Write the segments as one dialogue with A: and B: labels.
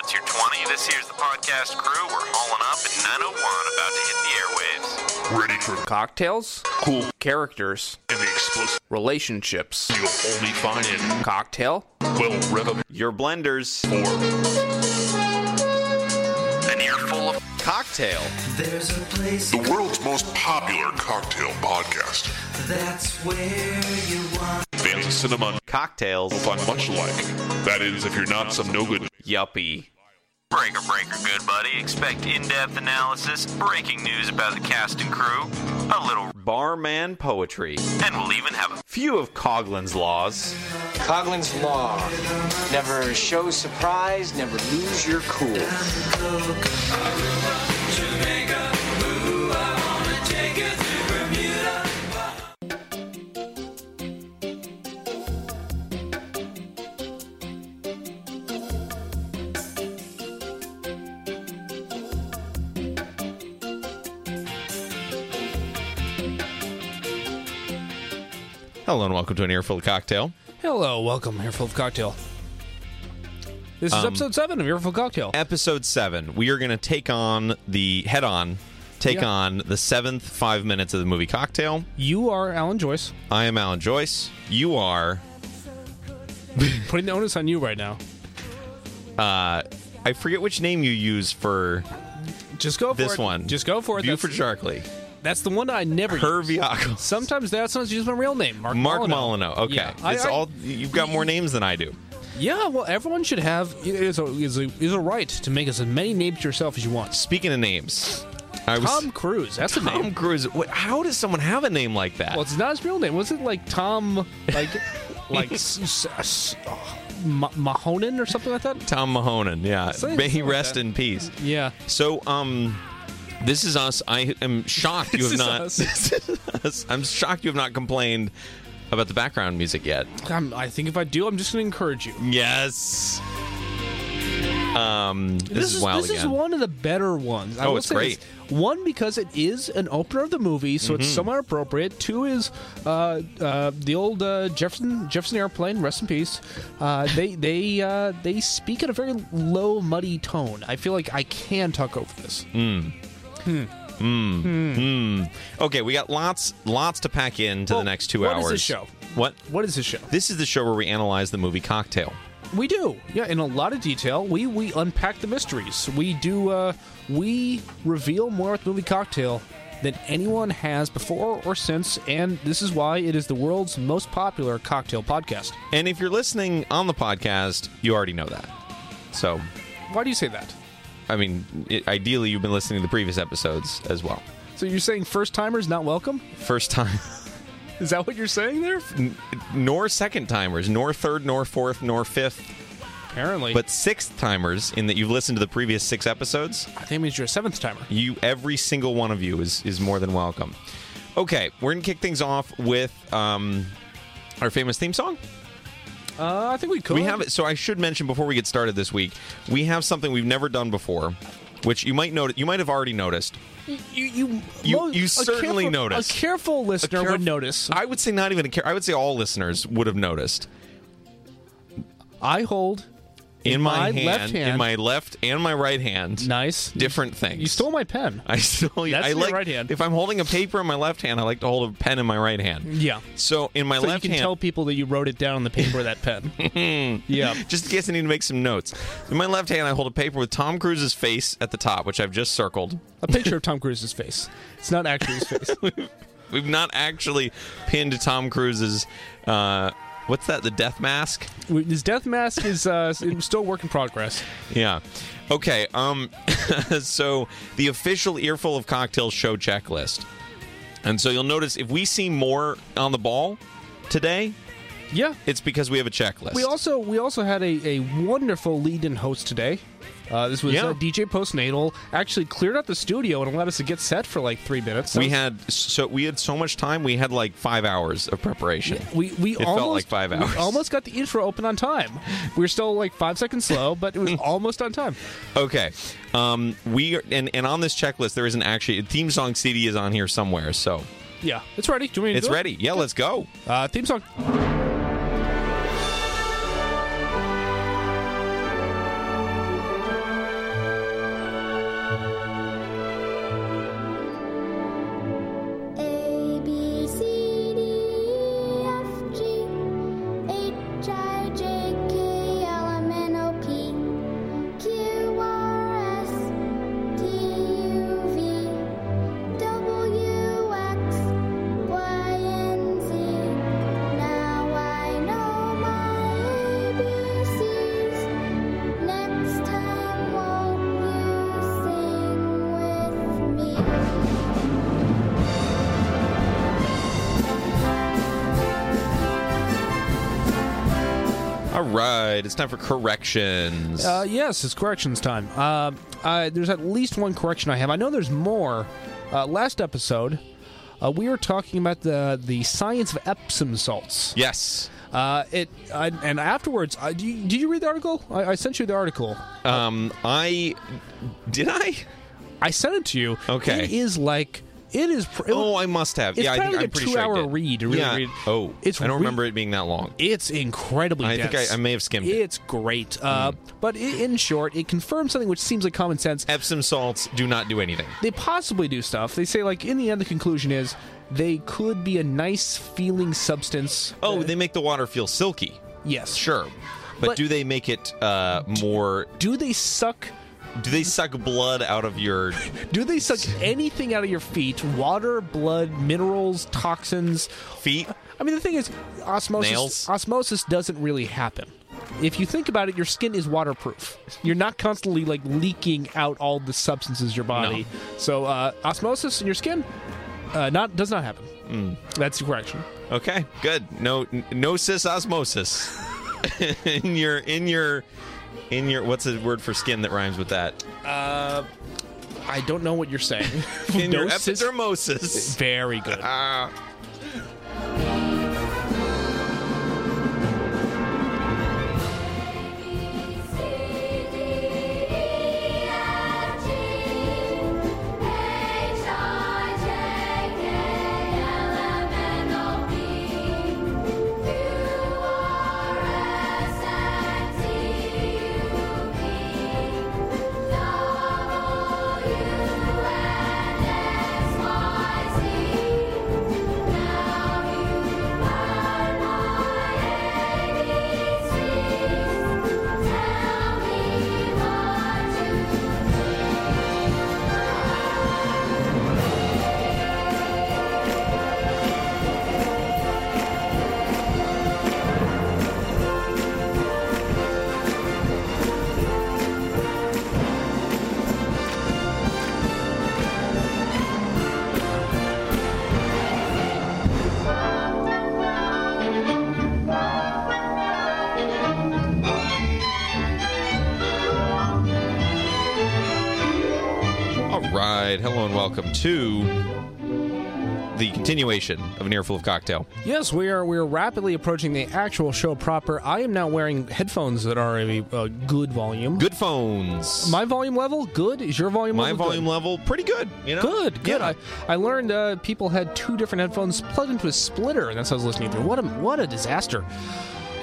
A: It's your 20. This here's the podcast crew. We're hauling up at 901, about to hit the airwaves.
B: Ready for the
C: Cocktails,
B: cool
C: characters,
B: and the explosive
C: relationships.
B: you'll only find in
C: Cocktail,
B: Will Rhythm
D: Your blenders.
B: 4.
A: An earful of
D: Cocktail.
E: There's a place
B: The world's most popular cocktail podcast.
E: that's where you want.
B: Fans of cinema will
D: Cocktails.
B: find much alike. That is, if you're not some no good.
D: Yuppie.
A: breaker breaker, good buddy. Expect in-depth analysis, breaking news about the cast and crew, a little,
D: Barman poetry.
A: and we'll even have a
D: Few of Coglin's laws.
F: Coglin's Law. Never show surprise, never lose your cool.
G: Hello and welcome to an earful of cocktail.
C: Hello, welcome, Earful of Cocktail. This
G: Um,
C: is episode 7 of Earful of Cocktail.
G: Episode seven. We are going to take on the head on, take
C: Yeah.
G: on the seventh five minutes of the movie Cocktail.
C: You are Alan Joyce.
G: I am Alan Joyce. You are.
C: Putting the onus on you right now.
G: I forget which name you use for
C: Just go for it.
G: this one.
C: Just go for it.
G: Buford
C: that's,
G: Sharkley.
C: that's the one I never use.
G: Hervey Ockles.
C: Sometimes that's not use my real name, Mark
G: Mark
C: Molyneux.
G: Molyneux. Okay.
C: Yeah. I-
G: It's
C: I-
G: all you've got more names than I do.
C: Yeah, well, everyone should have is a, is a, is a right to make as many names yourself as you want.
G: Speaking of names, I was
C: Tom Cruise, that's a
G: Tom
C: name.
G: Cruise. What, how does someone have a name like that?
C: Well, it's not his real name. Was it like Tom, like, like s- s- s- oh, Ma- Mahonen or something like that?
G: Tom Mahonen. Yeah.
C: Something-
G: May he
C: something like
G: rest
C: that.
G: in peace.
C: Yeah.
G: So, um, this is us. I am shocked you
C: This is
G: have not.
C: us.
G: This is us. I'm shocked you have not complained about the background music yet.
C: I'm, Um, I think if I do, I'm just going to encourage you.
G: Yes. Um, this, is, wild
C: this is
G: again.
C: one of the better ones. I
G: Oh,
C: will
G: it's
C: say
G: great. Mm-hmm.
C: this. One because it is an opener of the movie, so it's somewhat appropriate. Two is uh, uh, the old uh, Jefferson Jefferson Airplane, rest in peace. Uh, they they uh, they speak at a very low, muddy tone. I feel like I can talk over this.
G: Mm. Okay, we got lots, lots to pack into
C: Well,
G: the next two
C: what
G: hours.
C: is this show?
G: What?
C: What is this show?
G: This is the show where we analyze the movie Cocktail.
C: We do, yeah, in a lot of detail. We we unpack the mysteries. We do. Uh, we reveal more with movie cocktail than anyone has before or since, and this is why it is the world's most popular cocktail podcast.
G: And if you're listening on the podcast, you already know that. So,
C: Why do you say that?
G: I mean, it, ideally, you've been listening to the previous episodes as well.
C: So you're saying first timers not welcome?
G: First time.
C: Is that what you're saying there?
G: nor second timers, nor third, nor fourth, nor fifth,
C: Apparently,
G: but sixth timers in that you've listened to the previous six episodes.
C: I think it means you're a seventh timer.
G: You, every single one of you, is is more than welcome. Okay, we're gonna kick things off with um, our famous theme song.
C: Uh, I think we could.
G: We have it. So I should mention before we get started this week, we have something we've never done before, which you might notice. You might have already noticed.
C: You you
G: You-
C: mo-
G: you
C: a
G: certainly
C: careful-
G: noticed.
C: A careful listener
G: Caref-
C: would notice.
G: I would say not even a care. I would say all listeners would have noticed.
C: I hold
G: In, my, hand,
C: left hand.
G: in my left and my right hand,
C: nice.
G: different things.
C: You stole my pen.
G: I still.
C: That's
G: I
C: in your
G: like,
C: right hand.
G: If I'm holding a paper in my left hand, I like to hold a pen in my right hand.
C: Yeah.
G: So in my
C: so
G: left
C: you can
G: hand, Hmm.
C: tell people that you wrote it down on the paper with that pen. yeah.
G: just in case I need to make some notes. In my left hand, I hold a paper with Tom Cruise's face at the top, which I've just circled.
C: A picture of Tom Cruise's face. It's not actually his face.
G: We've not actually pinned Tom Cruise's. Uh, what's that? The death mask.
C: We- his death mask is uh, s- it's still work in progress.
G: Yeah. Okay. Um. so the official earful of cocktails show checklist, and so you'll notice if we see more on the ball today,
C: Yeah.
G: it's because we have a checklist.
C: We also we also had a, a wonderful lead in host today. Uh, this was
G: Yeah.
C: uh, DJ Postnatal. Actually cleared out the studio and allowed us to get set for like three minutes. So
G: we had so we had so much time. We had like five hours of preparation.
C: we, we
G: it
C: almost
G: felt like five hours.
C: We almost got the intro open on time. We were still like five seconds slow, but it was almost on time.
G: Okay. Um, we are, and and on this checklist there isn't actually a theme song CD is on here somewhere. So
C: Yeah, it's ready. Do you want me to
G: it's
C: do it?
G: ready. Yeah, let's go.
C: Uh, theme song.
G: All right, it's time for corrections.
C: Uh, yes, it's corrections time. Um uh, there's at least one correction I have. I know there's more. Uh, last episode, uh, we were talking about the the science of Epsom salts.
G: yes.
C: Uh, it I, and afterwards, I, do you, did you read the article? I, I sent you the article.
G: Um, I did I?
C: I sent it to you.
G: Okay.
C: it is like it is. Pr- it-
G: Oh, I must have.
C: It's
G: yeah, I think
C: probably like
G: I'm
C: a
G: pretty sure I
C: two-hour
G: did.
C: read, really
G: yeah.
C: read.
G: Oh,
C: It's
G: I don't
C: re-
G: remember it being that long.
C: It's incredibly.
G: I think
C: dense.
G: I- I may have skimmed it. Hmm.
C: It's great, uh, but i in short, it confirms something which seems like common sense.
G: Epsom salts do not do anything.
C: They possibly do stuff. They say like in the end, the conclusion is they could be a nice feeling substance.
G: Oh,
C: Uh,
G: they make the water feel silky.
C: yes,
G: Sure. But,
C: But-
G: do they make it uh, more?
C: Do they suck?
G: Do they suck blood out of your?
C: Do they suck anything out of your feet? Water, blood, minerals, toxins.
G: Feet?
C: I mean, the thing is, osmosis
G: Nails?
C: osmosis doesn't really happen. If you think about it, your skin is waterproof. You're not constantly like leaking out all the substances in your body. So uh, osmosis in your skin uh, not does not happen. That's the correction.
G: Okay, good. No, n- no cis osmosis in your in your in your. What's the word for skin that rhymes with that?
C: I don't know what you're saying.
G: In your Ah.
C: No cis-
G: epidermosis.
C: Very good.
G: All right. Hello and welcome to the continuation of an earful of cocktail.
C: Yes, we are. We are rapidly approaching the actual show proper. I am now wearing headphones that are a, a good volume.
G: Good phones.
C: My volume level good. Is your volume
G: My
C: level
G: volume level pretty good. You know.
C: good? Good, good.
G: Yeah.
C: I, I learned uh, people had two different headphones plugged into a splitter, and that's how I was listening to. What a what a disaster!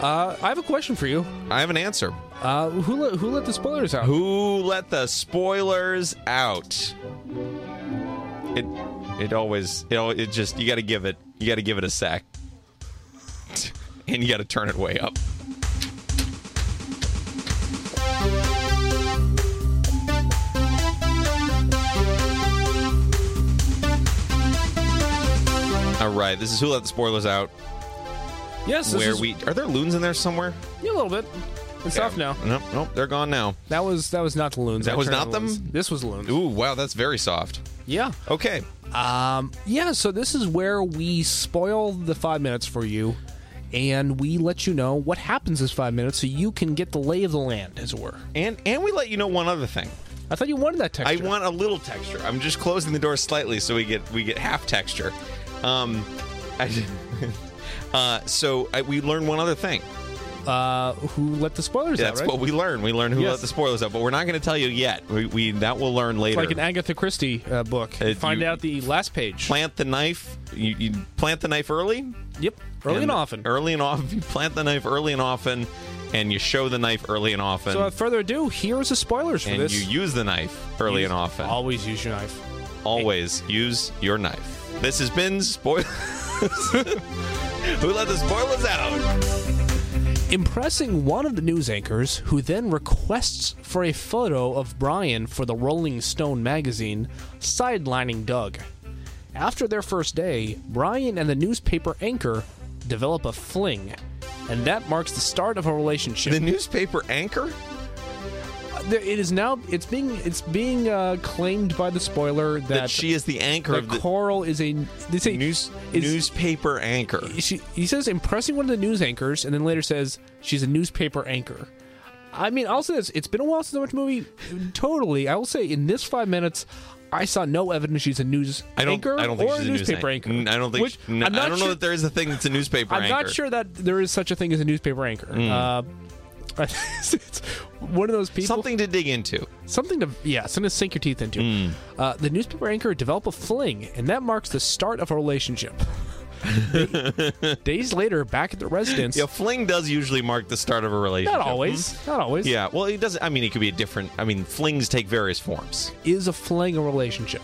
C: Uh, I have a question for you.
G: I have an answer.
C: Uh, who let who let the spoilers out?
G: Who let the spoilers out? It it always it al- it just you got to give it you got to give it a sec. And you got to turn it way up. All right, this is who let the spoilers out.
C: Yes, this
G: where
C: is-
G: we are there loons in there somewhere?
C: yeah, a little bit. It's off now.
G: Nope, nope, they're gone now.
C: That was that was not the loons.
G: That
C: I
G: was
C: turned
G: not
C: on the loons.
G: them?
C: This was loons.
G: Ooh, wow, that's very soft.
C: Yeah.
G: Okay,
C: Yeah, so this is where we spoil the five minutes for you, and we let you know what happens this five minutes so you can get the lay of the land, as it were.
G: and and we let you know one other thing.
C: I thought you wanted that texture.
G: I want a little texture. I'm just closing the door slightly so we get we get half texture. Um, I, uh, so I, we learned one other thing.
C: uh, who let the spoilers out,
G: That's
C: right?
G: what we learned. We learned who
C: Yes.
G: let the spoilers out, but we're not going to tell you yet. We, we that we'll learn later.
C: like an Agatha Christie uh, book.
G: Uh,
C: Find
G: you-
C: out the last page.
G: plant the knife. You, you plant the knife early.
C: yep, early and, often.
G: Early and often. You plant the knife early and often, and you show the knife early and often.
C: so, without further ado, here's the spoilers for
G: and
C: this.
G: you use the knife early and often.
C: Always use your knife.
G: always use your knife. This has been spoilers. Who let the spoilers out?
C: Impressing one of the news anchors, who then requests for a photo of Brian for the Rolling Stone magazine, sidelining Doug. After their first day, Brian and the newspaper anchor develop a fling, and that marks the start of a relationship.
G: The newspaper anchor?
C: there, it is now. It's being it's being uh, claimed by the spoiler that,
G: that, she is the anchor
C: the
G: of the
C: coral is a they say
G: news,
C: is-
G: newspaper anchor.
C: She, he says impressing one of the news anchors, and then later says she's a newspaper anchor. I mean, I'll say this: it's been a while since I watched a movie. Totally, I will say in this five minutes, I saw no evidence she's a news
G: I don't.
C: anchor
G: I don't think
C: or
G: she's
C: a
G: a news
C: newspaper
G: anchor.
C: anchor.
G: N- I don't think.
C: Which,
G: n-
C: I'm
G: I
C: not
G: don't
C: sure,
G: know that there is a thing that's a newspaper
C: I'm
G: anchor. Mm.
C: not sure that there is such a thing as a newspaper anchor. Uh, it's one of those people.
G: Something to dig into.
C: something to yeah, something to sink your teeth into.
G: Mm.
C: Uh, the newspaper anchor develop a fling, and that marks the start of a relationship. Days later, back at the residence,
G: Yeah, fling does usually mark the start of a relationship.
C: not always, not always.
G: Yeah. Well, it doesn't. I mean, it could be a different. I mean, flings take various forms.
C: is a fling a relationship?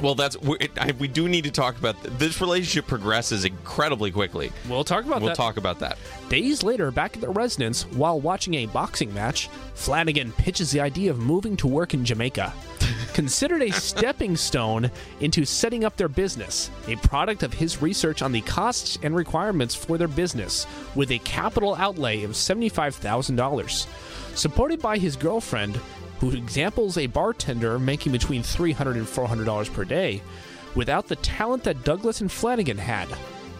G: Well, that's we, it, I, we do need to talk about th- this relationship progresses incredibly quickly.
C: We'll talk about
G: We'll
C: that.
G: talk about that.
C: Days later, back at their residence, while watching a boxing match, Flanagan pitches the idea of moving to work in Jamaica. Considered a stepping stone into setting up their business, a product of his research on the costs and requirements for their business, with a capital outlay of $75,000. Supported by his girlfriend, who examples a bartender making between $300 and $400 per day, without the talent that Douglas and Flanagan had.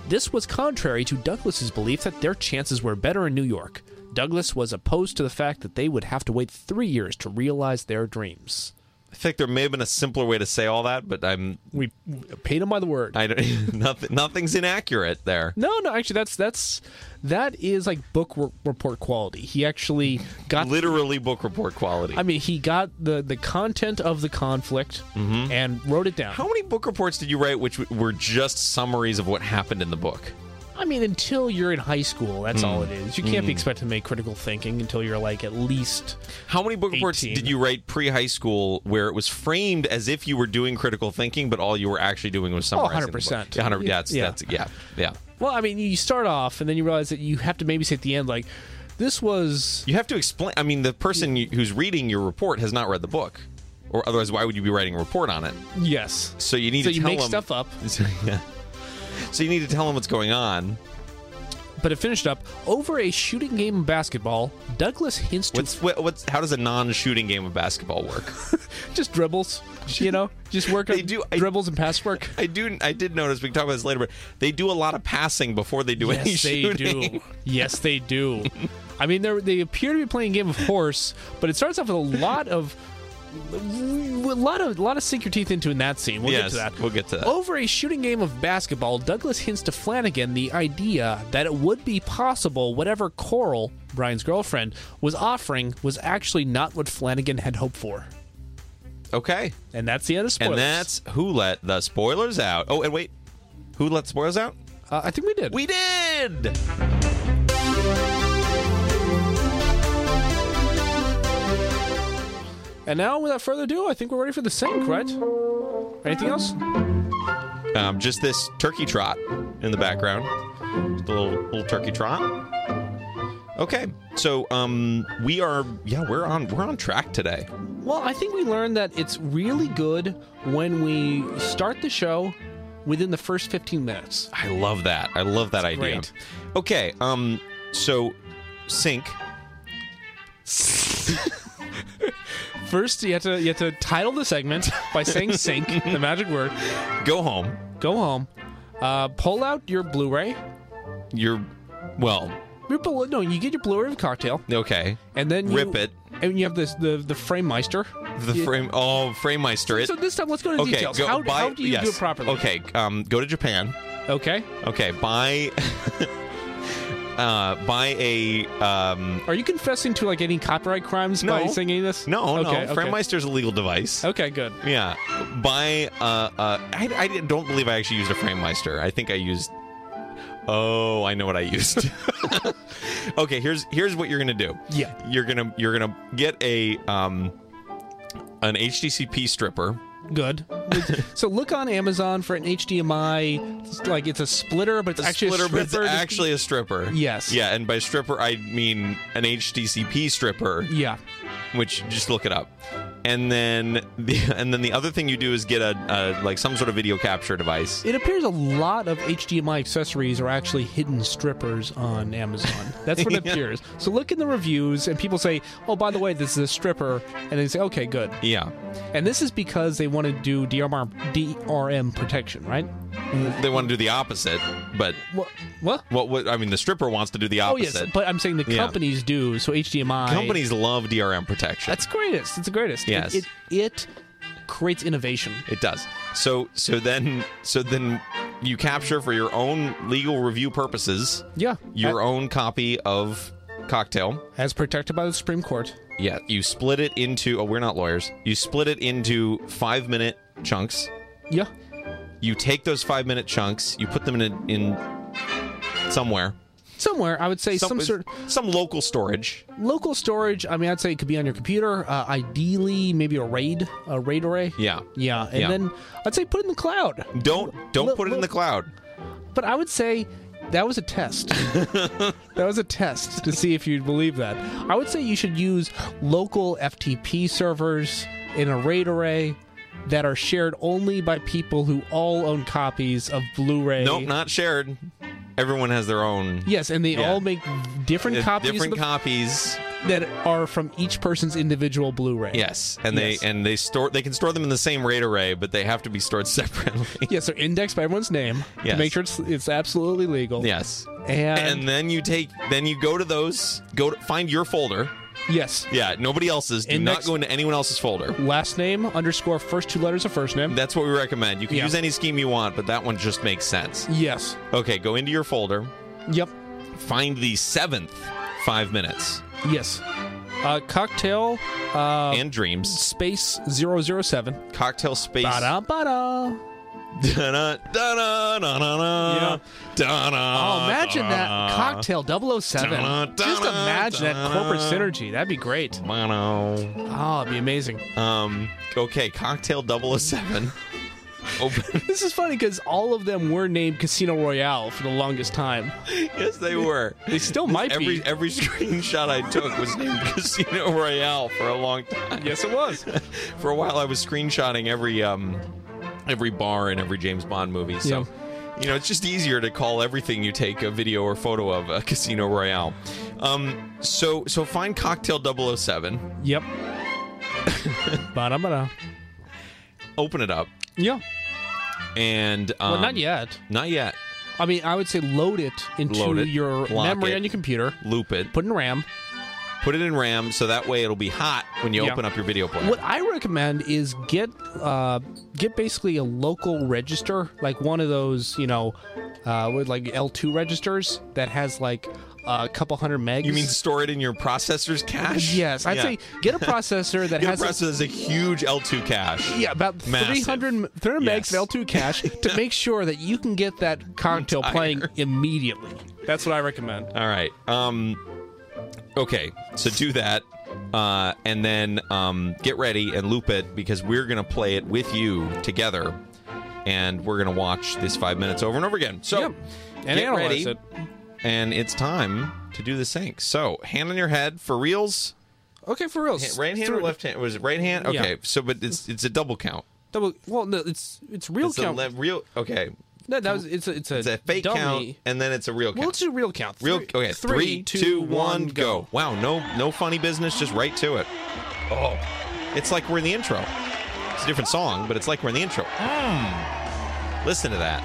C: This was contrary to Douglas's belief that their chances were better in New York. Douglas was opposed to the fact that they would have to wait three years to realize their dreams.
G: I think there may have been a simpler way to say all that, but I'm
C: We paid him by the word.
G: I don't, nothing, nothing's inaccurate there.
C: no, no, actually, that's that's that is like book re- report quality. He actually got.
G: Literally book report quality.
C: I mean, he got the the content of the conflict and wrote it down.
G: How many book reports did you write which w- were just summaries of what happened in the book?
C: I mean, until you're in high school, that's all it is. You can't be expected to make critical thinking until you're like at least.
G: How many book reports
C: 18.
G: did you write pre high school where it was framed as if you were doing critical thinking, but all you were actually doing
C: Oh,
G: was summarizing? the book?
C: 100%.
G: Yeah, 100 yeah, that's,
C: Yeah.
G: that's- yeah, yeah.
C: Well, I mean, you start off and then you realize that you have to maybe say at the end, like, this was
G: You have to explain. I mean, the person you, who's reading your report has not read the book, or otherwise, why would you be writing a report on it?
C: yes.
G: So you need
C: So
G: to
C: you
G: tell
C: make
G: them-
C: stuff up.
G: So, yeah. So you need to tell them what's going on.
C: But it finished up over a shooting game of basketball. Douglas hints to
G: What's what, what's how does a non-shooting game of basketball work?
C: just dribbles, you know, just work.
G: They
C: on
G: do- I-
C: dribbles and pass work.
G: I do. I did notice. We can talk about this later, but they do a lot of passing before they do any
C: Yes, they
G: shooting.
C: do. Yes, they do. I mean, they they appear to be playing a game of horse, but it starts off with a lot of a lot of a lot of sink your teeth into in that scene. We'll
G: Yes,
C: get to that.
G: we'll get to that.
C: Over a shooting game of basketball, Douglas hints to Flanagan the idea that it would be possible whatever Coral, Brian's girlfriend, was offering was actually not what Flanagan had hoped for.
G: Okay,
C: And that's the end of spoilers.
G: and that's who let the spoilers out. Oh, and wait, who let spoilers out?
C: uh, I think we did.
G: We did.
C: and now, without further ado, I think we're ready for the sync, right? Anything else?
G: Um, just this turkey trot in the background. Just a little little turkey trot. Okay, so um, we are yeah we're on we're on track today.
C: Well, I think we learned that it's really good when we start the show within the first 15 minutes.
G: I love that. I love that idea.
C: great.
G: Okay, um, so sync.
C: First, you have to you have to title the segment by saying "sync," the magic word.
G: Go home.
C: Go home, uh, pull out your Blu-ray.
G: You're well.
C: Your Blu- no, you get your Blu-ray of cocktail,
G: Okay.
C: and then you,
G: Rip it.
C: and you have this the the frame meister.
G: The frame. Oh, frame meister. It.
C: So this time, let's go to
G: okay.
C: details.
G: Go
C: how,
G: buy,
C: how do you
G: yes.
C: do it properly?
G: Okay. Um. Go to Japan.
C: Okay.
G: Okay. Buy. uh. Buy a. Um.
C: Are you confessing to like any copyright crimes by
G: No.
C: singing this?
G: No.
C: Okay.
G: no.
C: okay.
G: Frame meister's a legal device.
C: Okay. Good.
G: Yeah. Buy. Uh. Uh. I, I don't believe I actually used a frame meister. I think I used. Oh, I know what I used. okay, here's here's what you're gonna do.
C: Yeah.
G: You're gonna you're gonna get a um an HTCP stripper.
C: Good. so look on Amazon for an HDMI. It's Like it's a splitter, but it's actually
G: splitter,
C: a
G: but it's
C: stripper.
G: actually a stripper.
C: Yes.
G: Yeah, and by stripper I mean an HDCP stripper,
C: yeah.
G: which just look it up. and then the and then the other thing you do is get a, a like some sort of video capture device.
C: It appears a lot of HDMI accessories are actually hidden strippers on Amazon. That's what it appears. So look in the reviews, and people say, "Oh, by the way, this is a stripper," and they say, "Okay, good."
G: Yeah,
C: And this is because they want to do DRM, DRM protection, right?
G: they want to do the opposite, but
C: What? What?
G: what? What? I mean, the stripper wants to do the
C: Oh
G: opposite.
C: yes, but I'm saying the
G: Yeah.
C: companies do. So HDMI
G: companies love DRM protection.
C: That's greatest. It's the greatest. It-
G: Yes.
C: It, it creates innovation.
G: It does. So so then so then you capture for your own legal review purposes.
C: Yeah.
G: Your own copy of cocktail.
C: As protected by the Supreme Court.
G: Yeah. You split it into oh we're not lawyers. You split it into five minute chunks.
C: Yeah.
G: You take those five minute chunks. You put them in a, in somewhere.
C: Somewhere, I would say some, sort
G: some local storage.
C: local storage. I mean, I'd say it could be on your computer. Uh, ideally, maybe a RAID, a RAID array.
G: Yeah.
C: Yeah, and
G: Yeah.
C: then I'd say put it in the cloud.
G: Don't don't
C: Look-
G: put it in the
C: look.
G: cloud.
C: But I would say that was a test. that was a test to see if you'd believe that. I would say you should use local FTP servers in a RAID array that are shared only by people who all own copies of Blu-ray.
G: Nope, not shared. Everyone has their own
C: Yes, and they
G: Yeah.
C: all make different
G: uh,
C: copies
G: different
C: of the-
G: copies.
C: that are from each person's individual Blu-ray.
G: Yes, and they
C: Yes.
G: and they store they can store them in the same RAID array, but they have to be stored separately.
C: Yes, they're indexed by everyone's name to
G: Yes.
C: make sure it's it's absolutely legal.
G: yes,
C: And,
G: and then you take then you go to those go to, find your folder.
C: yes,
G: Yeah, nobody else's. Do
C: Index-
G: not go into anyone else's folder.
C: last name underscore first two letters of first name.
G: That's what we recommend. You can
C: Yeah.
G: use any scheme you want, but that one just makes sense.
C: yes.
G: Okay, go into your folder,
C: Yep.
G: find the seventh five minutes
C: Yes. Uh, cocktail uh,
G: and dreams
C: space 007.
G: cocktail space.
C: Ba da ba da.
G: Da-da, da-da, da-da, da-da,
C: Oh, imagine that
G: da-da.
C: cocktail 007.
G: Dun, dun,
C: Just
G: dun,
C: imagine that
G: dun.
C: corporate synergy. That'd be great.
G: Mono.
C: Oh, it'd be amazing.
G: Um, okay, Cocktail 007. Open.
C: This is funny because all of them were named Casino Royale for the longest time.
G: yes, they were.
C: They still might
G: Every
C: be.
G: every screenshot I took was named Casino Royale for a long time.
C: Yes, it was.
G: For a while, I was screenshotting every um every bar in every James Bond movie. So. You know, it's just easier to call everything you take a video or photo of a Casino Royale. Um, so, so find Cocktail 007,
C: yep. ba da ba da.
G: open it up,
C: Yeah.
G: and um,
C: Well, not yet.
G: not yet.
C: I mean, I would say load it into
G: Load it,
C: your
G: lock
C: memory
G: it.
C: on your computer,
G: Loop it,
C: put in RAM.
G: put it in RAM so that way it'll be hot when you
C: Yeah.
G: open up your video player.
C: What I recommend is get uh, get basically a local register, like one of those, you know, uh, with like L2 registers that has like a couple hundred megs.
G: You mean store it in your processor's cache?
C: yes? I'd
G: Yeah.
C: say get a processor that
G: your
C: has. a-
G: processor has a huge L2 cache.
C: yeah, about
G: Massive.
C: 300, 300
G: Yes.
C: megs of L2 cache to make sure that you can get that cocktail
G: tired.
C: playing immediately. That's what I recommend.
G: All right. Um okay, so do that uh and then um get ready and loop it because we're going to play it with you together and we're going to watch this 5 minutes over and over again. So
C: Yep. And
G: get
C: analyze
G: ready.
C: it.
G: and it's time to do the sync. So, hand on your head for reals.
C: Okay, for real.
G: Right hand or left hand? Was it right hand?
C: Yeah.
G: Okay. So but it's it's a double count.
C: Double. Well, no, it's it's real
G: It's a
C: count.
G: le- real Okay.
C: no, that was it's a it's a,
D: It's
G: It's a fake
C: dummy.
G: count and then it's a real count.
C: Well, let's do real count.
G: Real
C: Three-
G: okay. Three, two, one, go. Wow, no, no funny business. Just right to it. Oh, it's like we're in the intro. It's a different song, but it's like we're in the intro. Listen to that.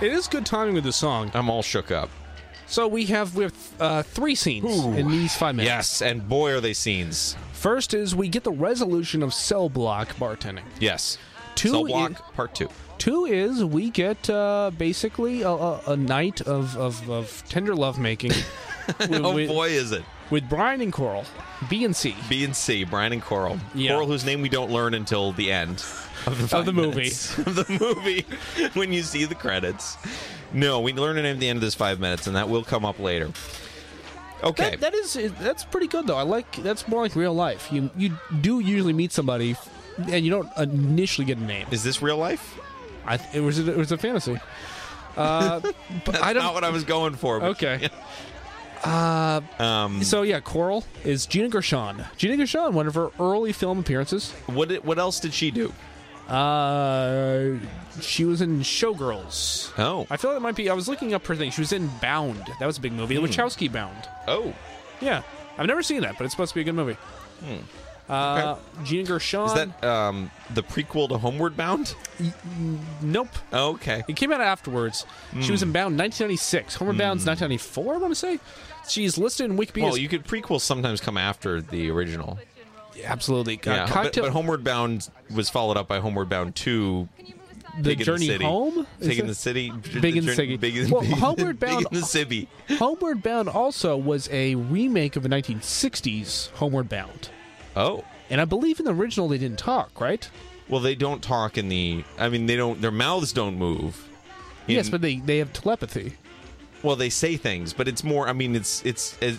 C: It is good timing with the song.
G: I'm all shook up.
C: So we have we have uh, three scenes in these five minutes.
G: Yes, and boy are they scenes.
C: First is we get the resolution of cell block bartending.
G: Yes.
C: Two
G: Cell
C: i-
G: block part two.
C: Two is we get uh, basically a, a, a night of, of, of tender lovemaking with,
G: Oh
C: with,
G: boy, is it
C: with Brian and Coral, B and C
G: B and C, Brian and Coral.
C: Yeah.
G: Coral, whose name we don't learn until the end of the,
C: of
G: five
C: the movie.
G: minutes. of the movie when you see the credits. No, we learn it at the end of this five minutes, and that will come up later. Okay.
C: That, that is that's pretty good though. I like that's more like real life. You you do usually meet somebody, and you don't initially get a name.
G: Is this real life?
C: I, it was a, it was a fantasy. Uh, but I
G: That's
C: don't.
G: not what I was going for. but-
C: okay. So yeah, Coral is Gina Gershon. Gina Gershon, one of her early film appearances.
G: What did, what else did she do?
C: Uh, she was in Showgirls.
G: Oh.
C: I feel like it might be. I was looking up her thing. She was in Bound. That was a big
G: Hmm.
C: movie. The Wachowski Bound.
G: Oh,
C: Yeah, I've never seen that, but it's supposed to be a good movie. Uh, Gina Gershon.
G: Hmm. is that um, the prequel to Homeward Bound?
C: nope.
G: Okay.
C: It came out afterwards. She
G: Hmm.
C: was in Bound 1996. Homeward Bound's 1994, I want to say. She's listed in Wikipedia.
G: Well,
C: as-
G: you could prequels sometimes come after the original.
C: absolutely. Uh,
G: Yeah, but,
C: cocktail,
G: but Homeward Bound was followed up by Homeward Bound Two.
C: the
G: Big in
C: journey
G: the city.
C: home. Is
G: Big in
C: that-
G: the city.
C: Big in the City.
G: Big in,
C: Well,
G: big, in-
C: Homeward Bound-
G: Big in the city.
C: Homeward Bound also was a remake of the 1960s Homeward Bound.
G: Oh,
C: And I believe in the original they didn't talk, right?
G: well, they don't talk in the. I mean, they don't. Their mouths don't move. In-
C: yes, but they, they have telepathy.
G: well, they say things, but it's more. I mean, it's it's. It,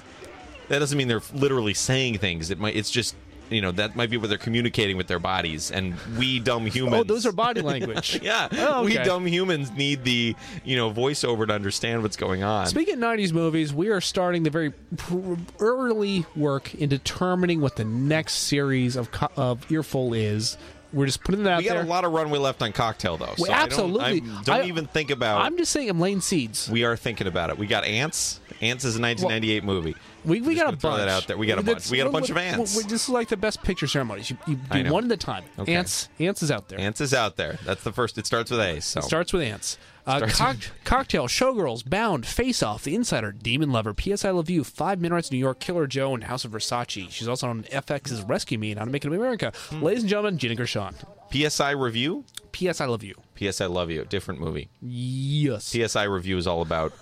G: that doesn't mean they're literally saying things. It might. It's just you know that might be what they're communicating with their bodies, and we dumb humans.
C: Oh, those are body language.
G: Yeah,
C: Oh,
G: we
C: okay.
G: dumb humans need the you know voiceover to understand what's going on.
C: Speaking of 90s movies, we are starting the very pr- early work in determining what the next series of, co- of Earful is. We're just putting that out
G: we got
C: there.
G: a lot of runway left on cocktail though.
C: Well,
G: so I don't- I
C: absolutely.
G: don't,
C: I-
G: even think about.
C: I'm just saying I'm laying seeds.
G: we are thinking about it. We got ants. Ants is a 1998 movie.
C: We, we
G: Just
C: got a
G: gonna throw
C: bunch.
G: that out there. We got a
C: That's-
G: bunch. We got a bunch of
C: well,
G: ants.
C: well, this is like the best picture ceremonies. You, you
G: I
C: do
G: know.
C: one at a time.
G: Okay.
C: Ants, ants is out there.
G: Ants is out there. That's the first. It starts with A. So
C: Starts with ants. Uh,
G: Starts
C: cock- cocktail, Showgirls, Bound, Face Off, The Insider, Demon Lover, P.S. I Love You, Five Minutes, New York, Killer Joe, and House of Versace. She's also on FX's Rescue Me and How to Make It in America.
G: Hmm.
C: Ladies and gentlemen, Gina Gershon.
G: PSI review.
C: P.S. I Love You.
G: PS I love you. Different movie.
C: Yes.
G: PSI review is all about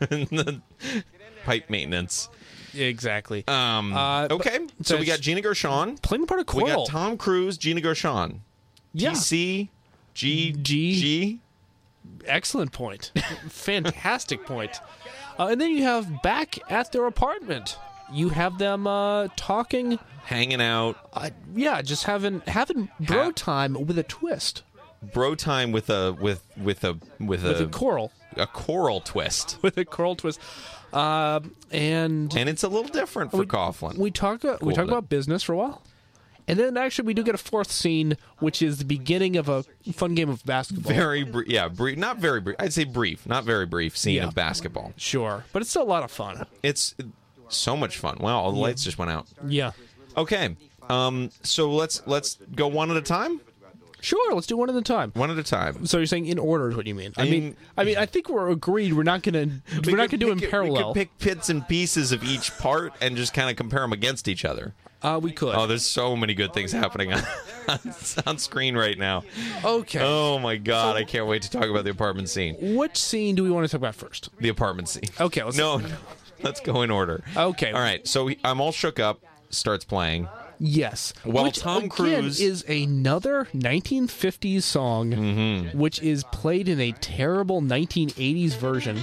G: pipe maintenance.
C: Exactly.
G: Um,
C: Uh, but-
G: okay, so we got Gina Gershon.
C: Playing the part of
G: We
C: Coral.
G: got Tom Cruise, Gina Gershon.
C: Yeah.
G: TC, G,
C: G.
G: G.
C: Excellent point. Fantastic point. Uh, and then you have back at their apartment. You have them uh, talking.
G: hanging out,
C: Uh, yeah, just having having bro
G: Ha-
C: time with a twist
G: bro time with a with with a with a
C: with a coral
G: a choral twist,
C: with a coral twist. Um, and
G: and it's a little different for Coughlin.
C: we talk about, we
G: Cool,
C: talk
G: then.
C: about business for a while. And then actually we do get a fourth scene, which is the beginning of a fun game of basketball.
G: very brief, yeah, brief, not very brief. I'd say brief, not very brief scene
C: Yeah.
G: of basketball.
C: sure, but it's still a lot of fun.
G: It's so much fun. Wow, all the lights just went out.
C: Yeah.
G: Okay, um, so let's let's go one at a time.
C: Sure, let's do one at a time.
G: One at a time.
C: So you're saying in order is what you mean? I
G: In-
C: mean, I mean, I think we're agreed. We're not gonna we're
G: We
C: not gonna
G: could
C: do it in
G: pick it-
C: parallel.
G: We could pick bits and pieces of each part and just kind of compare them against each other.
C: uh, we could.
G: Oh, there's so many good things happening on, on screen right now.
C: okay.
G: Oh my god, I can't wait to talk about the apartment scene.
C: Which scene do we want to talk about first?
G: The apartment scene.
C: Okay, let's-
G: no, no, let's go in order.
C: Okay.
G: All right. So he- I'm all shook up. Starts playing.
C: Yes.
G: Well,
C: which,
G: Tom
C: again,
G: Cruise-
C: is another 1950s song,
G: Mm-hmm.
C: which is played in a terrible 1980s version.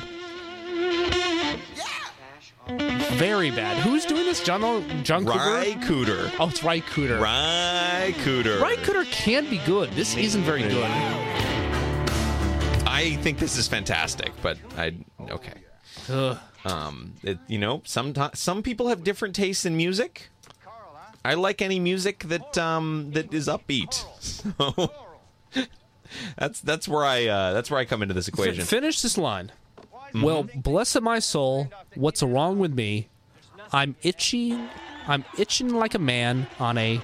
C: Very bad. Who's doing this? John o- John Cougar?
G: Rye Cooter.
C: Oh, it's Ry Cooter.
G: Rye Cooter.
C: Ry Cooter can be good. This isn't very good.
G: I think this is fantastic, but I okay.
C: Ugh.
G: Um, it, you know, some some people have different tastes in music. I like any music that um that is upbeat. So that's that's where I uh, that's where I come into this equation. Mm-hmm.
C: F- finish this line. Well, bless my soul, what's wrong with me? I'm itching. I'm itching like a man on a.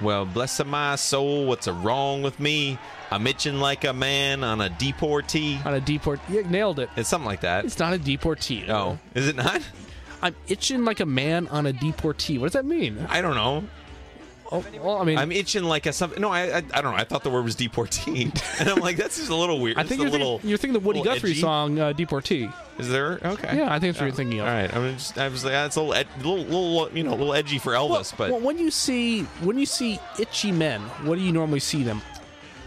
G: Well, bless my soul, what's wrong with me? I'm itching like a man on a deportee.
C: on a deport. Yeah, nailed it.
G: It's something like that.
C: It's not a deportee.
G: Oh, is it not?
C: I'm itching like a man on a deportee. What does that mean?
G: I don't know.
C: Oh, well, I mean,
G: I'm itching like a something. No, I, I I don't know. I thought the word was deportee, and I'm like, that's just a little weird.
C: I
G: It's
C: think
G: a
C: you're,
G: little.
C: thinking, you're thinking the Woody
G: little
C: Guthrie
G: edgy.
C: song uh, "Deportee."
G: Is there? Okay.
C: Yeah, I think that's what you're thinking of.
G: All right. I'm just. I was like, that's a little, ed- little, little, you know, a little edgy for Elvis, but
C: well, when you see when you see itchy men, what do you normally see them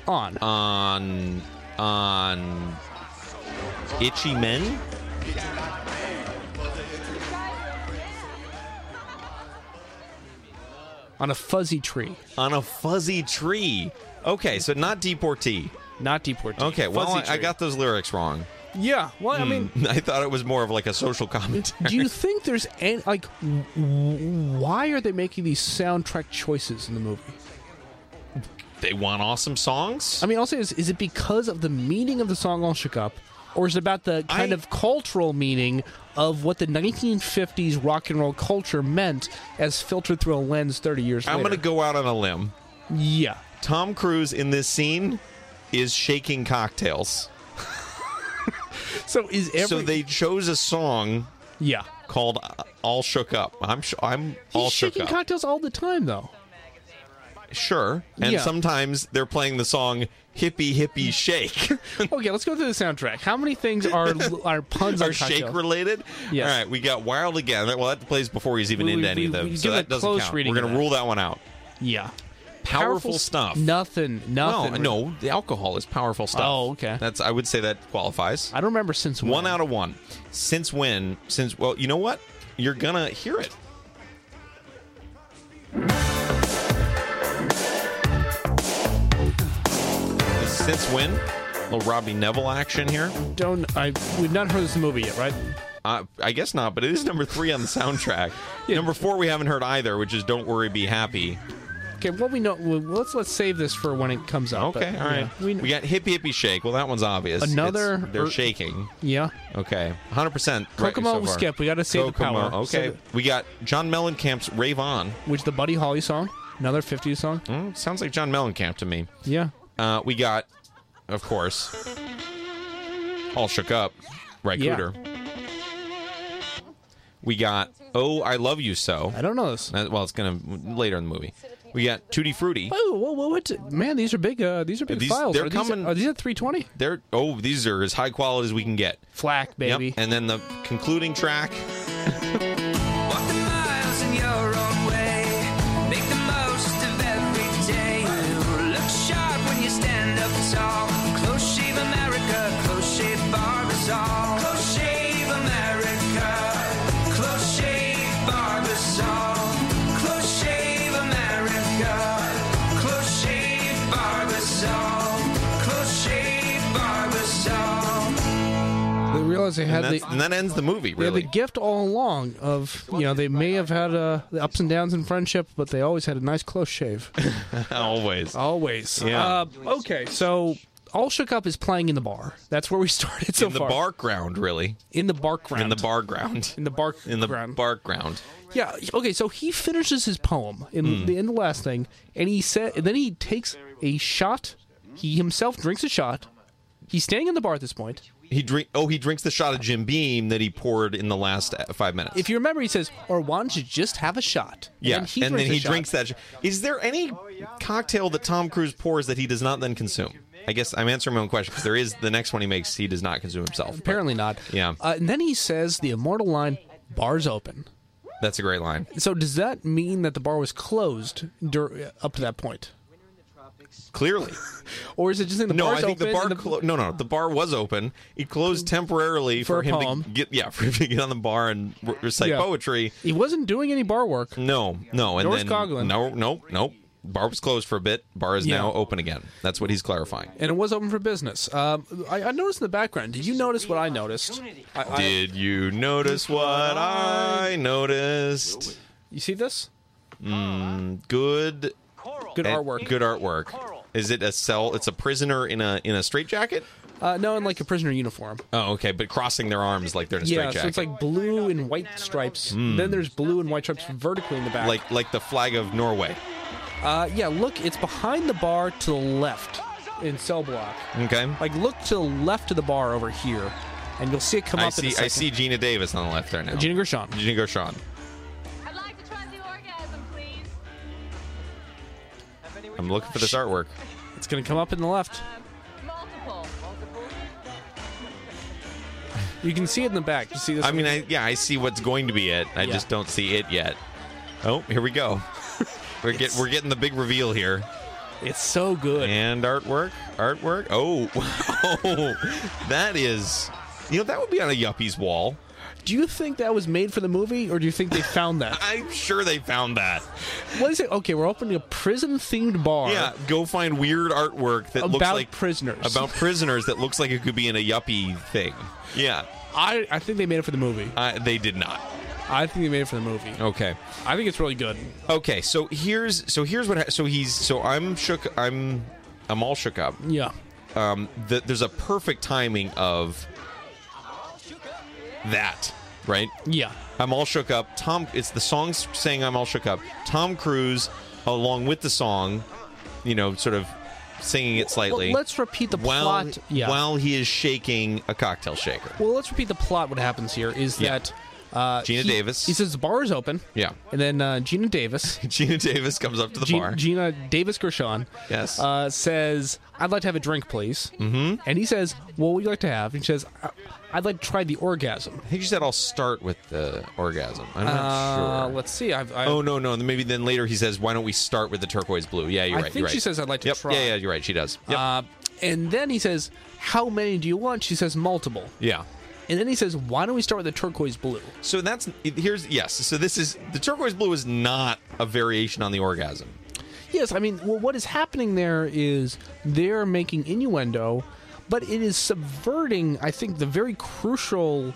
C: on?
G: Uh, on on itchy men.
C: on a fuzzy tree,
G: on a fuzzy tree. Okay, so not deportee.
C: not deportee.
G: Okay, well,
C: Fuzzy
G: I, I
C: tree.
G: got those lyrics wrong.
C: Yeah. Well, I mean,
G: I thought it was more of like a social commentary.
C: do you think there's any like w- w- why are they making these soundtrack choices in the movie?
G: they want awesome songs?
C: I mean, I'll say this: is it because of the meaning of the song "All Shook Up," or is it about the kind
G: I-
C: of cultural meaning of what the 1950s rock and roll culture meant, as filtered through a lens 30 years
G: I'm
C: later?
G: going to go out on a limb.
C: yeah.
G: Tom Cruise in this scene is shaking cocktails.
C: So is every
G: so they chose a song
C: yeah
G: called uh, "All Shook Up." I'm sh- I'm
C: he's
G: all shook
C: shaking
G: up.
C: cocktails all the time though.
G: sure, and
C: Yeah.
G: sometimes they're playing the song "Hippie Hippie Shake"
C: Okay, let's go through the soundtrack. How many things are are puns
G: or
C: on cocktail?
G: shake related.
C: Yes.
G: All right, we got "Wild Again." That- Well, that plays before he's even
C: We- we-
G: into any of
C: we-
G: them,
C: we
G: so
C: give a
G: that doesn't
C: close
G: count.
C: reading
G: We're
C: of
G: gonna
C: that.
G: rule that one out.
C: yeah.
G: Powerful, stuff.
C: Nothing.
G: no,
C: Nothing.
G: no, the alcohol is powerful stuff.
C: Oh, okay.
G: That's I would say that qualifies.
C: I don't remember since
G: One
C: when.
G: out of one. Since when? Since well, you know what? You're gonna hear it. Since when? little Robbie Neville action here.
C: Don't I? We've not heard this movie yet, right?
G: Uh, I guess not, but it is number three on the soundtrack.
C: Yeah.
G: Number four we haven't heard either, which is "Don't Worry, Be Happy."
C: Okay. Well, we know. Well, let's let's save this for when it comes out.
G: Okay, all right.
C: We,
G: we, got "Hippie Hippie Shake." Well, that one's obvious. It's-
C: Another-
G: they're
C: er-
G: shaking.
C: yeah.
G: Okay, hundred percent.
C: Kokomo
G: so
C: we
G: far.
C: skip. We gotta save the
G: Kokomo,
C: power.
G: Okay,
C: Save
G: we got John Mellencamp's "Rave On."
C: Which the Buddy Holly song, another 50s song.
G: Mm, sounds like John Mellencamp to me.
C: Yeah.
G: Uh, we got, of course, all shook up, right?
C: Yeah.
G: Cooter. We got "Oh, I Love You So."
C: I don't know this.
G: Uh, well, it's gonna later in the movie. We got "Tutti Frutti."
C: Whoa, Oh, whoa, whoa! What? Man, these are big. Uh, these are big
G: These-
C: files.
G: they're
C: are,
G: coming-
C: these, are these at 320?
G: They're oh, these are as high quality as we can get.
C: Flack,
G: Yep,
C: baby.
G: And then the concluding track.
E: Walk the miles in your own way. Make the most of every day. Look sharp when you stand up tall. Close shave America, close shave Barbasol. Close shave America, close shave Barbasol. Close shave America, close shave Barbasol. Close shave Barbasol.
C: They realized they had
G: And,
C: the
G: that's, and that ends the movie,
C: they had
G: really.
C: the gift all along of you know they may have had uh, the ups and downs in friendship, but they always had a nice close shave.
G: Always.
C: Oh, Always.
G: Yeah.
C: Uh, okay, so All Shook Up is playing in the bar. That's where we started so
G: in the
C: far.
G: bar ground, really.
C: In the bar ground.
G: In the bar ground.
C: In the bar.
G: In the
C: ground.
G: bar ground.
C: Yeah. Okay. So he finishes his poem in
G: Mm.
C: the end of the last thing, and he said, and then he takes a shot. He himself drinks a shot. He's standing in the bar at this point.
G: He drink. Oh, he drinks the shot of Jim Beam that he poured in the last uh, five minutes.
C: If you remember, he says, "Or why don't you just have a shot?"
G: yeah,
C: And then he, drinks,
G: and then
C: a
G: he
C: shot.
G: drinks that. sh- Is there any cocktail that Tom Cruise pours that he does not then consume? I guess I'm answering my own question because there is the next one he makes. He does not consume himself. but
C: Apparently not.
G: Yeah.
C: Uh, and then he says the immortal line, "Bars open."
G: that's a great line.
C: So does that mean that the bar was closed dur- up to that point,
G: Clearly,
C: or is it just in the
G: no. I
C: bar's
G: think the
C: open
G: bar.
C: and
G: clo- no, no. The bar was open. It closed temporarily
C: For
G: for,
C: a
G: him
C: poem.
G: to get. Yeah, for him to get on the bar and re- recite
C: Yeah.
G: poetry.
C: He wasn't doing any bar work.
G: No, no, and
C: Nor was
G: then
C: Coughlin.
G: no, no, no. Bar was closed for a bit. Bar is
C: Yeah.
G: now open again. That's what he's clarifying.
C: and it was open for business. Um, I, I noticed in the background. Did you notice what I noticed? I, I-
G: Did you notice what I noticed?
C: you see this?
G: Good,
C: Good
G: eh,
C: artwork.
G: Good artwork. Is it a cell? It's a prisoner in a in a straitjacket.
C: Uh, no, in like a prisoner uniform.
G: Oh, okay, but crossing their arms like they're in a
C: Yeah,
G: straitjacket.
C: so it's like blue and white stripes. Then there's blue and white stripes vertically in the back.
G: like like the flag of Norway.
C: uh, yeah, look, it's behind the bar to the left in cell block.
G: Okay,
C: Like, look to the left of the bar over here, and you'll see it come
G: I
C: up. in a
G: see.
C: second.
G: I see Gina Davis on the left there now.
C: Gina Gershon.
G: Gina Gershon.
H: I'd like to try the orgasm, please.
G: I'm looking for this artwork.
C: It's gonna come up in the left.
H: Um, Multiple. Multiple.
C: You can see it in the back. You see this?
G: I mean, I yeah, I see what's going to be it. I
C: Yeah.
G: just don't see it yet. Oh, here we go. We're get we're getting the big reveal here.
C: it's so good.
G: And artwork, artwork. Oh, oh, that is. You know that would be on a yuppie's wall.
C: Do you think that was made for the movie, or do you think they found that?
G: I'm sure they found that.
C: what is it? Okay, we're opening a prison-themed bar.
G: Yeah, go find weird artwork that looks
C: About
G: like
C: prisoners.
G: about prisoners that looks like it could be in a yuppie thing. Yeah,
C: I, I think they made it for the movie.
G: I, they did not.
C: I think they made it for the movie.
G: Okay,
C: I think it's really good.
G: okay. So here's so here's what ha- so he's so I'm shook. I'm I'm all shook up.
C: Yeah.
G: um, th- there's a perfect timing of that, right?
C: Yeah.
G: I'm all shook up. Tom, it's the song s- saying I'm all shook up. Tom Cruise, along with the song, you know, sort of singing it
C: Well,
G: slightly.
C: let's repeat the
G: while,
C: plot. Yeah.
G: while he is shaking a cocktail shaker.
C: well, let's repeat the plot. What happens here is
G: Yeah.
C: that uh,
G: Gina
C: he-
G: Davis.
C: He says the bar is open.
G: Yeah.
C: And then uh, Gina Davis,
G: Gina Davis comes up to the
C: G-
G: bar.
C: Gina Davis Gershon,
G: Yes.
C: uh, says, "I'd like to have a drink, please." Mm-hmm. And he says, "What would you like to have?" And she says, "I- "I'd like to try the orgasm."
G: I think she said I'll start with the orgasm. I'm
C: Uh,
G: not sure.
C: Let's see. I've, I,
G: Oh no no! Maybe then later he says, "Why don't we start with the turquoise blue?" Yeah, you're
C: I
G: right.
C: think
G: you're right.
C: she says, "I'd like to
G: yep.
C: try."
G: Yeah, yeah, you're right. She does. Yep.
C: Uh, and then he says, "How many do you want?" She says, "Multiple."
G: Yeah.
C: And then he says, "Why don't we start with the turquoise blue?"
G: So that's here's yes. So this is the turquoise blue is not a variation on the orgasm.
C: Yes, I mean, well, what is happening there is they're making innuendo, but it is subverting, I think, the very crucial.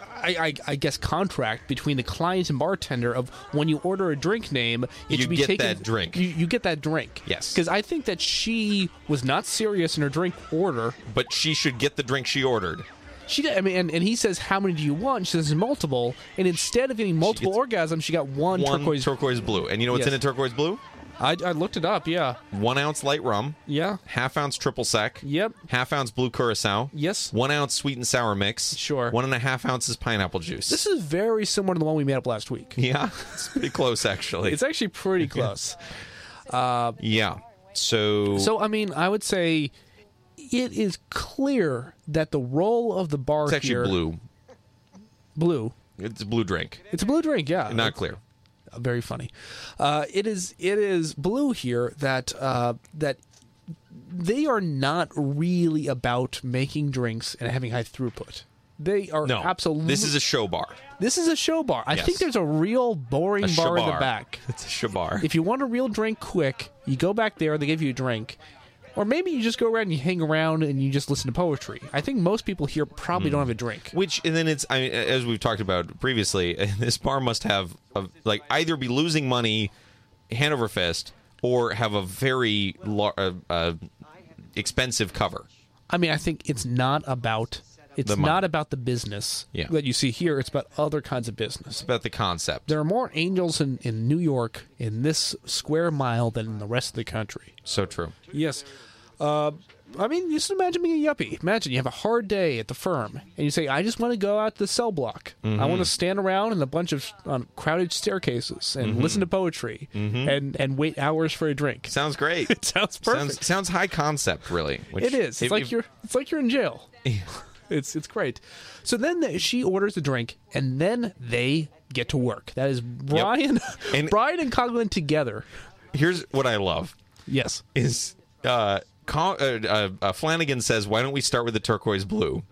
C: I, I, I guess contract between the client and bartender of when you order a drink name, it
G: You
C: should be
G: get
C: taken.
G: that drink.
C: You, you get that drink.
G: Yes.
C: because I think that she was not serious in her drink order.
G: But she should get the drink she ordered.
C: She did. I mean, and, and he says, "How many do you want?" She says, "Multiple." And instead of getting multiple orgasms, she got one,
G: One
C: turquoise.
G: turquoise, blue, and you know what's
C: Yes.
G: in a turquoise blue?
C: I, I looked it up. Yeah.
G: One ounce light rum,
C: Yeah.
G: half ounce triple sec,
C: Yep.
G: half ounce blue curacao,
C: Yes.
G: one ounce sweet and sour mix,
C: Sure.
G: one and a half ounces pineapple juice.
C: This is very similar to the one we made up last week.
G: yeah, it's pretty close actually.
C: It's actually pretty close.
G: yeah. So
C: So, I mean, I would say it is clear that the role of the bar
G: it's actually
C: here,
G: blue.
C: blue.
G: It's a blue drink.
C: It's a blue drink, yeah.
G: Not clear.
C: very funny. Uh, it is it is blue here that uh, that they are not really about making drinks and having high throughput. They are
G: No.
C: absolutely.
G: This is a show bar.
C: this is a show bar. I
G: Yes.
C: think there's a real boring
G: A
C: bar in the
G: shabar.
C: back.
G: It's a shabar.
C: If you want a real drink quick, you go back there, they give you a drink. Or maybe you just go around and you hang around and you just listen to poetry. I think most people here probably
G: Hmm.
C: don't have a drink.
G: Which and then it's I mean, as we've talked about previously, this bar must have a, like either be losing money, hand over fist, or have a very lar- uh, uh, expensive cover.
C: I mean, I think it's not about it's
G: The money.
C: not about the business
G: Yeah.
C: that you see here. It's about other kinds of business.
G: About the concept.
C: There are more angels in, in New York in this square mile than in the rest of the country.
G: So true.
C: Yes. Uh, I mean, just imagine being a yuppie. Imagine you have a hard day at the firm, and you say, "I just want to go out to the cell block.
G: Mm-hmm.
C: I want to stand around in a bunch of um, crowded staircases and listen to poetry and and wait hours for a drink."
G: Mm-hmm. Sounds great.
C: It sounds perfect.
G: Sounds, sounds high concept, really. which-
C: it is. It's
G: if-
C: like
G: if-
C: you're. It's like you're in jail. it's it's great. So then the, she orders a drink, and then they get to work. That is Brian,
G: And-
C: Brian and Coglin together.
G: Here's what I love
C: Yes.
G: is uh, Con- uh, uh, uh, Flanagan says, "Why don't we start with the turquoise blue?"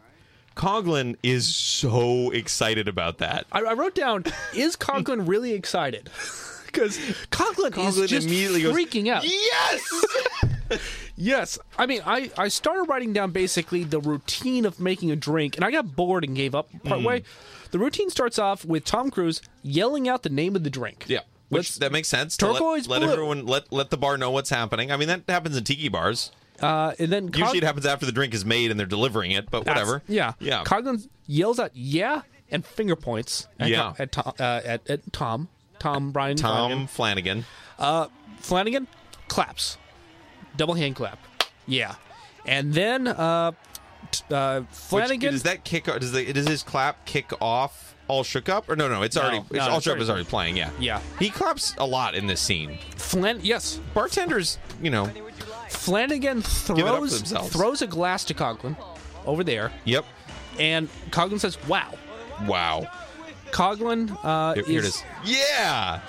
G: Coglin is so excited about that.
C: I, I wrote down: Is Conklin really excited? Because Conklin,
G: Coughlin
C: is just
G: immediately goes,
C: freaking out.
G: Yes.
C: Yes, I mean, I I started writing down basically the routine of making a drink, and I got bored and gave up
G: Mm-hmm.
C: partway. The routine starts off with Tom Cruise yelling out the name of the drink.
G: Yeah. Which
C: Let's-
G: that makes sense. to
C: Turquoise
G: let, let
C: blue.
G: everyone let let the bar know what's happening. I mean that happens in tiki bars.
C: uh, and then
G: Usually it
C: Cog-
G: happens after the drink is made and they're delivering it, but whatever.
C: Yeah,
G: Yeah.
C: Coughlin yells out "Yeah" and finger points. At
G: Yeah.
C: at Tom, uh, at, at Tom, Tom, Brian,
G: Tom
C: Flanagan.
G: Flanagan.
C: Flanagan claps, double hand clap. Yeah, and then uh, t- uh,
G: Which-
C: Flanagan.
G: does that kick does the, does his clap kick off all shook up? Or no no, it's already it's,
C: no,
G: all
C: it's
G: shook up
C: already-
G: is already playing, yeah.
C: Yeah.
G: He claps a lot in this scene.
C: Flan- yes,
G: Bartenders, you know
C: Flanagan
G: up for
C: throws
G: themselves.
C: throws a glass to Coglin over there,
G: Yep.
C: and Coglin says, "Wow."
G: Wow.
C: Coglin uh,
G: Here, here it is. Yeah.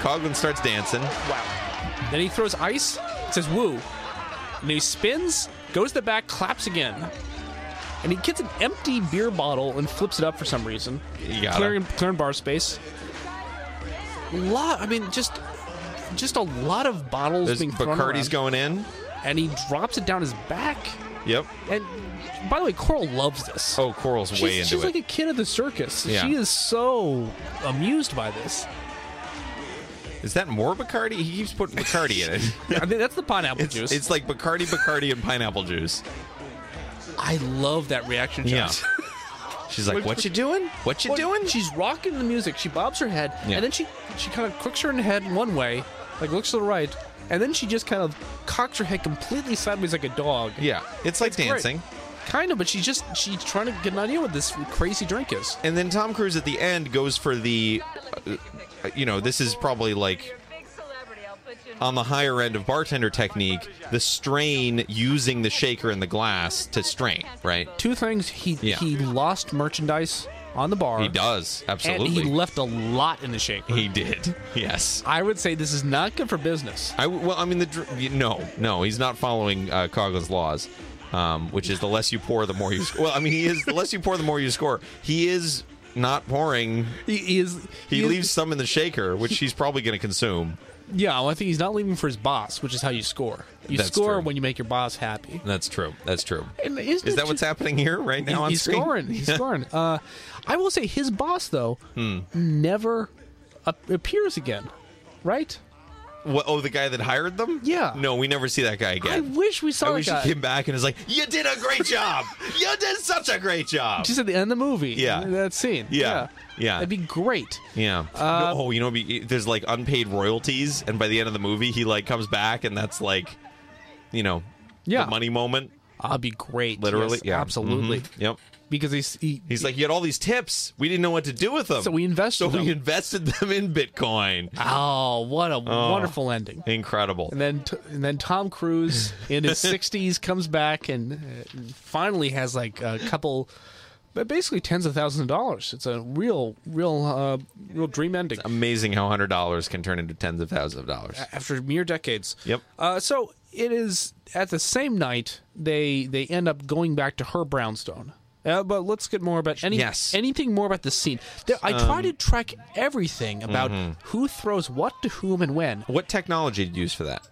G: Coglin starts dancing.
C: Wow. Then he throws ice, says woo. And then he spins, goes to the back, claps again. and he gets an empty beer bottle and flips it up for some reason,
G: You gotta.
C: clearing clearing bar space. Lot, I mean, just just a lot of bottles
G: There's
C: being thrown
G: Bacardi's
C: around,
G: going in.
C: and he drops it down his back.
G: Yep.
C: And by the way, Coral loves this.
G: Oh, Coral's
C: she's,
G: way into
C: she's
G: it.
C: like a kid at the circus.
G: Yeah.
C: She is so amused by this.
G: Is that more Bacardi? He keeps putting Bacardi in it.
C: I mean, that's the pineapple
G: It's,
C: juice.
G: it's like Bacardi, Bacardi, and pineapple juice.
C: I love that reaction
G: Yeah.
C: shot.
G: She's like, "What you doing? What you
C: Well,
G: doing?"
C: She's rocking the music. She bobs her head,
G: Yeah.
C: and then she she kind of crooks her head in one way, like looks to the right, and then she just kind of cocks her head completely sideways like a dog.
G: Yeah, it's like
C: great.
G: dancing.
C: Kind of, but she's just she's trying to get an idea what this crazy drink is.
G: And then Tom Cruise at the end goes for the, uh, uh, you know, this is probably like
H: You're a big celebrity. I'll put you in.
G: on the higher end of bartender technique, the strain using the shaker in the glass to strain, right?
C: Two things: he
G: Yeah.
C: he lost merchandise on the bar.
G: He does
C: and
G: absolutely.
C: he left a lot in the shaker.
G: He did. Yes.
C: I would say this is not good for business.
G: I w- well, I mean the dr- y- no, no, he's not following uh, Coglin's laws, um, which is the less you pour, the more you. Sc- well, I mean he is the less you pour, the more you score. He is not pouring.
C: He, he is
G: He,
C: is-
G: leaves some in the shaker, which he's probably going to consume.
C: Yeah, well, I think he's not leaving for his boss, which is how you score. You
G: That's
C: score
G: true.
C: when you make your boss happy.
G: That's true. That's true.
C: And isn't
G: Is
C: it
G: that what's
C: just-
G: happening here right now on
C: he's
G: screen?
C: scoring. He's scoring. Uh, I will say his boss though
G: Hmm.
C: never ap- appears again. Right?
G: What, oh, the guy that hired them?
C: Yeah.
G: No, we never see that guy
C: I
G: again.
C: wish we
G: I
C: saw that
G: wish
C: guy.
G: he came back and is like, "You did a great job. you did such a great job."
C: just at the end of the movie.
G: Yeah.
C: that scene.
G: Yeah. Yeah.
C: that'd be great.
G: Yeah.
C: Uh,
G: no, oh, you know, be- there's like unpaid royalties, and by the end of the movie, he like comes back, and that's like, you know,
C: Yeah.
G: the money moment,
C: I'd Ah, be great.
G: literally.
C: Yes,
G: yeah,
C: absolutely.
G: Mhm. Yep.
C: Because he's he,
G: He's like, you had all these tips. We didn't know what to do with them,
C: So we invested
G: So we
C: them."
G: invested them in Bitcoin.
C: oh, what a wonderful ending.
G: Incredible.
C: And then, t- and then Tom Cruise in his 60s comes back and uh, finally has like a couple, but basically tens of thousands of dollars. It's a real, real, uh, real dream ending
G: Amazing how hundred dollars can turn into tens of thousands of dollars.
C: after mere decades.
G: Yep.
C: Uh, so it is at the same night they they end up going back to her brownstone. Uh, but let's get more about any
G: Yes. Um,
C: anything more about the scene. There, I try to track everything about
G: mm-hmm.
C: who throws what to whom and when.
G: What technology did you use for that?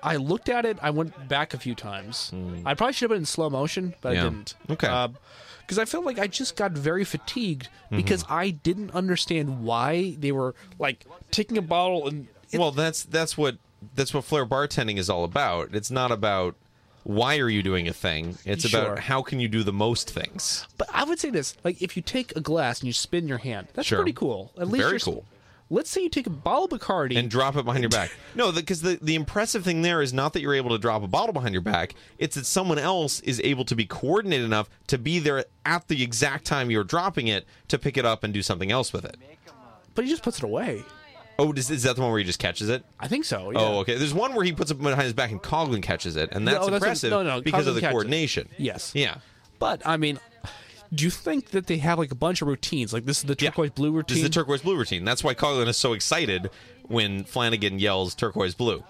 C: I looked at it. I went back a few times. I probably should have been in slow motion, but
G: Hmm. Yeah.
C: I didn't.
G: Okay.
C: Because I felt like I just got very fatigued
G: Mm-hmm.
C: because I didn't understand why they were like taking a bottle and it,
G: well, that's that's what that's what flair bartending is all about. It's not about why are you doing a thing. It's
C: Sure.
G: about how can you do the most things.
C: but I would say this: like if you take a glass and you spin your hand, that's
G: Sure.
C: pretty cool. At least
G: Very
C: you're-
G: cool.
C: Let's say you take a bottle of Bacardi
G: and drop it behind your back. No, because the, the impressive thing there is not that you're able to drop a bottle behind your back. It's that someone else is able to be coordinated enough to be there at the exact time you're dropping it to pick it up and do something else with it.
C: but he just puts it away.
G: Oh, is, is that the one where he just catches it?
C: I think so. Yeah.
G: Oh, okay. There's one where he puts it behind his back and Coglin catches it, and that's
C: No, oh, that's what-
G: impressive
C: no, no,
G: because of
C: Coughlin
G: the
C: catches it.
G: coordination.
C: Yes.
G: Yeah.
C: But I mean, do you think that they have like a bunch of routines? Like this is the
G: Yeah.
C: turquoise blue routine.
G: This is the turquoise blue routine. That's why Coglin is so excited when Flanagan yells turquoise blue.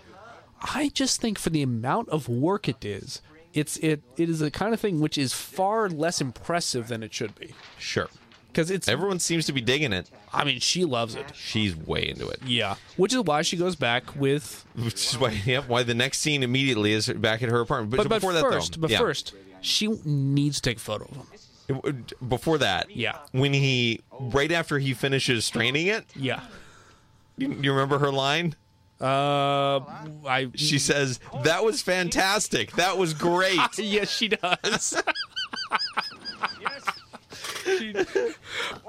C: I just think for the amount of work it is, it's it it is the kind of thing which is far less impressive than it should be.
G: Sure.
C: Because it's,
G: Everyone seems to be digging it.
C: I mean, she loves it.
G: She's way into it.
C: Yeah, which is why she goes back with.
G: Which is why, yep, why the next scene immediately is back at her apartment. But,
C: But, but
G: before that,
C: first,
G: though,
C: but
G: yeah.
C: first, she needs to take a photo of him.
G: It- before that,
C: Yeah.
G: when he right after he finishes straining it,
C: Yeah.
G: you, you remember her line?
C: Uh, I.
G: She says, "That was fantastic. That was great."
C: yes, she does.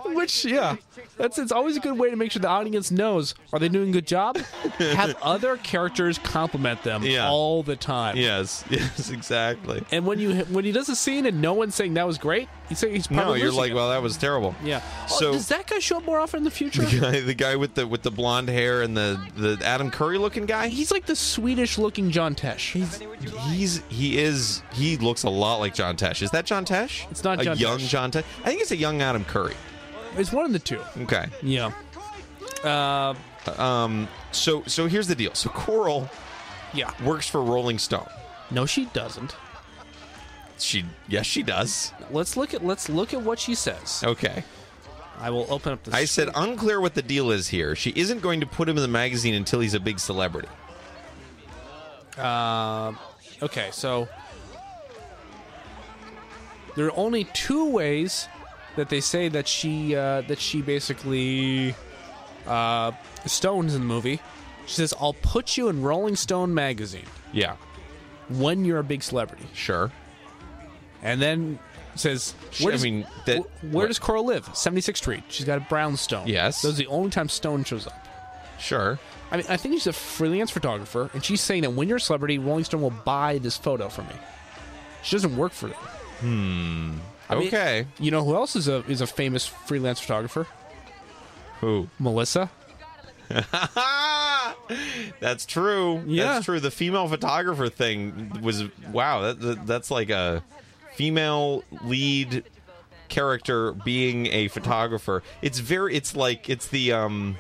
C: Which yeah, that's it's always a good way to make sure the audience knows are they doing a good job. Have other characters compliment them
G: Yeah.
C: all the time.
G: yes, yes, exactly.
C: And when you when he does a scene and no one's saying that was great, you say he's probably
G: No, you're
C: losing
G: like,
C: it.
G: well, that was terrible.
C: yeah. Oh,
G: So
C: does that guy show up more often in the future?
G: the guy, the guy with the with the blonde hair and the the Adam Curry looking guy, he's
C: He's like the Swedish looking John Tesh.
G: he's he is he looks a lot like John Tesh. Is that John Tesh?
C: It's not
G: a
C: John
G: young
C: Tesh.
G: John Tesh. I think it's a young Adam Curry.
C: it's one of the two.
G: Okay.
C: Yeah. Uh,
G: So so here's the deal. So Coral
C: yeah.
G: works for Rolling Stone.
C: No, she doesn't.
G: She yes, she does.
C: Let's look at let's look at what she says.
G: Okay.
C: I will open up the.
G: I said unclear what the deal is here. She isn't going to put him in the magazine until he's a big celebrity.
C: Okay, so there are only two ways that they say that she uh, that she basically uh, stones in the movie. She says, "I'll put you in Rolling Stone magazine
G: Yeah.
C: when you're a big celebrity,"
G: Sure.
C: and then says, "Where
G: I
C: does,
G: mean, that-
C: wh- where does Coral live? 76th Street. She's got a brownstone.
G: Yes.
C: those are the only time Stone shows up."
G: Sure.
C: I mean, I think she's a freelance photographer, and she's saying that when you're a celebrity, Rolling Stone will buy this photo from me. She doesn't work for them. Hmm.
G: Okay.
C: You know who else is a is a famous freelance photographer?
G: Who?
C: Melissa.
G: that's true.
C: Yeah.
G: That's true. The female photographer thing was wow. That, that that's like a female lead character being a photographer. It's very. It's like it's the um.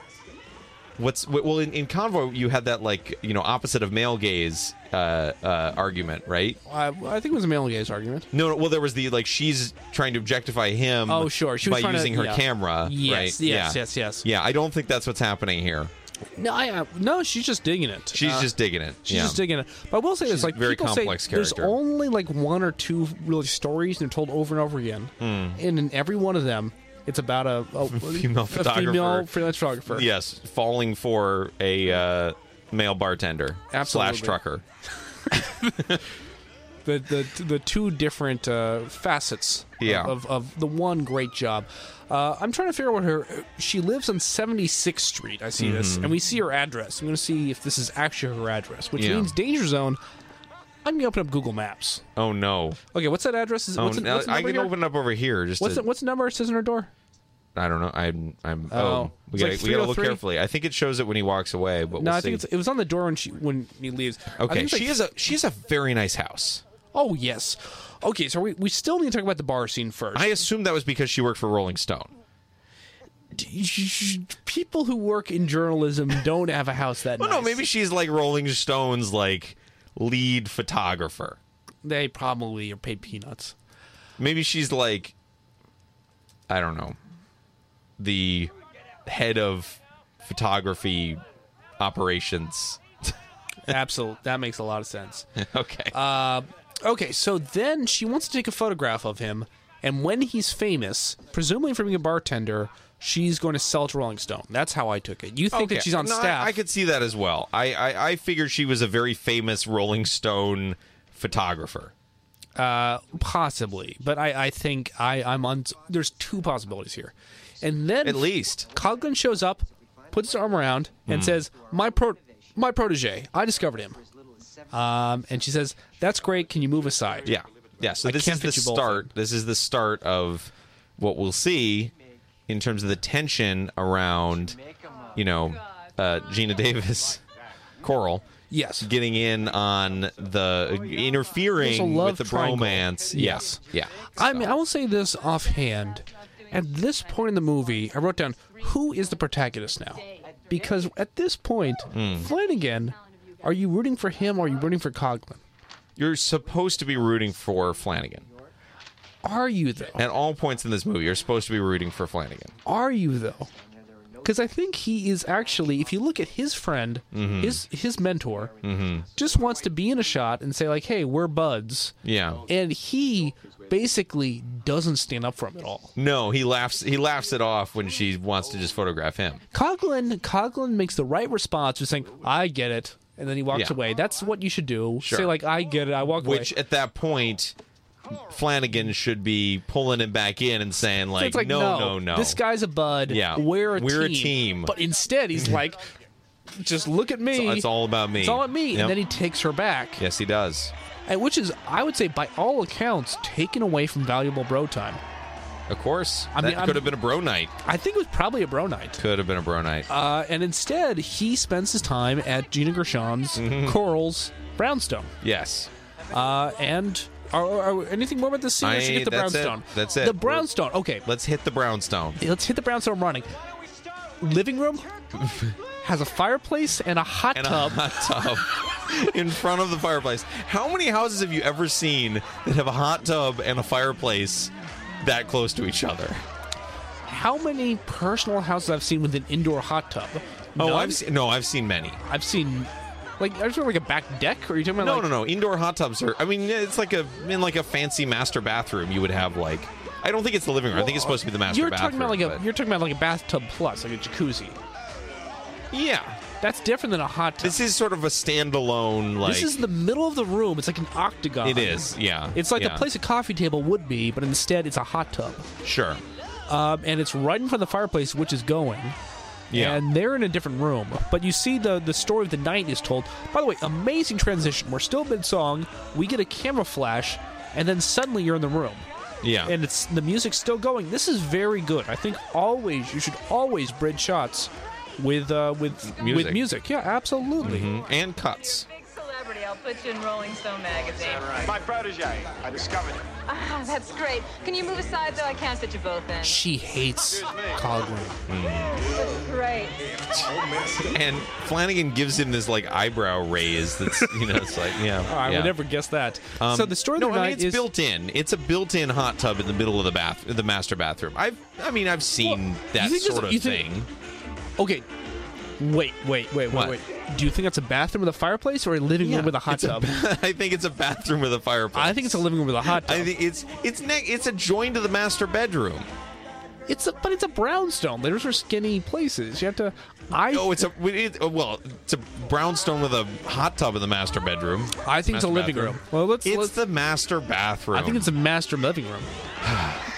G: What's well in, in convoy you had that like you know opposite of male gaze uh, uh, argument right
C: I, I think it was a male gaze argument.
G: no, no well there was the like she's trying to objectify him
C: Oh, sure. She was
G: by
C: trying to-
G: using her
C: yeah.
G: camera
C: Yes,
G: right
C: yes, yes, yes.
G: yeah I don't think that's what's happening here
C: No, I, uh, no, she's just digging it.
G: she's
C: Uh,
G: just digging it
C: She's
G: yeah.
C: just digging it. But I will say this:
G: She's
C: like
G: a very
C: people
G: complex
C: say, there's
G: character.
C: only like one or two really stories, and they're told over and over again. And in every one of them, it's about a, a
G: Hmm. Female
C: a
G: photographer.
C: female freelance photographer.
G: Yes, falling for a uh, male bartender
C: Absolutely.
G: slash trucker.
C: the the, the two different uh, facets
G: Yeah.
C: of, of the one great job. Uh, I'm trying to figure out what her. She lives on 76th Street. I see this,
G: Mm-hmm.
C: and we see her address. I'm going to see if this is actually her address, which
G: Yeah.
C: means danger zone. I'm going to open up Google Maps.
G: Oh no!
C: Okay, what's that address? Is,
G: Oh,
C: what's, the-
G: no,
C: what's the
G: I
C: number
G: can
C: here?
G: open up over here. Just
C: What's
G: to,
C: the, what's the number it says on her door?
G: I don't know. I'm I'm oh,
C: Oh,
G: we
C: it's
G: gotta
C: like
G: we gotta look
C: 303.
G: carefully. I think it shows it when he walks away, but
C: no,
G: we'll
C: I think it's,
G: see.
C: it was on the door when she when he leaves. I
G: okay.
C: think it's like
G: she is a she has a very nice house.
C: Oh yes. Okay, so we, we still need to talk about the bar scene first.
G: I assume that was because she worked for Rolling Stone.
C: People who work in journalism don't have a house that
G: Well, no,
C: nice.
G: maybe she's like Rolling Stone's like lead photographer.
C: they probably are paid peanuts.
G: Maybe she's like, I don't know, the head of photography operations.
C: Absolutely, that makes a lot of sense.
G: okay.
C: Okay, so then she wants to take a photograph of him, and when he's famous, presumably from being a bartender, she's going to sell it to Rolling Stone. That's how I took it. You think that she's on
G: No, I-
C: staff?
G: I, could see that as well. I, I I figured she was a very famous Rolling Stone photographer.
C: possibly, but I, I think I, I'm on. There's two possibilities here, and then
G: At least. Hmm.
C: Coglin shows up, puts his arm around, and says, "My pro, my protege. I discovered him." Um, and she says, "That's great. Can you move aside?"
G: Yeah. Yeah. So
C: I
G: this
C: can't
G: is the
C: fit you both
G: start. This is the start of what we'll see in terms of the tension around, you know, uh, Gina Davis, Coral.
C: Yes.
G: getting in on the
C: Oh, There's a
G: interfering
C: love
G: with the
C: triangle.
G: bromance.
C: Yes.
G: Yeah.
C: I mean, I will say this offhand. At this point in the movie, I wrote down who is the protagonist now, because at this point, Flanagan, are you rooting for him or are you rooting for Coglin?
G: You're supposed to be rooting for Flanagan.
C: Are you though?
G: At all points in this movie, you're supposed to be rooting for Flanagan.
C: Are you though? Because I think he is actually, if you look at his friend, his his mentor, just wants to be in a shot and say like, "Hey, we're buds,"
G: Yeah.
C: and he basically doesn't stand up for him at all.
G: No, he laughs he laughs it off when she wants to just photograph him.
C: Coglin Coglin makes the right response, just saying, "I get it," and then he walks
G: Yeah.
C: away. That's what you should do.
G: Sure.
C: Say like, "I get it," I walk
G: Which
C: away.
G: at that point Flanagan should be pulling him back in and saying
C: So
G: like,
C: it's like
G: no,
C: no,
G: no, no.
C: This guy's a bud.
G: Yeah.
C: we're a
G: We're a
C: team.
G: team.
C: But instead, he's like, "Just look at me."
G: It's all- it's all about me.
C: It's all at me.
G: Yep.
C: And then he takes her back.
G: Yes, he does.
C: And which is, I would say, by all accounts, taken away from valuable bro time.
G: Of course.
C: I mean,
G: that
C: I'm-
G: could have been a bro night.
C: I think it was probably a bro night.
G: Could have been a bro night.
C: Uh, and instead, he spends his time at Gina Gershon's
G: Mm-hmm.
C: Coral's brownstone.
G: yes.
C: Uh, and are, are- are- anything more about this scene? or
G: I-
C: should we get the
G: that's it.
C: brownstone.
G: That's it.
C: The brownstone. Okay,
G: Let's hit the brownstone.
C: let's hit the brownstone running. Living room has a fireplace and a hot
G: and
C: tub.
G: a hot tub. in front of the fireplace. How many houses have you ever seen that have a hot tub and a fireplace that close to each other?
C: How many personal houses I've seen with an indoor hot tub?
G: Oh,
C: None?
G: I've seen, no, I've seen many.
C: I've seen like I just like a back deck. Or are you talking about
G: No,
C: like,
G: no, no. Indoor hot tubs are. I mean, it's like a in like a fancy master bathroom. You would have like. I don't think it's the living room. I think it's supposed to be the master
C: You're
G: bathroom.
C: talking about like a
G: but-
C: you're talking about like a bathtub plus, like a jacuzzi.
G: yeah.
C: That's different than a hot tub.
G: This is sort of a standalone. Like
C: This is the middle of the room. It's like an octagon.
G: It is, yeah.
C: It's like
G: yeah.
C: the place a coffee table would be, but instead it's a hot tub,
G: Sure.
C: um, and it's right in front of the fireplace, which is going.
G: Yeah.
C: And they're in a different room, but you see the the story of the night is told. By the way, amazing transition. We're still mid song. We get a camera flash, and then suddenly you're in the room,
G: yeah.
C: and it's the music's still going. This is very good. I think always you should always bridge shots with uh, with
G: Music.
C: with music. Yeah, absolutely.
G: Mhm. and cuts.
H: Big celebrity, I'll put you in Rolling Stone magazine.
I: My protege. I discovered him.
H: Ah, that's great. Can you move aside though? I can't fit you both in.
C: She hates Coglin.
H: Great.
G: And Flanagan gives him this like eyebrow raise. That's you know it's like yeah.
C: I
G: yeah.
C: would never guess that.
G: Um,
C: so the story of
G: no,
C: the
G: I
C: night
G: mean, it's
C: is
G: built in. It's a built-in hot tub in the middle of the bath, the master bathroom. I've, I mean, I've seen
C: Well,
G: that
C: you think this-
G: sort of
C: you think-
G: thing.
C: okay. Wait, wait, wait,
G: What?
C: wait, wait. Do you think that's a bathroom with a fireplace or a living room with a hot
G: It's
C: tub?
G: I think it's a bathroom with a fireplace.
C: I think it's a living room with a hot tub.
G: I think it's it's ne- it's adjoined to the master bedroom.
C: it's a, but it's a brownstone. Those are skinny places. You have to. I
G: Oh, it's a it, well, it's a brownstone with a hot tub in the master bedroom.
C: I think it's a
G: master
C: living room. Well, let's-
G: It's
C: let's-
G: the master bathroom.
C: I think it's a master living room.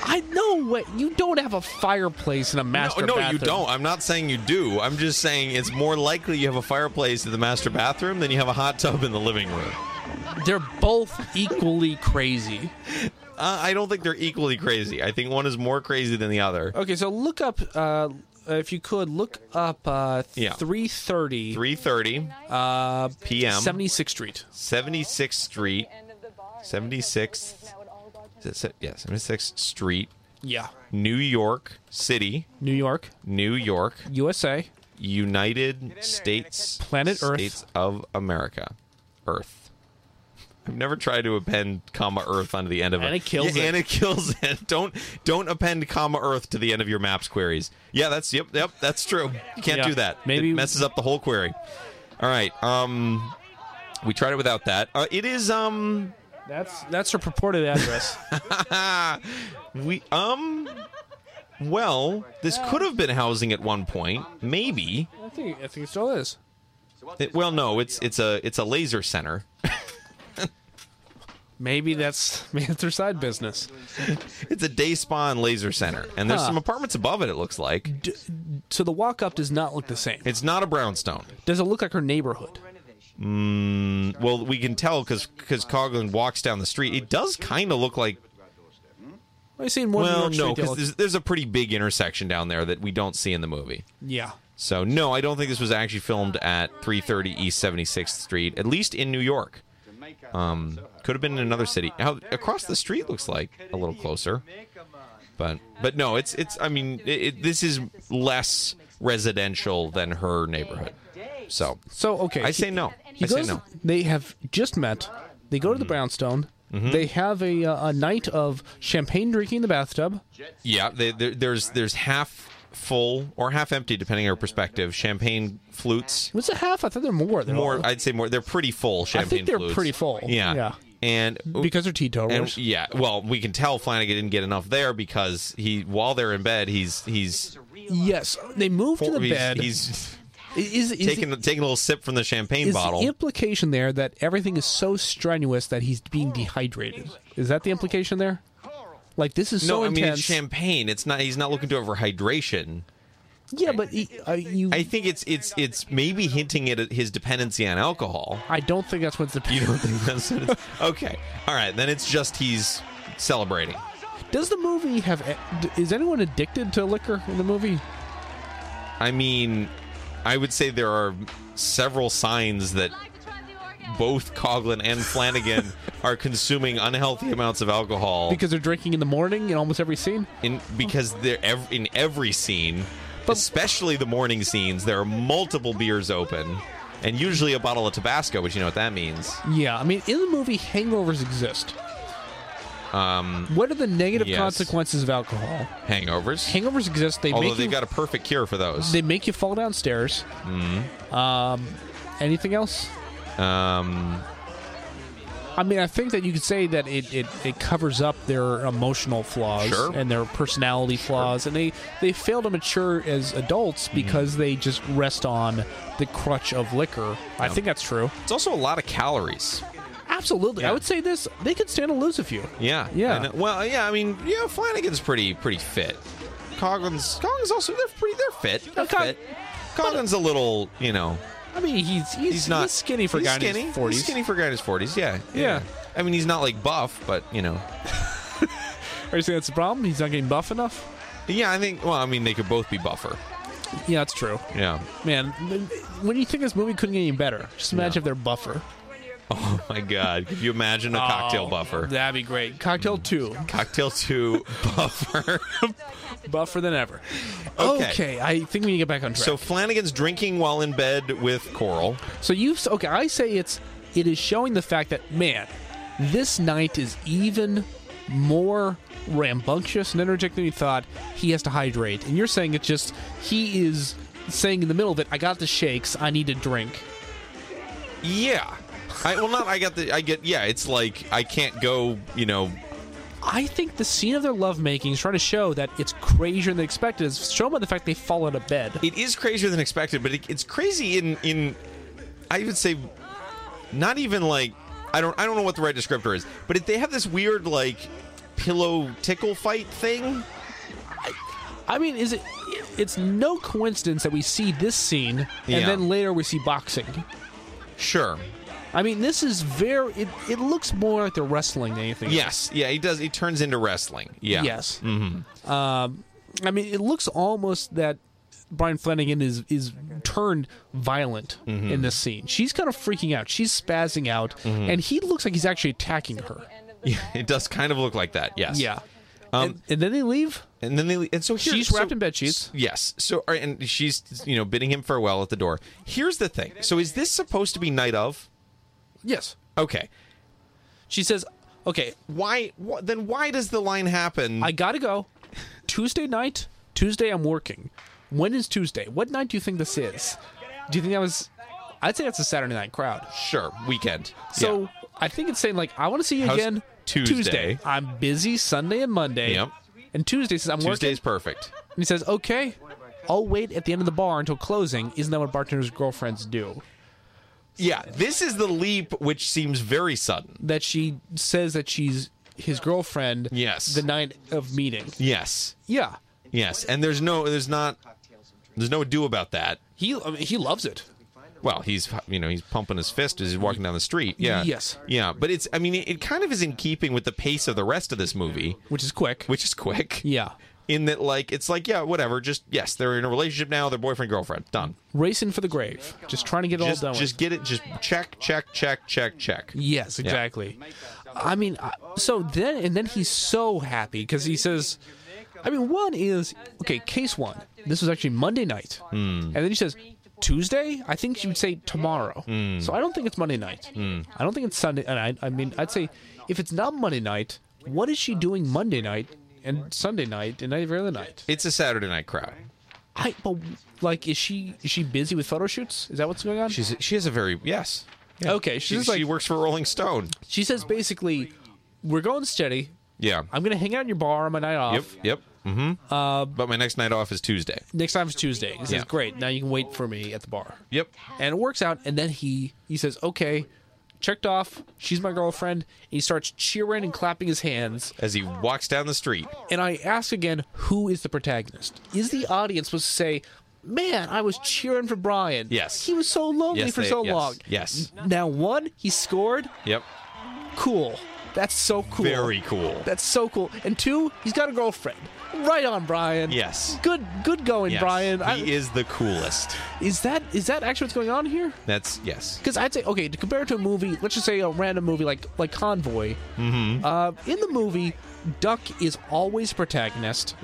C: I know what you don't have a fireplace in a master.
G: no, no, you
C: bathroom.
G: don't. I'm not saying you do. I'm just saying it's more likely you have a fireplace in the master bathroom than you have a hot tub in the living room.
C: They're both equally crazy.
G: Uh, I don't think they're equally crazy. I think one is more crazy than the other.
C: Okay, so look up uh, if you could look up uh,
G: Yeah.
C: three thirty
G: 3:30
C: uh,
G: p.m.
C: seventy sixth Street.
G: 76th Street.
H: End of the bar.
G: 76th. Is it se- Yeah, 76th Street,
C: Yeah,
G: New York City,
C: New York,
G: New York,
C: USA.
G: United States,
C: Planet Earth.
G: States of America, Earth. I've never tried to append comma Earth onto the end of
C: And
G: a-
C: it kills
G: Yeah,
C: it.
G: And it kills it. Don't don't append comma Earth to the end of your maps queries. Yeah, that's yep yep that's true. You can't
C: Yeah,
G: do that.
C: maybe-
G: it messes up the whole query. All right. Um, we tried it without that. Uh, it is um
C: That's that's her purported address.
G: we um. Well, this could have been housing at one point, maybe.
C: I think I think it still is.
G: It- well, no, it's it's a it's a laser center.
C: Maybe that's maybe that's her side business.
G: It's a day spa and laser center, and there's
C: Huh.
G: some apartments above it. It looks like
C: So the walk up does not look the same.
G: it's not a brownstone. Mm,
C: Does it look like her neighborhood?
G: Well, we can tell because because Coglin walks down the street. It does kind of look like
C: I see in more
G: well,
C: New York
G: no,
C: Street.
G: because
C: they look-
G: there's, there's a pretty big intersection down there that we don't see in the movie.
C: yeah,
G: So no, I don't think this was actually filmed at 330 East 76th Street, at least in New York. Um, could have been in another city. Now, across the street looks like a little closer, but but no, it's it's. I mean, it, it, this is less residential than her neighborhood. So
C: so okay.
G: I say no.
C: He
G: I say
C: goes-
G: no. Mm-hmm.
C: They have just met. They go to the brownstone. They have a uh, a night of champagne drinking in the bathtub.
G: Yeah, they, there, there's there's half full or half empty depending on your perspective. Champagne flutes.
C: Was it half? I thought there were more. They're
G: More,
C: all-
G: I'd say more. They're pretty full. Champagne.
C: they're
G: flutes.
C: pretty full.
G: Yeah.
C: Yeah.
G: And oh,
C: because they're
G: And
C: teetotalers.
G: yeah, well, we can tell Flanagan didn't get enough there because he, while they're in bed, he's he's
C: yes, they move to the
G: he's,
C: bed.
G: he's
C: is, is,
G: taking taking a little sip from the champagne
C: is
G: bottle.
C: the implication there that everything is so strenuous that he's being dehydrated? Is that the implication there? Like this is
G: no,
C: so
G: I mean
C: intense.
G: it's champagne. It's not. He's not looking to overhydration.
C: yeah, but he, uh, you,
G: I think it's it's it's maybe hinting at his dependency on alcohol.
C: I don't think that's what's the.
G: You don't think that's what it's, okay? All right, then it's just he's celebrating.
C: Does the movie have? eh, Is anyone addicted to liquor in the movie?
G: I mean, I would say there are several signs that
H: Like to try the orgasm.
G: both Coglin and Flanagan are consuming unhealthy amounts of alcohol
C: Because they're drinking in the morning in almost every scene.
G: in because they're ev- in every scene,
C: But-
G: especially the morning scenes. There are multiple beers open. and usually a bottle of Tabasco, which you know what that means.
C: Yeah, I mean, in the movie, hangovers exist. Um, what are the negative
G: yes.
C: consequences of alcohol?
G: Hangovers.
C: Hangovers exist. They
G: Although
C: make
G: they've
C: you,
G: got a perfect cure for those.
C: they make you fall downstairs. Um,
G: Mm-hmm.
C: anything else?
G: Um,
C: I mean, I think that you could say that it, it, it covers up their emotional flaws
G: Sure.
C: and their personality flaws, and they, they fail to mature as adults
G: Mm-hmm.
C: because they just rest on the crutch of liquor. I think that's true.
G: it's also a lot of calories.
C: Absolutely, I would say this. They could stand to lose a few.
G: Yeah,
C: Yeah.
G: And, uh, well, yeah. I mean, yeah. Flanagan's pretty pretty fit. Coglin's Coglin's also they're pretty they're fit. They're
C: Cog-
G: fit. Coglin's a little you know
C: I mean, he's he's,
G: he's not
C: skinny for a
G: he's
C: guy
G: skinny.
C: in his
G: He's
C: forties.
G: skinny for a guy in his forties. Yeah,
C: Yeah.
G: I mean, he's not like buff, but you know.
C: Are you saying that's the problem? He's not getting buff enough?
G: Yeah, I think. Well, I mean, they could both be buffer.
C: Yeah, that's true.
G: Yeah.
C: Man, when you think this movie couldn't get any better, just imagine if they're buffer.
G: Oh my God! Could you imagine a cocktail buffer?
C: That'd be great.
G: Mm.
C: Cocktail two,
G: cocktail two buffer.
C: buffer than ever. Okay.
G: Okay.
C: I think we need to get back on track. So,
G: so Flanagan's drinking while in bed with Coral.
C: you okay? I say it's it is showing the fact that man, this night is even more rambunctious and energetic than we thought. He has to hydrate, and you're saying it's just he is saying in the middle of it, "I got the shakes. I need to drink."
G: Yeah. I, well, not I got the I get yeah. It's like I can't go. You know.
C: I think the scene of their lovemaking is trying to show that it's crazier than expected. It's shown by the fact they fall out of bed.
G: It is crazier than expected, but it, it's crazy in in. I would say, not even like I don't I don't know what the right descriptor is, but if they have this weird like pillow tickle fight thing.
C: I mean, is it? It's no coincidence that we see this scene and
G: Yeah.
C: then later we see boxing.
G: Sure.
C: I mean, this is very. It, it looks more like they're wrestling than anything. else.
G: Yes. Yeah. He does. He turns into wrestling. Yeah.
C: Yes. Mm-hmm. Um, I mean, it looks almost that Brian Flanagan is is turned violent in this scene. She's kind of freaking out. She's spazzing out, and he looks like he's actually attacking her.
G: Yeah, it does kind of look like that. Yes.
C: Yeah.
G: Um,
C: and, and then they leave.
G: And then they and so here,
C: She's
G: so-
C: wrapped in bed sheets.
G: Yes. So all right, and she's you know bidding him farewell at the door. Here's the thing. So is this supposed to be night of?
C: Yes.
G: Okay.
C: She says, "Okay,
G: Why? Wh- then why does the line happen?
C: I gotta go. Tuesday night. Tuesday, I'm working. When is Tuesday? What night do you think this is? Do you think that was? I'd say that's a Saturday night crowd.
G: sure. Weekend.
C: So
G: Yeah.
C: I think it's saying like, I want to see you
G: How's
C: again
G: Tuesday?
C: I'm busy Sunday and Monday.
G: Yep.
C: And Tuesday says I'm
G: Tuesday's
C: working.
G: perfect.
C: And he says, okay, I'll wait at the end of the bar until closing. Isn't that what bartenders' girlfriends do?
G: Yeah. This is the leap, which seems very sudden.
C: That she says that she's his girlfriend.
G: Yes.
C: The night of meeting.
G: Yes.
C: Yeah.
G: Yes. And there's no. There's not. There's no do about that.
C: He I mean, he loves it.
G: Well, he's you know he's pumping his fist as he's walking down the street. Yeah.
C: Yes.
G: Yeah, but it's I mean it, it kind of is in keeping with the pace of the rest of this movie,
C: Which is quick.
G: which is quick.
C: yeah.
G: In that like it's like yeah whatever just yes they're in a relationship now they're boyfriend girlfriend done
C: racing for the grave, just trying to get it
G: just
C: all done.
G: just
C: with.
G: get it just check check check check check
C: yes, exactly. I mean, I- so then and then he's so happy because he says, I mean, one is okay. Case one. This was actually Monday night,
G: Hmm.
C: and then he says. Tuesday? I think she would say tomorrow.
G: Hmm.
C: So I don't think it's Monday night. I don't think it's Sunday. And I, I mean, I'd say if it's not Monday night, what is she doing Monday night and Sunday night and every other night?
G: it's a Saturday night crowd
C: I but like, is she is she busy with photo shoots? Is that what's going on?
G: she's she has a very yes Yeah.
C: Okay,
G: she,
C: she's
G: she
C: like-
G: works for Rolling Stone
C: She says basically, we're going steady.
G: yeah
C: I'm gonna hang out in your bar on my night off. Uh,
G: yep yep mm-hmm but my next night off is Tuesday
C: Next time it's Tuesday. He says,
G: Yeah.
C: "Great, now you can wait for me at the bar."
G: yep
C: And it works out. And then he he says, "Okay, checked off. She's my girlfriend." And he starts cheering and clapping his hands.
G: as he walks down the street
C: And I ask again, "Who is the protagonist? Is the audience supposed to say?" Man, I was cheering for Brian.
G: Yes.
C: He was so lonely
G: Yes,
C: for
G: they-
C: so
G: yes,
C: long.
G: yes.
C: N- Now, one, he scored.
G: yep
C: Cool. That's so cool.
G: very cool
C: That's so cool. And two, he's got a girlfriend. Right on, Brian.
G: Yes.
C: Good, good going,
G: Yes.
C: Brian.
G: He
C: I,
G: is the coolest.
C: is that is that actually what's going on here?
G: That's yes.
C: Because I'd say okay to compare it to a movie. Let's just say a random movie like like Convoy.
G: Mm-hmm.
C: Uh, in the movie, Duck is
G: Mm-hmm.
C: always protagonist.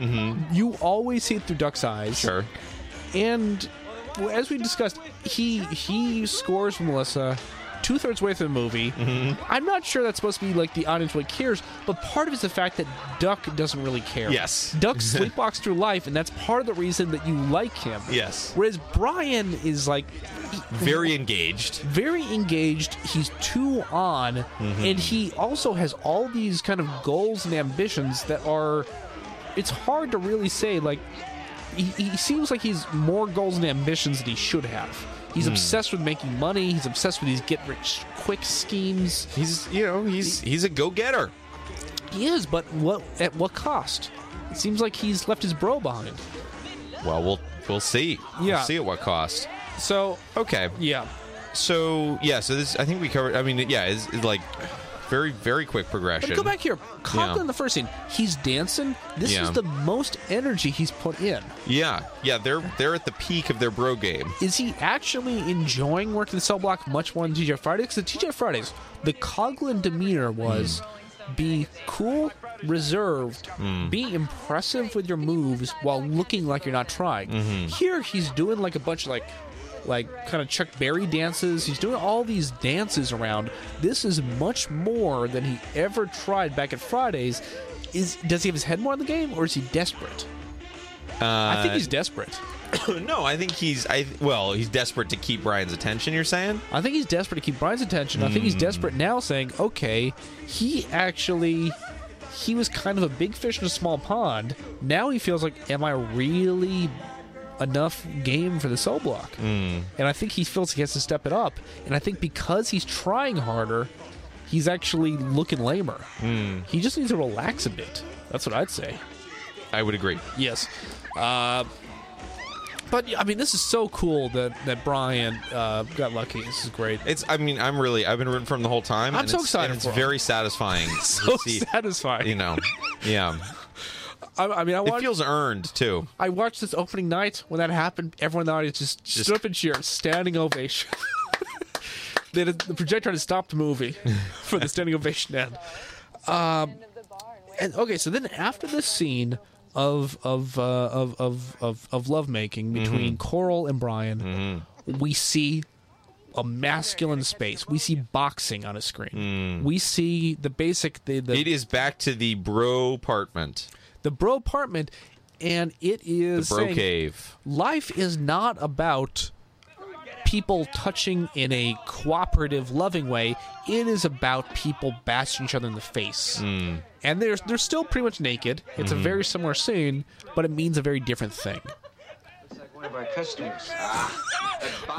C: You always see it through Duck's eyes.
G: Sure.
C: And well, as we discussed, he he scores Melissa two thirds way through the movie.
G: Mm-hmm.
C: I'm not sure that's supposed to be like the audience really cares, but part of it is the fact that Duck doesn't really care.
G: Yes.
C: Duck sleepwalks through life, and that's part of the reason that you like him.
G: Yes.
C: Whereas Brian is like
G: Very engaged.
C: very engaged. He's too on, and he also has all these kind of goals and ambitions that are. It's hard to really say. Like, he, he seems like he's more goals and ambitions than he should have. He's obsessed with making money. He's obsessed with these get rich quick schemes.
G: He's you know he's he's a go getter.
C: He is, but what at what cost? It seems like he's left his bro behind.
G: Well, we'll we'll see.
C: Yeah.
G: We'll see at what cost.
C: So,
G: Okay.
C: yeah,
G: So yeah. So this I think we covered. I mean yeah, it's, it's like very very quick progression.
C: But go back here. Conklin
G: Yeah.
C: in the first scene, he's dancing. This
G: Yeah.
C: is the most energy he's put in.
G: Yeah. Yeah. They're they're at the peak of their bro game.
C: Is he actually enjoying working the cell block much more than TJ Fridays? Because TJ Fridays, the Coglin demeanor was be cool, reserved, be impressive with your moves while looking like you're not trying. Here, he's doing like a bunch of like. Like kind of Chuck Berry dances. He's doing all these dances around. This is much more than he ever tried back at Fridays. Is does he have his head more in the game, or is he desperate? I think he's desperate.
G: no, I think he's I well he's desperate to keep Brian's attention. You're saying?
C: I think he's desperate to keep Brian's attention. I think he's desperate now, saying, "Okay, he actually, he was kind of a big fish in a small pond. Now he feels like, am I really enough game for the soul block?" And I think he feels he has to step it up. And I think because he's trying harder, he's actually looking lamer. He just needs to relax a bit. That's what I'd say.
G: I would agree.
C: Yes. Uh, but I mean, this is so cool that that Brian uh, got lucky. This is great.
G: It's. I mean, I'm really. I've been rooting for him the whole time.
C: I'm
G: and
C: so
G: it's-
C: excited
G: And it's
C: for him.
G: very satisfying.
C: so
G: to see,
C: satisfying.
G: You know. Yeah.
C: I, I mean, I
G: It
C: watched,
G: feels earned too.
C: I watched this opening night when that happened. Everyone in the audience just,
G: Just-
C: stood up and cheered, standing ovation. they had, the projector had stopped the movie for the standing ovation end. Um, And okay, so then after this scene of of uh, of of of, of lovemaking
G: Mm-hmm.
C: between Coral and Brian, we see a masculine space. We see boxing on a screen.
G: Mm.
C: We see the basic the, the
G: It is back to the bro apartment,
C: the bro apartment and it
G: the
C: is
G: bro
C: saying,
G: cave.
C: life is not about people touching in a cooperative loving way it is about people bashing each other in the face
G: Hmm.
C: and they're, they're still pretty much naked it's a very similar scene but it means a very different thing
F: Like one of our customers.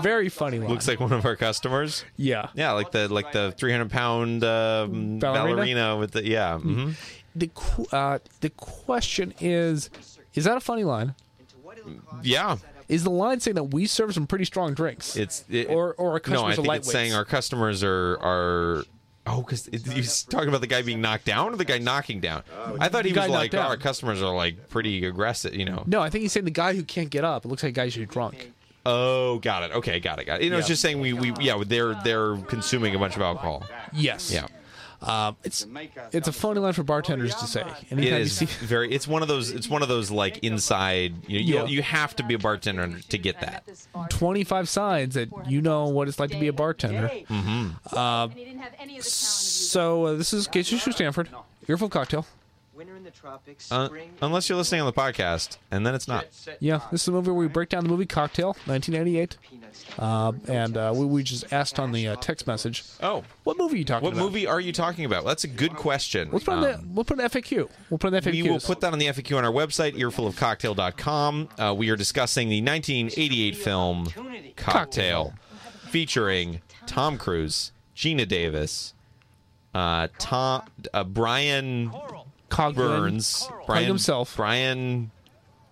C: very funny line.
G: Looks like one of our customers.
C: yeah
G: Yeah, like the like the 300 pound
C: Ballerina?
G: um, ballerina? with the yeah. mhm.
C: the, qu- uh, the question is is that a funny line
G: Yeah,
C: is the line saying that we serve some pretty strong drinks
G: it's it,
C: Or- or our
G: no. I
C: customers are
G: think it's saying
C: lightweights.
G: our customers are are. Oh, because he's talking about the guy being knocked down or the guy knocking down. I thought he
C: The
G: was
C: guy
G: like,
C: knocked
G: oh,
C: down.
G: our customers are like pretty aggressive, you know.
C: no i think he's saying the guy who can't get up it looks like guys who are drunk
G: Oh, got it. Okay, got it. Got it. You know, it's
C: Yeah.
G: just saying we, we yeah they're they're consuming a bunch of alcohol.
C: yes
G: Yeah,
C: Um, it's it's a phony line for bartenders to say. Anytime
G: it
C: you
G: is
C: see-
G: very. It's one of those. It's one of those like inside. You you,
C: Yeah.
G: you have to be a bartender to get that.
C: 25 signs that you know what it's like to be a bartender.
H: And he didn't have any of the talent of you.
C: So uh, this is Casey Shoe Stanford, Earful Cocktail.
F: Winter in the tropics,
G: Uh,
F: spring.
G: unless you're listening on the podcast, and then it's not.
C: Yeah, this is the movie where we break down the movie Cocktail, 1998. Uh, and uh, we, we just asked on the uh, text message,
G: Oh,
C: what movie are you talking
G: what
C: about?
G: movie are you talking about? That's a good question.
C: Let's put on the,
G: Um,
C: we'll put an FAQ. We'll put an FAQ.
G: we will put that on the FAQ on our website, earfulofcocktail.com. Uh, we are discussing the 1988 film Cocktail, featuring Tom Cruise, Gina Davis, uh, Tom, uh, Brian
C: Cogburn.
G: Burns, Brian
C: himself.
G: Brian,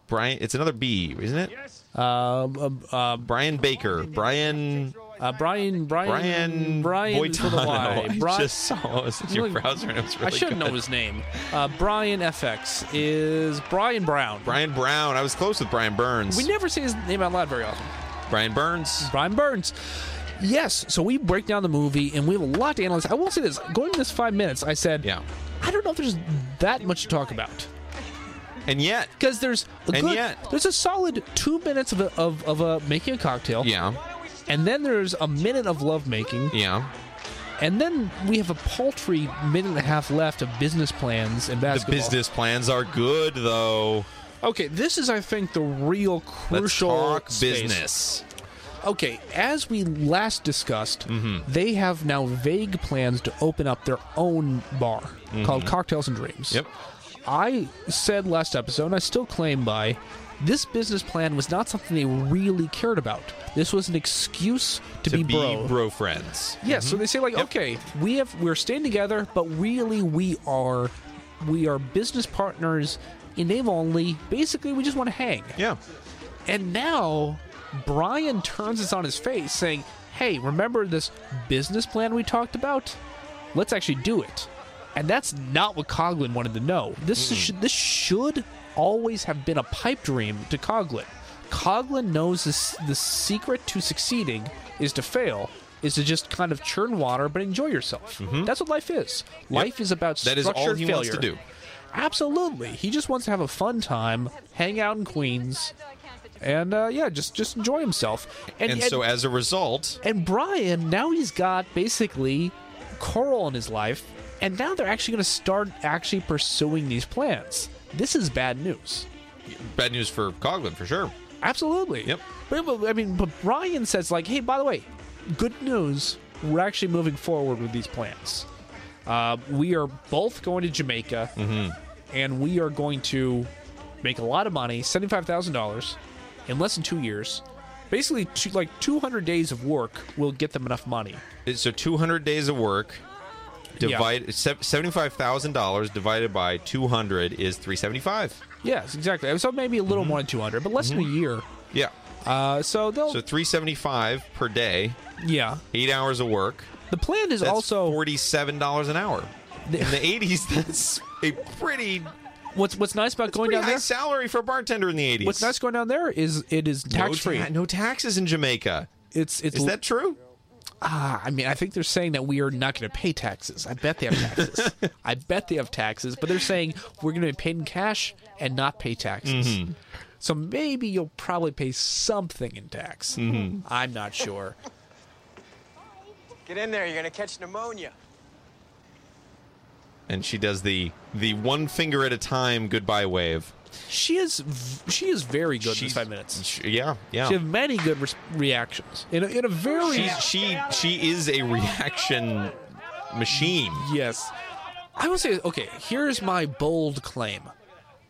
G: Brian. It's another B, isn't it?
C: Um, um, um,
G: Brian Baker, Brian
C: uh, Brian, Brian,
G: Brian
C: Brian with a
G: Boitano.
C: Y.
G: I
C: Bri-
G: just saw us in your
C: Look,
G: browser and it was really
C: I should
G: good.
C: know his name. Uh, Brian FX is Brian Brown.
G: Brian Brown. I was close with Brian Burns.
C: We never say his name out loud very often.
G: Brian Burns.
C: Brian Burns. Yes, so we break down the movie and we have a lot to analyze. I will say this going into this five minutes, I said,
G: Yeah.
C: I don't know if there's that much to talk about.
G: And yet,
C: because there's a
G: And
C: good,
G: yet-
C: there's a solid two minutes of a, of of a making a cocktail.
G: yeah,
C: and then there's a minute of lovemaking,
G: yeah.
C: and then we have a paltry minute and a half left of business plans and
G: The
C: basketball.
G: business plans are good though.
C: Okay, this is I think the real
G: Let's
C: crucial
G: talk
C: space.
G: business.
C: Okay, as we last discussed,
G: Mm-hmm.
C: they have now vague plans to open up their own bar called Cocktails and Dreams.
G: Mm-hmm. Yep.
C: I said last episode, and I still claim by, this business plan was not something they really cared about. This was an excuse to,
G: To be
C: bro.
G: bro, Mm-hmm. friends.
C: Yeah, so they say like, okay, we have we're staying together, but really we are we are business partners in name only. Basically, we just want to hang.
G: Yeah.
C: And now Brian turns this on his face saying, "Hey, remember this business plan we talked about? Let's actually do it." And that's not what Coglin wanted to know. This should this should always have been a pipe dream to Coglin. Coglin knows this, the secret to succeeding is to fail, is to just kind of churn water but enjoy yourself. That's what life is. Life is about
G: Mm-hmm. That is all
C: structured
G: he
C: failure.
G: wants to do.
C: Absolutely. He just wants to have a fun time, hang out in Queens, and uh, yeah, just just enjoy himself. And,
G: And, so as a result,
C: and Brian now he's got basically Coral in his life, and now they're actually going to start actually pursuing these plans. This is bad news.
G: bad news for Coglin for sure.
C: Absolutely.
G: Yep.
C: But, but, I mean, but Brian says like, "Hey, by the way, good news. We're actually moving forward with these plans. Uh, we are both going to Jamaica,
G: Mm-hmm.
C: and we are going to make a lot of money, seventy-five thousand dollars, in less than two years. Basically, two, like two hundred days of work will get them enough money.
G: So 200 days of work divide se- $75,000 divided by 200 is 375.
C: Yes, exactly. So maybe a little
G: Mm-hmm.
C: more than two hundred, but less than a year.
G: Yeah.
C: Uh, so they'll,
G: Mm-hmm. So 375 per day,
C: yeah.
G: 8 hours of work.
C: The plan is
G: That's
C: also
G: $47 an hour.
C: The-
G: in the 80s, that's a pretty,
C: what's what's nice about going
G: pretty
C: down
G: high
C: there.
G: salary for a bartender in the 80s.
C: What's nice going down there is it is
G: No
C: tax free.
G: ta- no taxes in Jamaica.
C: It's it's.
G: Is that true?
C: ah, I mean, I think they're saying that we are not going to pay taxes. I bet they have taxes. I bet they have taxes, but they're saying we're going to be paid in cash and not pay taxes.
G: Mm-hmm.
C: So maybe you'll probably pay something in tax.
G: Mm-hmm.
C: I'm not sure.
F: Get in there, you're gonna catch pneumonia.
G: And she does the the one finger at a time goodbye wave.
C: She is v- she is very good in
G: She's-
C: these five minutes.
G: She- yeah, yeah.
C: She has many good res- reactions in a, in a very
G: She's, she she is a reaction machine.
C: Yes. I would say, okay, here's my bold claim.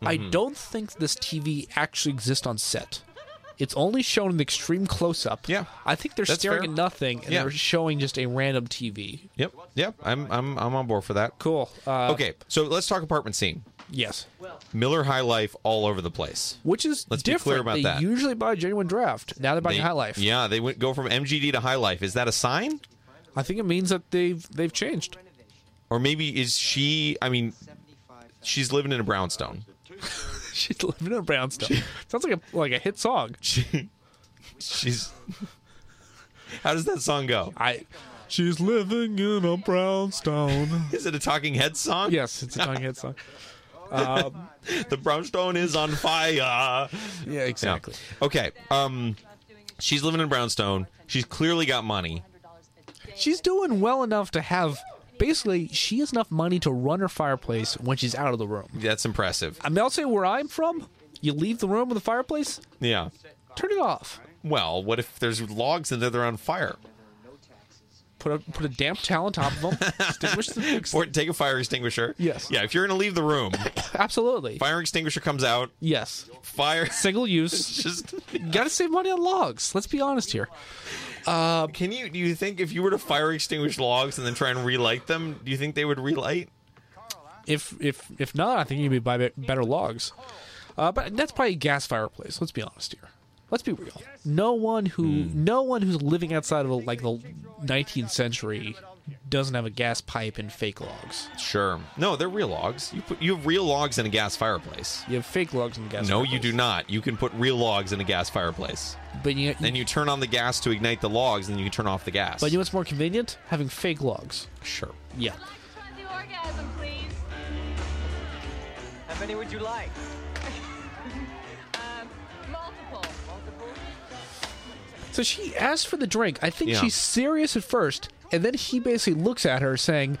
C: I
G: Mm-hmm.
C: don't think this TV actually exists on set. It's only shown in the extreme close up.
G: Yeah.
C: I think they're
G: That's
C: staring
G: fair.
C: at nothing and
G: Yeah.
C: they're showing just a random TV.
G: Yep, yep. I'm I'm I'm on board for that.
C: Cool. Uh,
G: Okay, so let's talk apartment scene.
C: Yes.
G: Miller High Life all over the place.
C: Which is
G: Let's be
C: different.
G: clear about
C: they
G: that.
C: usually buy a genuine draft. Now they're buying
G: They-
C: High Life.
G: Yeah, they went go from MGD to High Life. Is that a sign?
C: I think it means that they've they've changed.
G: Or maybe is she? I mean, she's living in a brownstone.
C: She's living in a brownstone. Sounds like a like a hit song.
G: She's. How does that song go?
C: I She's living in a brownstone.
G: Is it a Talking Head song?
C: yes, it's a tongue hit song. Um,
G: The brownstone is on fire.
C: Yeah, exactly.
G: Yeah. Okay. Um, she's living in brownstone. She's clearly got money.
C: She's doing well enough to have basically she has enough money to run her fireplace when she's out of the room.
G: That's impressive.
C: I mean, I'll say where I'm from, you leave the room with the fireplace,
G: Yeah.
C: turn it off.
G: Well, what if there's logs and they're on fire?
C: Put a put a damp towel on top of them. extinguish the
G: Or take a fire extinguisher.
C: Yes.
G: Yeah. If you're gonna leave the room,
C: absolutely.
G: fire extinguisher comes out.
C: Yes,
G: Fire.
C: single use.
G: Just
C: Got to save money on logs. Let's be honest here.
G: uh, can you do you think if you were to fire extinguish logs and then try and relight them, do you think they would relight?
C: If if if not, I think you'd be buy be- better logs. Uh, but that's probably a gas fireplace. Let's be honest here. Let's be real. No one who
G: Hmm.
C: no one who's living outside of like the 19th century doesn't have a gas pipe and fake logs.
G: Sure. No, they're real logs. You put you have real logs in a gas fireplace.
C: You have fake logs and gas.
G: No,
C: fireplace.
G: you do not. You can put real logs in a gas fireplace.
C: But you,
G: Then you turn on the gas to ignite the logs, and then you can turn off the gas.
C: but you know what's more convenient? Having fake logs.
G: sure.
C: Yeah.
H: Let's try the orgasm, please.
F: How many would you like?
H: Um,
C: So she asks for the drink. I think
G: Yeah.
C: she's serious at first, and then he basically looks at her saying,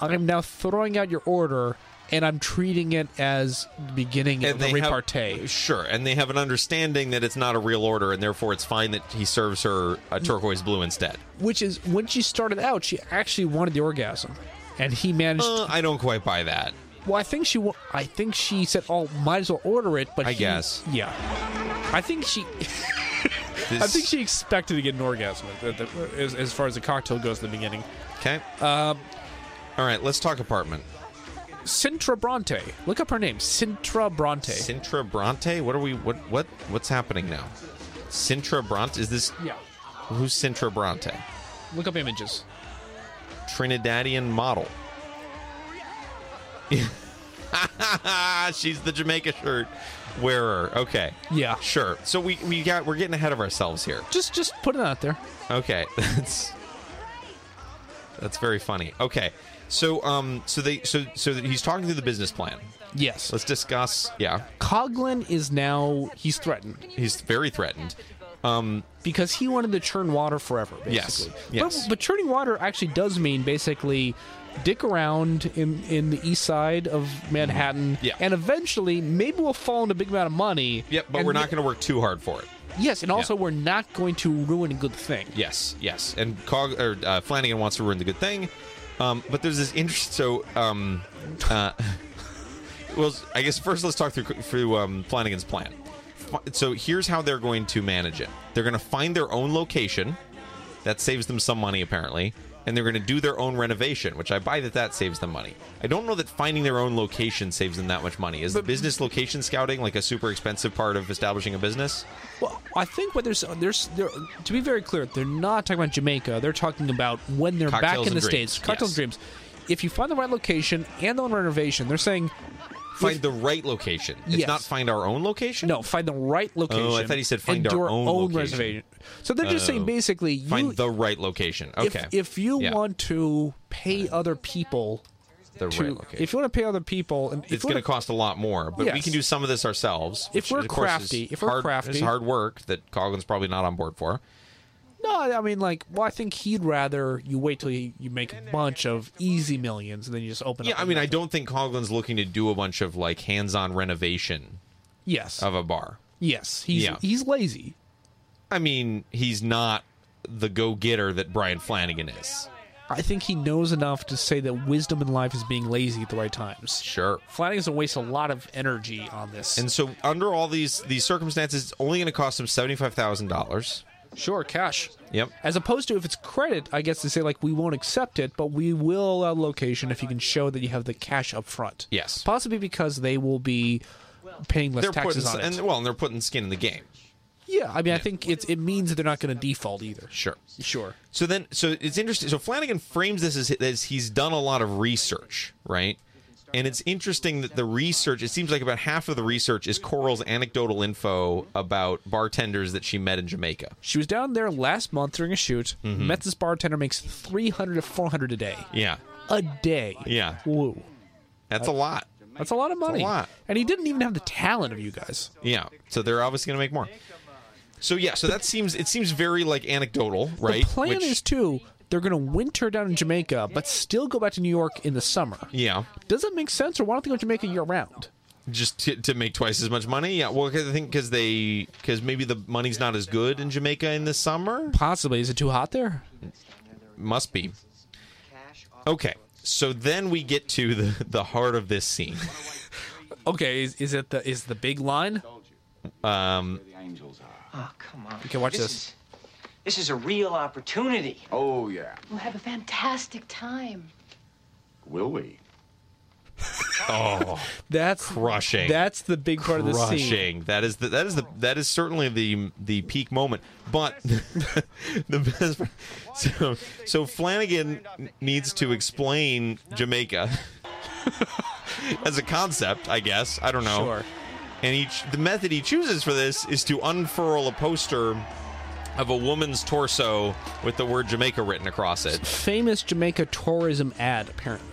C: I'm now throwing out your order, and I'm treating it as the beginning of the
G: have-
C: repartee.
G: sure, and they have an understanding that it's not a real order, and therefore it's fine that he serves her a turquoise blue instead.
C: Which is, when she started out, she actually wanted the orgasm. And he managed.
G: Uh, I don't quite buy that.
C: well, I think she. wa- I think she said, "Oh, might as well order it." But
G: I
C: he-
G: guess.
C: yeah. I think she.
G: This,
C: I think she expected to get an orgasm at the, uh, as, as far as the cocktail goes in the beginning.
G: Okay.
C: Um,
G: All right, let's talk apartment.
C: Sintra Bronte. Look up her name, Sintra Bronte.
G: Sintra Bronte. What are we? What? What? What's happening now? Sintra Bronte. Is this?
C: yeah.
G: Who's Sintra Bronte?
C: Look up images.
G: Trinidadian model. She's the Jamaica shirt wearer. Okay.
C: Yeah.
G: Sure. So we we got we're getting ahead of ourselves here.
C: Just, just put it out there.
G: Okay. That's that's very funny. Okay. So um so they so so that he's talking through the business plan.
C: Yes.
G: Let's discuss. Yeah.
C: Coglin is now he's threatened
G: He's very threatened.
C: because he wanted to churn water forever. Basically.
G: Yes. Yes.
C: But, but churning water actually does mean basically dick around in in the east side of Manhattan.
G: Mm-hmm. Yeah.
C: And eventually, maybe we'll fall into a big amount of money.
G: Yep, but
C: and
G: we're
C: th-
G: not going to work too hard for it.
C: Yes, and also we're not going to ruin a good thing.
G: Yes, yes. And Cog or uh, Flanagan wants to ruin the good thing, um, but there's this interest. So, um, uh, well, I guess first let's talk through through um, Flanagan's plan. Fi- So here's how they're going to manage it. They're going to find their own location. That saves them some money, apparently. And they're going to do their own renovation, which I buy that that saves them money. I don't know that finding their own location saves them that much money. Is the business location scouting like a super expensive part of establishing a business?
C: Well, I think what there's there's there to be very clear, they're not talking about Jamaica. They're talking about when they're back
G: Cocktails
C: in the
G: and dreams,
C: states. Cocktails
G: yes.
C: and dreams. If you find the right location and on renovation, they're saying
G: Find the right location. It's
C: Yes.
G: not find our own location.
C: no, find the right location.
G: Oh, I thought he said find
C: and
G: our
C: do
G: own location.
C: reservation. So they're just
G: Oh.
C: saying basically you,
G: find the right location.
C: if,
G: Okay.
C: if you
G: Yeah.
C: want to pay other people
G: the
C: to
G: right location,
C: if you want to pay other people and if
G: it's
C: you
G: going to
C: wanna-
G: cost a lot more, but we
C: Yes.
G: can do some of this ourselves.
C: If
G: which
C: we're
G: of course is
C: crafty- if we're
G: hard-
C: crafty-
G: it's hard work that Coglin's probably not on board for.
C: No, I mean like well I think he'd rather you wait till you, you make a bunch of easy millions and then you just open
G: Yeah,
C: up
G: I mean, I don't think Coglin's looking to do a bunch of like hands-on renovation
C: yes.
G: of a bar.
C: Yes, he's
G: uh, Yeah.
C: he's lazy.
G: I mean, he's not the go-getter that Brian Flanagan is.
C: I think he knows enough to say that wisdom in life is being lazy at the right times.
G: Sure.
C: Flanagan's gonna waste a lot of energy on this.
G: And so, under all these these circumstances, it's only going to cost him seventy-five thousand dollars.
C: sure, cash.
G: Yep.
C: As opposed to if it's credit, I guess to say like we won't accept it, but we will allow location if you can show that you have the cash up front.
G: Yes.
C: Possibly because they will be paying less
G: They're
C: taxes
G: putting
C: on it.
G: and well, and they're putting skin in the game.
C: yeah, I mean I think it's it means that they're not gonna default either.
G: Sure.
C: Sure.
G: So then, so it's interesting. So Flanagan frames this as, as he's done a lot of research, right? And it's interesting that the research, it seems like about half of the research is Coral's anecdotal info about bartenders that she met in Jamaica.
C: She was down there last month during a shoot,
G: Mm-hmm.
C: met this bartender makes three hundred to four hundred a day.
G: Yeah.
C: a day.
G: Yeah.
C: Woo.
G: That's a lot.
C: That's a lot of money.
G: lot.
C: And he didn't even have the talent of you guys.
G: Yeah. So they're obviously going to make more. So yeah, so that seems it seems very like anecdotal, right?
C: The plan
G: Which-
C: is too. They're going to winter down in Jamaica, but still go back to New York in the summer.
G: yeah,
C: Does that make sense, or why don't they go to Jamaica year round?
G: just to, to make twice as much money. Yeah, well, 'cause I think because they because maybe the money's not as good in Jamaica in the summer.
C: Possibly. Is it too hot there?
G: Must be.
C: Oh.
G: Okay. So then we get to the, the heart of this scene.
C: Okay. Is, is it the is the big line?
G: Um,
F: Oh, come on.
C: Okay, watch this.
F: Is, this is a real opportunity.
I: Oh, yeah.
H: We'll have a fantastic time.
I: Will we?
C: That's
G: Crushing.
C: That's the big part of the scene.
G: rushing. That is the that is the that is certainly the the peak moment. But the best part- so so Flanagan needs to explain Jamaica as a concept, I guess. I don't know.
C: Sure.
G: And he ch- the method he chooses for this is to unfurl a poster of a woman's torso with the word Jamaica written across it.
C: Famous Jamaica tourism ad, apparently.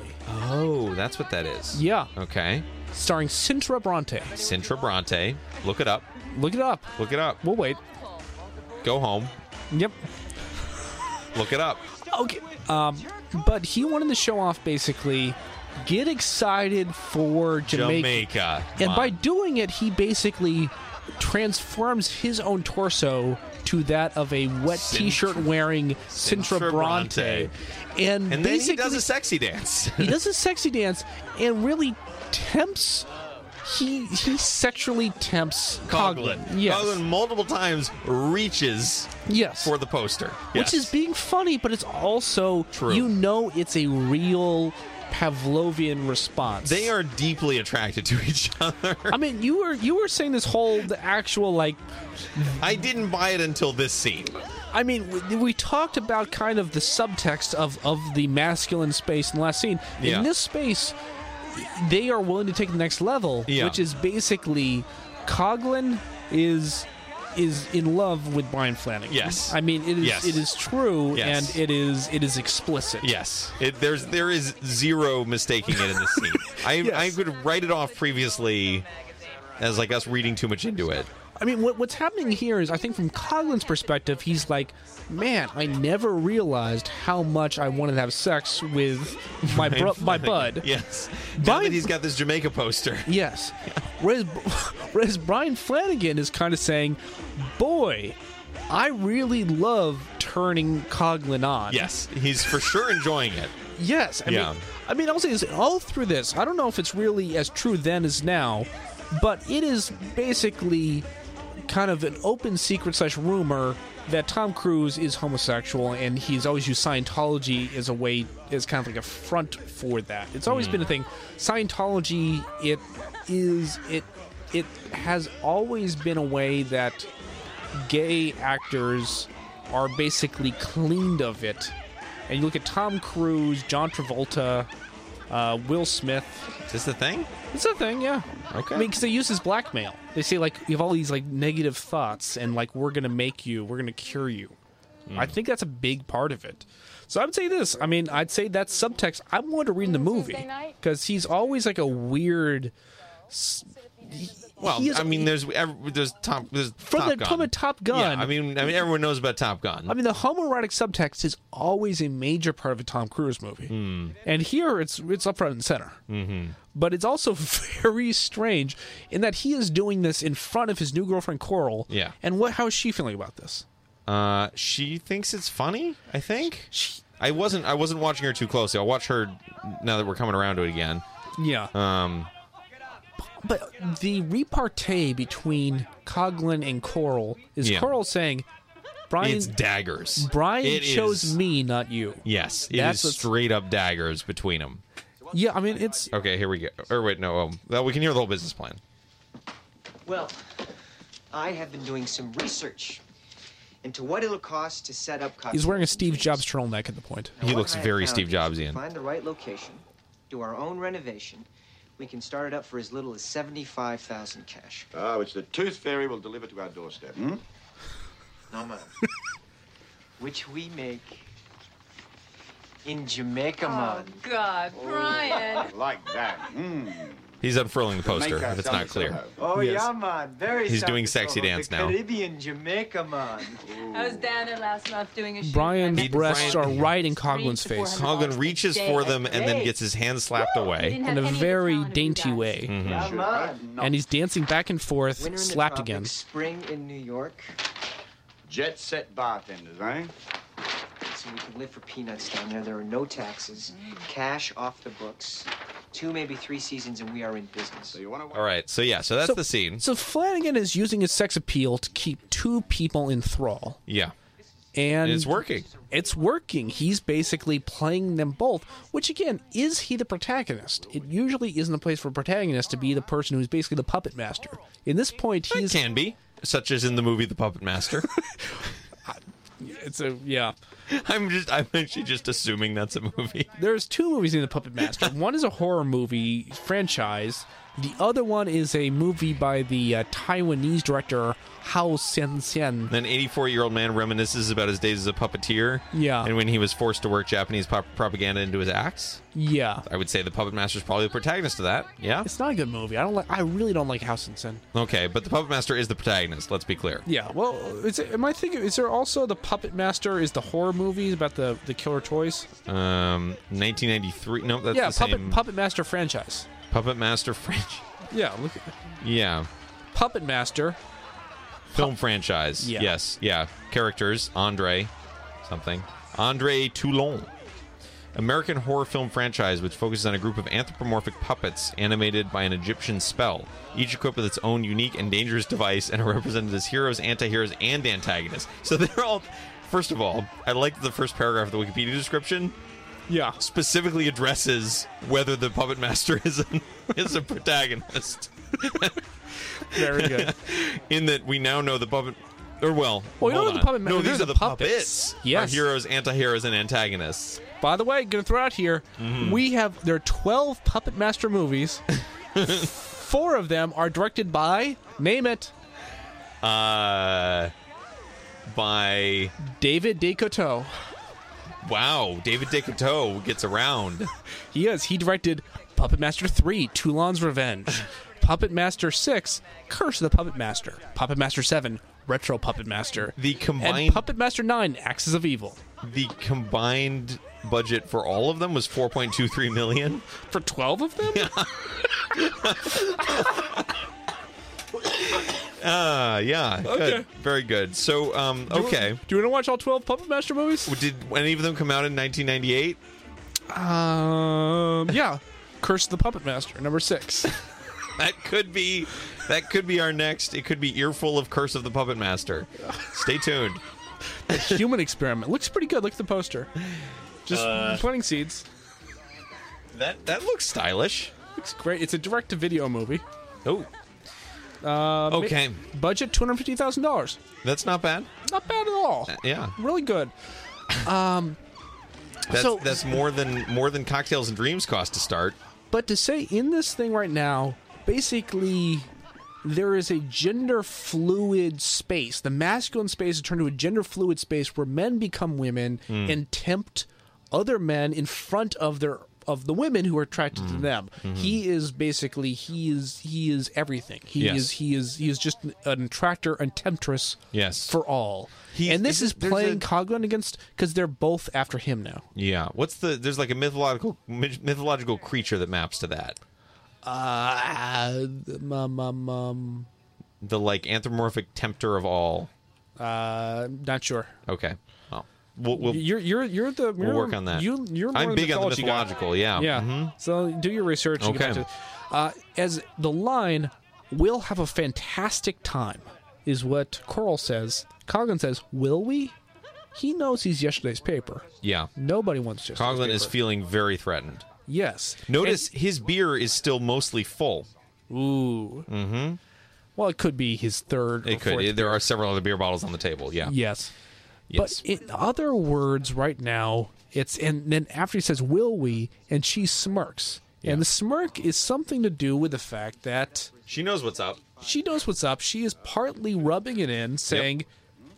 G: Oh, that's what that is.
C: Yeah.
G: Okay.
C: Starring Sintra Bronte.
G: Sintra Bronte. Look it up.
C: Look it up.
G: Look it up.
C: We'll wait.
G: Go home.
C: Yep.
G: Look it up.
C: Okay. Um, but he wanted to show off basically. Get excited for Jamaica.
G: Jamaica.
C: And
G: Wow.
C: by doing it, he basically transforms his own torso to that of a wet
G: Sintra-
C: t-shirt wearing Sintra,
G: Sintra
C: Bronte.
G: Bronte.
C: And,
G: and then
C: basically,
G: he does a sexy dance.
C: he does a sexy dance and really tempts. He he sexually tempts Coglin. Yes.
G: Coughlin multiple times reaches
C: yes.
G: for the poster.
C: Which is being funny, but it's also
G: True.
C: you know it's a real Pavlovian response.
G: They are deeply attracted to each other.
C: I mean, you were you were saying this whole the actual like
G: I didn't buy it until this scene.
C: I mean, we, we talked about kind of the subtext of, of the masculine space in the last scene.
G: Yeah.
C: In this space, they are willing to take the next level,
G: Yeah.
C: which is basically Coglin is is in love with Brian Flanagan.
G: Yes.
C: I mean it is
G: Yes.
C: it is true
G: Yes.
C: and it is it is explicit.
G: Yes, it, there's there is zero mistaking it in this scene. I I
C: Yes.
G: could write it off previously as like us reading too much into it.
C: I mean, what, what's happening here is, I think, from Coglin's perspective, he's like, "Man, I never realized how much I wanted to have sex with my bro- my bud."
G: Yes, now
C: Bud-
G: that he's got this Jamaica poster.
C: Yes. Whereas, whereas Brian Flanagan is kind of saying, boy, I really love turning Coglin on.
G: Yes, he's for sure enjoying it.
C: Yes. I
G: Yeah.
C: mean, I mean, I'll say this all through this. I don't know if it's really as true then as now, but it is basically kind of an open secret slash rumor that Tom Cruise is homosexual and he's always used Scientology as a way as kind of like a front for that. It's always been a thing. Scientology it is it it has always been a way that gay actors are basically cleaned of it. And you look at Tom Cruise, John Travolta, uh, Will Smith.
G: Is this the thing?
C: It's a thing, yeah.
G: Okay.
C: I mean, because they use this blackmail. They say like you have all these like negative thoughts, and like we're gonna make you, we're gonna cure you. I think that's a big part of it. So I'd say this. I mean, I'd say that subtext. I wanted to read in the movie
H: Tuesday night?
C: because he's always like a weird.
G: Well,
C: He is-
G: I mean, there's ev- there's Top there's
C: From
G: Top
C: the-
G: Gun.
C: from a Top Gun.
G: Yeah, I mean, I mean, everyone knows about Top Gun.
C: I mean, the homoerotic subtext is always a major part of a Tom Cruise movie,
G: Hmm.
C: mm. and here it's it's up front and center. Mm-hmm. But it's also very strange in that he is doing this in front of his new girlfriend Coral.
G: Yeah.
C: and what? How is she feeling about this?
G: Uh, she thinks it's funny. I think I wasn't. I wasn't watching her too closely. I'll watch her now that we're coming around to it again.
C: Yeah.
G: Um,
C: But the repartee between Coglin and Coral is
G: Yeah.
C: Coral saying, "Brian,
G: it's daggers.
C: Brian
G: It is-
C: chose me, not you."
G: Yes, it
C: That's
G: is
C: what's-
G: straight up daggers between them.
C: Yeah, I mean, it's
G: Okay, here we go. Or wait, no. Um, well, we can hear the whole business plan.
F: Well, I have been doing some research into what it'll cost to set up.
C: he's wearing a Steve
F: conservation
C: Jobs turtleneck at the point.
G: He
F: What
G: looks
F: I have
G: very
F: found
G: Steve
F: is if we
G: Jobsian.
F: Find the right location, do our own renovation. We can start it up for as little as seventy-five thousand cash. Hmm?
I: Ah, which the tooth fairy will deliver to our doorstep.
F: No, ma'am. Which we make in Jamaica,
H: Oh,
F: mom.
H: God, Brian.
I: Like that. Hmm?
G: He's unfurling the poster.
I: Make
G: If it's
I: ourselves
G: not clear.
I: at home.
F: Oh,
C: Yes.
F: yeah, man. Very
G: He's
F: South
G: doing sexy
F: Dakota,
G: dance
F: the
G: now. Mm-hmm.
F: Caribbean, Jamaica, man.
H: I was down there last month doing a shoot.
C: Brian's
H: I met
C: breasts
G: Brian-
C: are right in
H: three
C: Coglin's
H: to
C: face.
H: 400
G: Coughlin reaches for them and then gets his hand slapped away.
H: Didn't have
C: in a
H: any of the
C: very
H: talent of you
C: dainty
H: guys.
C: way.
F: Yeah, man.
C: And he's dancing back and forth,
F: Winter Mm-hmm. in the
C: slapped
F: tropics,
C: again.
F: Spring in New York.
I: Jet set bartenders, eh?
F: So we can live for peanuts down there. There are no taxes, cash off the books. Two, maybe three seasons, and we are in business.
I: So you want to
G: All right. So yeah. So that's the scene.
C: So Flanagan is using his sex appeal to keep two people in thrall.
G: Yeah.
C: And
G: It's working.
C: It's working. He's basically playing them both, which again, is he the protagonist? It usually isn't a place for a protagonist to be the person who's basically the puppet master. In this point,
G: It
C: he's
G: can be, such as in the movie The Puppet Master.
C: it's a yeah.
G: I'm just. I'm actually just assuming that's a movie.
C: There's two movies in the Puppet Master. One is a horror movie franchise, The other one is a movie by the uh, Taiwanese director Hao Sen-sen.
G: An 84 year old man reminisces about his days as a puppeteer.
C: Yeah.
G: And when he was forced to work Japanese pop- propaganda into his acts.
C: Yeah.
G: I would say the puppet master is probably the protagonist of that. Yeah.
C: It's not a good movie. I don't like. I really don't like Hao Sen-sen.
G: Okay, but the puppet master is the protagonist. Let's be clear.
C: Yeah. Well, is it, am I thinking? Is there also the Puppet Master? Is the horror movie about the the killer toys?
G: Um, 1993. No, that's
C: yeah.
G: the
C: Puppet
G: same.
C: Puppet Master franchise.
G: Puppet master franchise.
C: Yeah. Look. at-
G: Yeah.
C: Puppet Master.
G: Film franchise.
C: Yeah.
G: Yes. Yeah. Characters. Andre. Something. Andre Toulon. American horror film franchise which focuses on a group of anthropomorphic puppets animated by an Egyptian spell, each equipped with its own unique and dangerous device and are represented as heroes, anti-heroes, and antagonists. So they're all first of all, I like the first paragraph of the Wikipedia description.
C: Yeah.
G: specifically addresses whether the puppet master is a, is a protagonist
C: Very good.
G: in that we now know the puppet or well
C: Well, we
G: hold
C: don't know the
G: on.
C: puppet ma-
G: no
C: they're
G: these
C: the
G: are the
C: puppets.
G: puppets,
C: Yes.
G: Our heroes anti-heroes and antagonists
C: By the way, gonna throw out here.
G: Mm-hmm.
C: We have there are twelve Puppet Master movies. Four of them are directed by name it
G: uh by
C: David DeCoteau.
G: wow David Decateau gets around
C: He is. He directed Puppet Master 3, Toulon's Revenge. Puppet Master 6, Curse of the Puppet Master. Puppet Master 7, Retro Puppet Master.
G: The
C: And
G: combined-
C: Puppet Master 9, Axis of Evil.
G: the combined budget for all of them was 4.23 million
C: For 12 of them?
G: uh yeah
C: Okay.
G: good. very good so um okay
C: Do you want to watch all 12 Puppet Master movies?
G: did any of them come out in 1998
C: Um, yeah. Curse of the Puppet Master, number 6.
G: that could be that could be our next it could be earful of curse of the puppet master stay tuned
C: Human Experiment. Looks pretty good. Look at the poster. Just planting seeds.
G: that that looks stylish
C: Looks great. It's a direct-to-video movie.
G: oh
C: Uh,
G: okay
C: Budget $250,000.
G: that's not bad
C: Not bad at all.
G: yeah
C: Really good.
G: that's
C: So-
G: that's more than more than cocktails and dreams cost to start
C: But to say in this thing right now, basically, there is a gender fluid space. The masculine space is turned to a gender fluid space where men become women and tempt other men in front of their of the women who are attracted to them. He is basically he is he is everything. He
G: Yes.
C: is he is he is just an, an attractor and temptress
G: Yes.
C: for all.
G: He's-
C: and this
G: is
C: is
G: it- there's
C: playing
G: a-
C: Coglin against because they're both after him now.
G: yeah what's the there's like a mythological myth- mythological creature that maps to that Ah,
C: Uh, um, um, um,
G: the like anthropomorphic tempter of all
C: uh, not sure.
G: okay oh we'll, we'll,
C: You're you're you're the
G: we'll
C: you're-
G: work on that
C: You you're more
G: i'm big on the
C: mythology guy.
G: mythological yeah
C: Yeah.
G: Mhm.
C: So do your research. and get
G: Okay.
C: back to- uh, as the line, "We'll have a fantastic time," is what Coral says. Coglin says, "Will we?" He knows he's yesterday's paper.
G: yeah
C: Nobody wants yesterday's
G: coglin is
C: paper.
G: feeling very threatened
C: yes.
G: Notice his beer is still mostly full.
C: And- ooh. Mm-hmm. Well, it could be his third. or
G: It could.
C: fourth
G: there are several other beer bottles on the table. Yeah.
C: Yes.
G: Yes.
C: But in other words, right now, it's and then after he says, "Will we?" and she smirks,
G: Yeah.
C: and the smirk is something to do with the fact that
G: She knows what's up.
C: she knows what's up. She is partly rubbing it in, saying,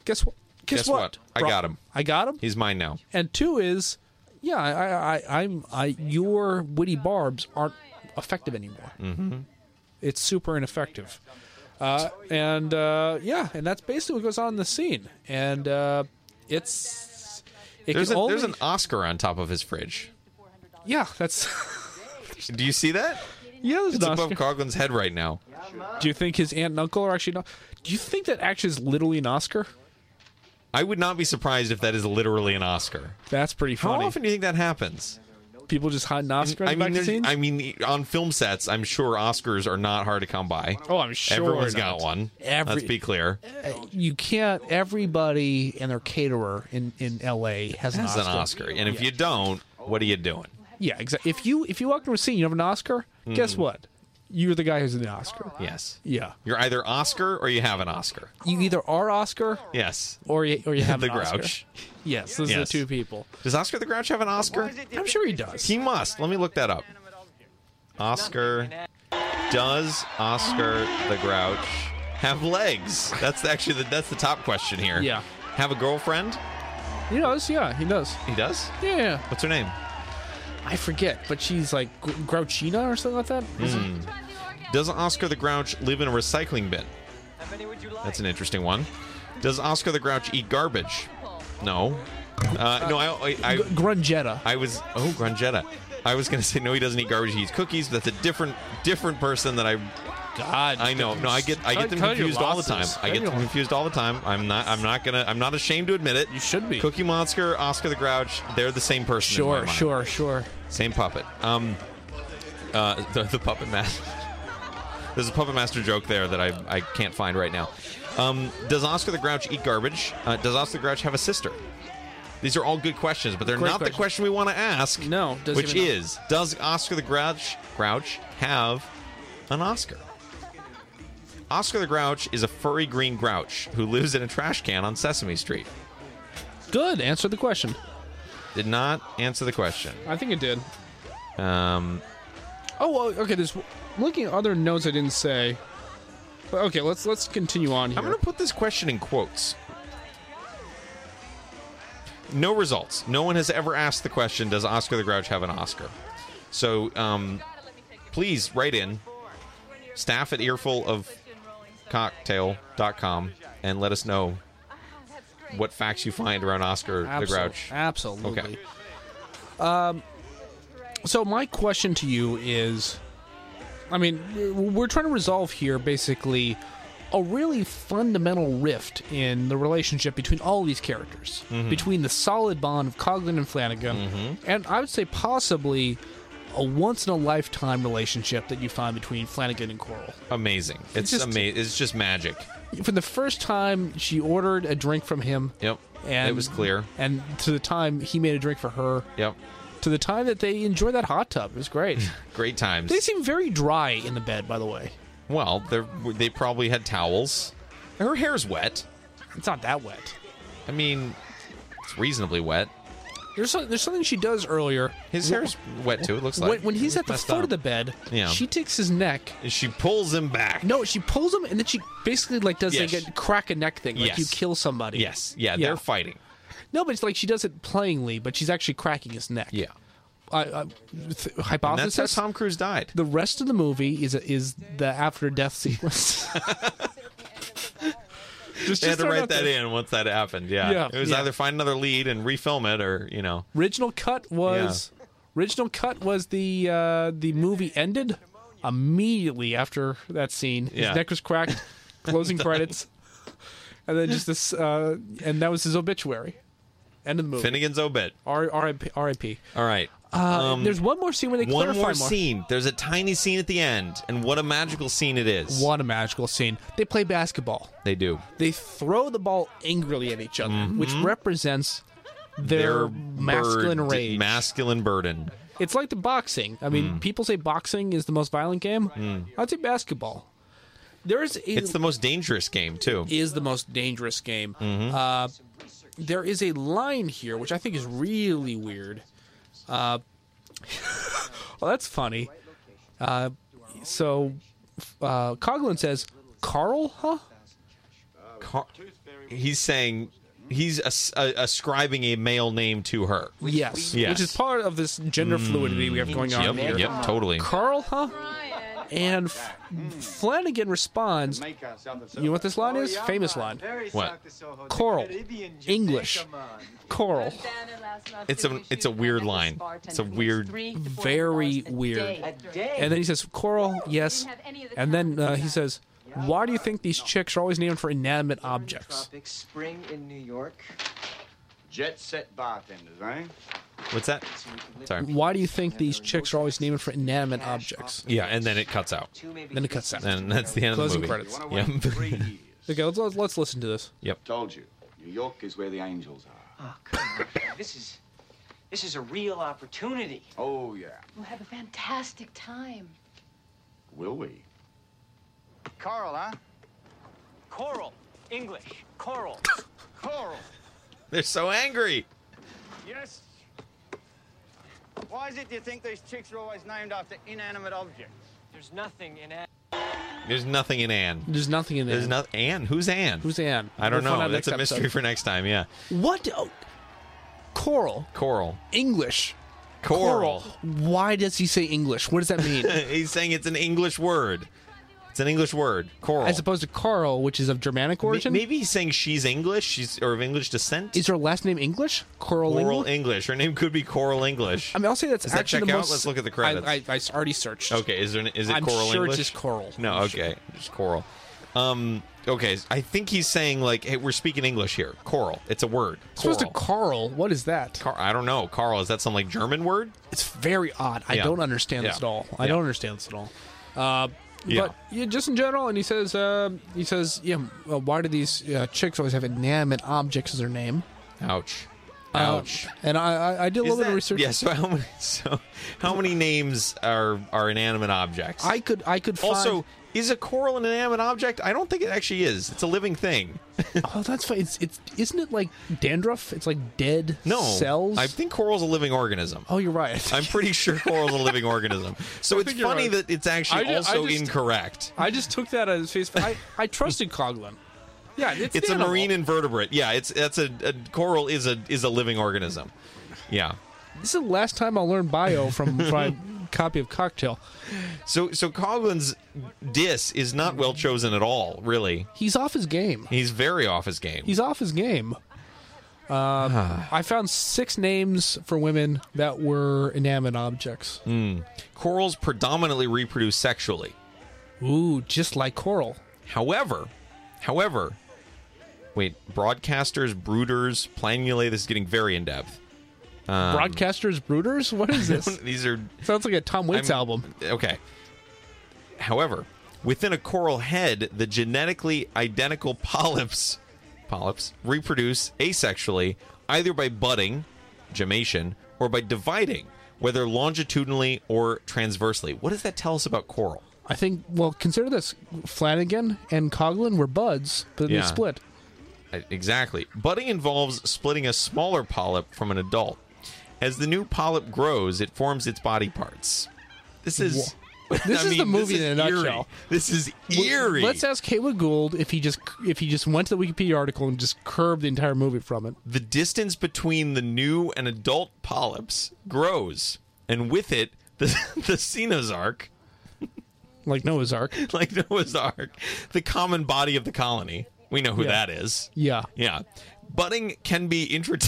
C: "Guess what? Guess,
G: Guess what? I
C: Bro-
G: got him."
C: I got him."
G: He's mine now.
C: and two is, yeah, I, I, I, I'm, I, your witty barbs aren't effective anymore. Mm-hmm. It's super ineffective. Uh, and uh, yeah, and that's basically what goes on in the scene. And uh, it's it
G: There's,
C: can
G: a-
C: only
G: there's an Oscar on top of his fridge.
C: yeah. That's
G: Do you see that?
C: yeah. There's
G: It's
C: an
G: above
C: Oscar.
G: Coglin's head right now.
C: Do you think his aunt and uncle are actually? Not, do you think that actually is literally an Oscar?
G: I would not be surprised if that is literally an Oscar.
C: That's pretty
G: How
C: funny.
G: often do you think that happens?
C: People just hide an Oscar.
G: I
C: in the
G: mean,
C: back
G: there's-
C: scenes?
G: I mean, on film sets, I'm sure Oscars are not hard to come by.
C: Oh, I'm sure
G: Everyone's
C: not.
G: got one.
C: Every-
G: Let's be clear.
C: Uh, you can't. Everybody and their caterer in in L.A. has an
G: It's
C: Oscar.
G: an Oscar, and if you don't, what are you doing?
C: Yeah, exactly. If you if you walk into a scene, you have an Oscar.
G: Hmm.
C: Guess what? You're the guy who's in the Oscar.
G: Yes.
C: Yeah,
G: You're either Oscar or you have an Oscar.
C: you either are Oscar
G: Yes.
C: or you, or you have
G: the
C: an Oscar.
G: Grouch.
C: Yes, those are the
G: Yes.
C: two people.
G: Does Oscar the Grouch have an Oscar?
C: I'm sure he does.
G: He must. Let me look that up. Oscar Does Oscar the Grouch have legs? That's actually the, that's the top question here.
C: Yeah.
G: Have a girlfriend?
C: He does, yeah, he does.
G: He does.
C: Yeah, yeah.
G: What's her name?
C: I forget, but she's like Gr- Grouchina or something like that.
G: Does Oscar the Grouch live in a recycling bin? That's an interesting one. Does Oscar the Grouch eat garbage? No. Uh, no, I, I,
C: G-
G: I,
C: Grungetta.
G: I was oh Grungetta. I was gonna say no, he doesn't eat garbage. He eats cookies. That's a different different person that I
C: God,
G: I know. No, I get I
C: Cut-
G: get them
C: cut your
G: confused all the time.
C: losses.
G: I
C: Cut
G: get
C: your
G: them
C: losses.
G: confused all the time. I'm not I'm not gonna I'm not ashamed to admit it.
C: You should be.
G: Cookie Monster, Oscar the Grouch, they're the same person. in my
C: Sure,
G: mind.
C: sure, sure.
G: Same puppet. Um, uh, the, the puppet master. There's a puppet master joke there that I, I can't find right now. Um, does Oscar the Grouch eat garbage? Uh, does Oscar the Grouch have a sister? These are all good questions, but they're
C: Great
G: not the
C: question.
G: question we want to ask.
C: No, doesn't
G: which
C: even know.
G: is, does Oscar the Grouch Grouch have an Oscar? Oscar the Grouch is a furry green grouch who lives in a trash can on Sesame Street.
C: Good. Answer the question.
G: Did not answer the question.
C: I think it did.
G: Um,
C: Oh, well, okay. There's looking at other notes I didn't say. But okay, let's let's continue on here.
G: I'm going to put this question in quotes. No results. No one has ever asked the question Does Oscar the Grouch have an Oscar? So um, please write in staff at earfulofcocktail.com and let us know what facts you find around Oscar
C: Absol-
G: the Grouch.
C: Absolutely.
G: Okay.
C: So my question to you is, I mean, we're trying to resolve here basically a really fundamental rift in the relationship between all these characters,
G: Mm-hmm.
C: between the solid bond of Coglin and Flanagan, and I would say possibly a once in a lifetime relationship that you find between Flanagan and Coral.
G: Amazing. It's,
C: just-
G: amazing. It's just magic.
C: For the first time, she ordered a drink from him.
G: Yep.
C: And
G: it was clear.
C: And to the time he made a drink for her,
G: Yep.
C: to the time that they enjoyed that hot tub, it was great.
G: Great times.
C: They seem very dry in the bed, by the way.
G: well, they're- they probably had towels. Her hair's wet.
C: It's not that wet.
G: I mean, it's reasonably wet.
C: There's some, there's something she does earlier.
G: His hair's wet too. It looks like
C: when, when he's at the
G: Messed
C: foot
G: up.
C: of the bed,
G: Yeah.
C: she takes his neck.
G: she pulls him back.
C: No, she pulls him and then she basically like does
G: Yes.
C: like a crack a neck thing, like
G: Yes.
C: you kill somebody.
G: Yes. Yeah, They're fighting.
C: No, but it's like she does it playingly, but she's actually cracking his neck.
G: Yeah.
C: I, I, th-
G: And that's
C: hypothesis.
G: how Tom Cruise died.
C: the rest of the movie is is the after death sequence. just,
G: They had
C: just
G: to
C: throw it
G: write
C: out
G: that
C: there.
G: in once that happened. Yeah.
C: Yeah,
G: It was
C: yeah.
G: either find another lead and refilm it, or you know.
C: Original cut was original cut was the uh, the movie ended immediately after that scene. His
G: Yeah.
C: neck was cracked. Closing credits, and then just this, uh, and that was his obituary. End of the movie.
G: Finnegan's obit.
C: R- R.I.P. R.I.P.
G: All right.
C: Uh, there's one more scene where they
G: One
C: clarify
G: more scene. There's a tiny scene at the end, and what a magical scene it is.
C: What a magical scene! They play basketball.
G: They do.
C: They throw the ball angrily at each other,
G: Mm-hmm.
C: which represents their, masculine
G: burden-
C: rage.
G: Masculine burden.
C: It's like the boxing. I
G: Mm.
C: mean, people say boxing is the most violent game. I'd say basketball. There is a,
G: It's the most dangerous game too.
C: is the most dangerous game.
G: Mm-hmm.
C: Uh, there is a line here which I think is really weird. Uh, well, that's funny. Uh, so uh, Coglin says, "Carl, huh?"
G: Car- he's saying he's as- uh, ascribing a male name to her.
C: Yes.
G: Yes. Mm.
C: which is part of this gender fluidity we have going on
G: Yep,
C: here.
G: yep, totally.
C: Carl, huh? And F- Flanagan responds,
I: Make ourselves a-
C: You know what this line is? Famous line.
G: What?
C: Coral. English. Coral.
G: It's a it's a weird line. It's a weird.
C: Very weird. And then he says, Coral, yes. And then uh, he says, Why do you think these chicks are always named for inanimate objects?
F: Tropics, spring in New York.
I: Jet set bartenders, eh?
G: What's that? Sorry.
C: Why do you think these chicks are always named for inanimate objects?
G: Yeah, and then it cuts out,
F: Two, maybe
C: Then it
F: three
C: cuts out.
G: and that's the end
C: Closing
G: of the movie.
C: credits.
I: Wanna
G: Yep.
I: wait three years.
C: Okay, let's, let's, let's listen to this.
I: Told you. New York is where the angels are.
F: Oh, come on. this is this is a real opportunity.
I: Oh, yeah.
H: We'll have a fantastic time.
I: Will we?
J: Carl, huh?
E: Coral. English. Coral.
J: Coral.
G: They're so angry.
J: Yes. Why is it you think these chicks are always named after inanimate objects?
F: There's nothing in it.
G: There's nothing in Anne.
C: There's nothing in there.
G: There's nothing. Anne? Who's Anne?
C: Who's Anne?
G: I don't
C: We'll find
G: know.
C: out
G: That's a
C: next
G: mystery
C: episode.
G: for next time. Yeah.
C: What? Oh, Coral.
G: Coral.
C: English.
G: Coral.
C: Why does he say English? What does that mean?
G: He's saying it's an English word. It's an English word. Coral.
C: As opposed to Carl, which is of Germanic
G: Ma-
C: origin?
G: Maybe he's saying she's English. She's or of English descent.
C: Is her last name English? Coral
G: Coral
C: English?
G: English? Her name could be Coral English.
C: I mean, I'll say that's
G: Does that
C: actually
G: check
C: the
G: out?
C: most.
G: Let's look at the credits.
C: I, I, I already searched.
G: Okay, is there? Is it
C: I'm
G: Coral
C: sure
G: English?
C: it's just Coral.
G: No,
C: I'm
G: okay, it's Coral. Um, okay, I think he's saying like, hey, we're speaking English here. Coral, it's a word.
C: Supposed to Carl.
G: Coral.
C: What is that?
G: Car- I don't know. Carl, is that some like German word?
C: It's very odd. I
G: Yeah.
C: don't understand this
G: Yeah.
C: at all. I
G: Yeah.
C: don't understand this at all. Uh,
G: Yeah.
C: But yeah, just in general, and he says, uh, he says, yeah, uh, why do these uh, chicks always have inanimate objects as their name?
G: Ouch.
C: Uh,
G: Ouch.
C: and I, I, I did a
G: Is
C: little bit
G: that-
C: of research.
G: Yeah. So how many? So how many names are are inanimate objects?
C: I could, I could find.
G: also is a coral an inanimate object? I don't think it actually is. It's a living thing.
C: oh, that's fine. It's, it's, isn't it like dandruff? It's like dead
G: No
C: cells.
G: I think coral's a living organism.
C: oh, you're right.
G: I'm pretty sure coral's a living organism. So it's
C: think you're
G: funny
C: right.
G: that it's actually
C: I ju- I
G: also
C: just-
G: incorrect.
C: I just took that as face. I, I trusted Coglin. Yeah, it's,
G: It's a marine invertebrate. Yeah, it's that's a, a coral is a is a living organism. Yeah.
C: This is the last time I'll learn bio from my copy of Cocktail.
G: So so Coglin's diss is not well chosen at all, really.
C: He's off his game.
G: He's very off his game.
C: He's off his game.
G: Ah.
C: Um, I found six names for women that were inanimate objects.
G: Mm. Corals predominantly reproduce sexually.
C: Ooh, just like coral.
G: However, however, wait, broadcasters, brooders, planulae, this is getting very in depth. Um,
C: Broadcasters, brooders. What is this?
G: These are
C: Sounds like a Tom Waits
G: I'm-
C: album.
G: Okay. However, within a coral head, the genetically identical polyps polyps reproduce asexually either by budding, gemation, or by dividing, whether longitudinally or transversely. What does that tell us about coral?
C: I think. Well, consider this: Flanagan and Coglin were buds, but then
G: Yeah.
C: they split.
G: I- Uh, Exactly. Budding involves splitting a smaller polyp from an adult. As the new polyp grows, it forms its body parts. This is
C: This
G: I
C: is the
G: mean,
C: movie
G: this
C: in
G: is
C: a
G: eerie.
C: nutshell.
G: This is
C: W-
G: eerie.
C: Let's ask Haywood Gould if he just if he just went to the Wikipedia article and just curved the entire movie from it.
G: the distance between the new and adult polyps grows, and with it, the, the Cenozoarch,
C: Like Noah's Ark.
G: like Noah's Ark, the common body of the colony. We know who that is.
C: Yeah.
G: Yeah. Budding can be intrat-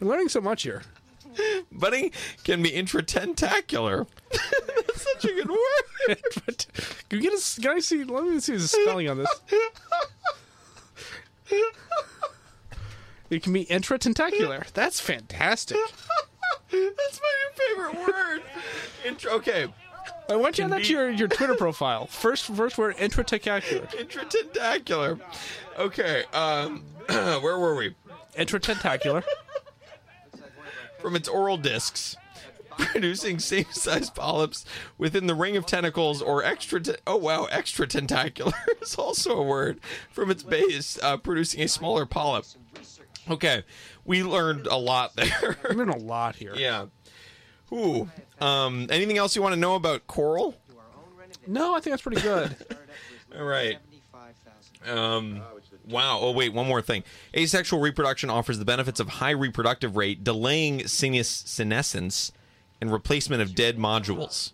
C: We're learning so much here.
G: budding can be intratentacular. That's such a good word.
C: But can, we get a s can I see? Let me see the spelling on this. It can be intratentacular. That's fantastic.
G: That's my new favorite word. Intr- okay.
C: I want you to add that to your, your Twitter profile. First, first word intratentacular.
G: Intratentacular. Okay. Um, where were we?
C: Intratentacular.
G: from its oral discs, producing same-sized polyps within the ring of tentacles or extra. Te- oh wow, extra tentacular is also a word from its base, uh, producing a smaller polyp. Okay, we learned a lot there.
C: I'm in a lot here.
G: yeah. Ooh. Um. Anything else you want to know about coral?
C: No, I think that's pretty good.
G: All right.
F: Seventy-five thousand.
G: Um, wow. Oh, wait, one more thing. Asexual reproduction offers the benefits of high reproductive rate, delaying senes- senescence, and replacement of dead modules,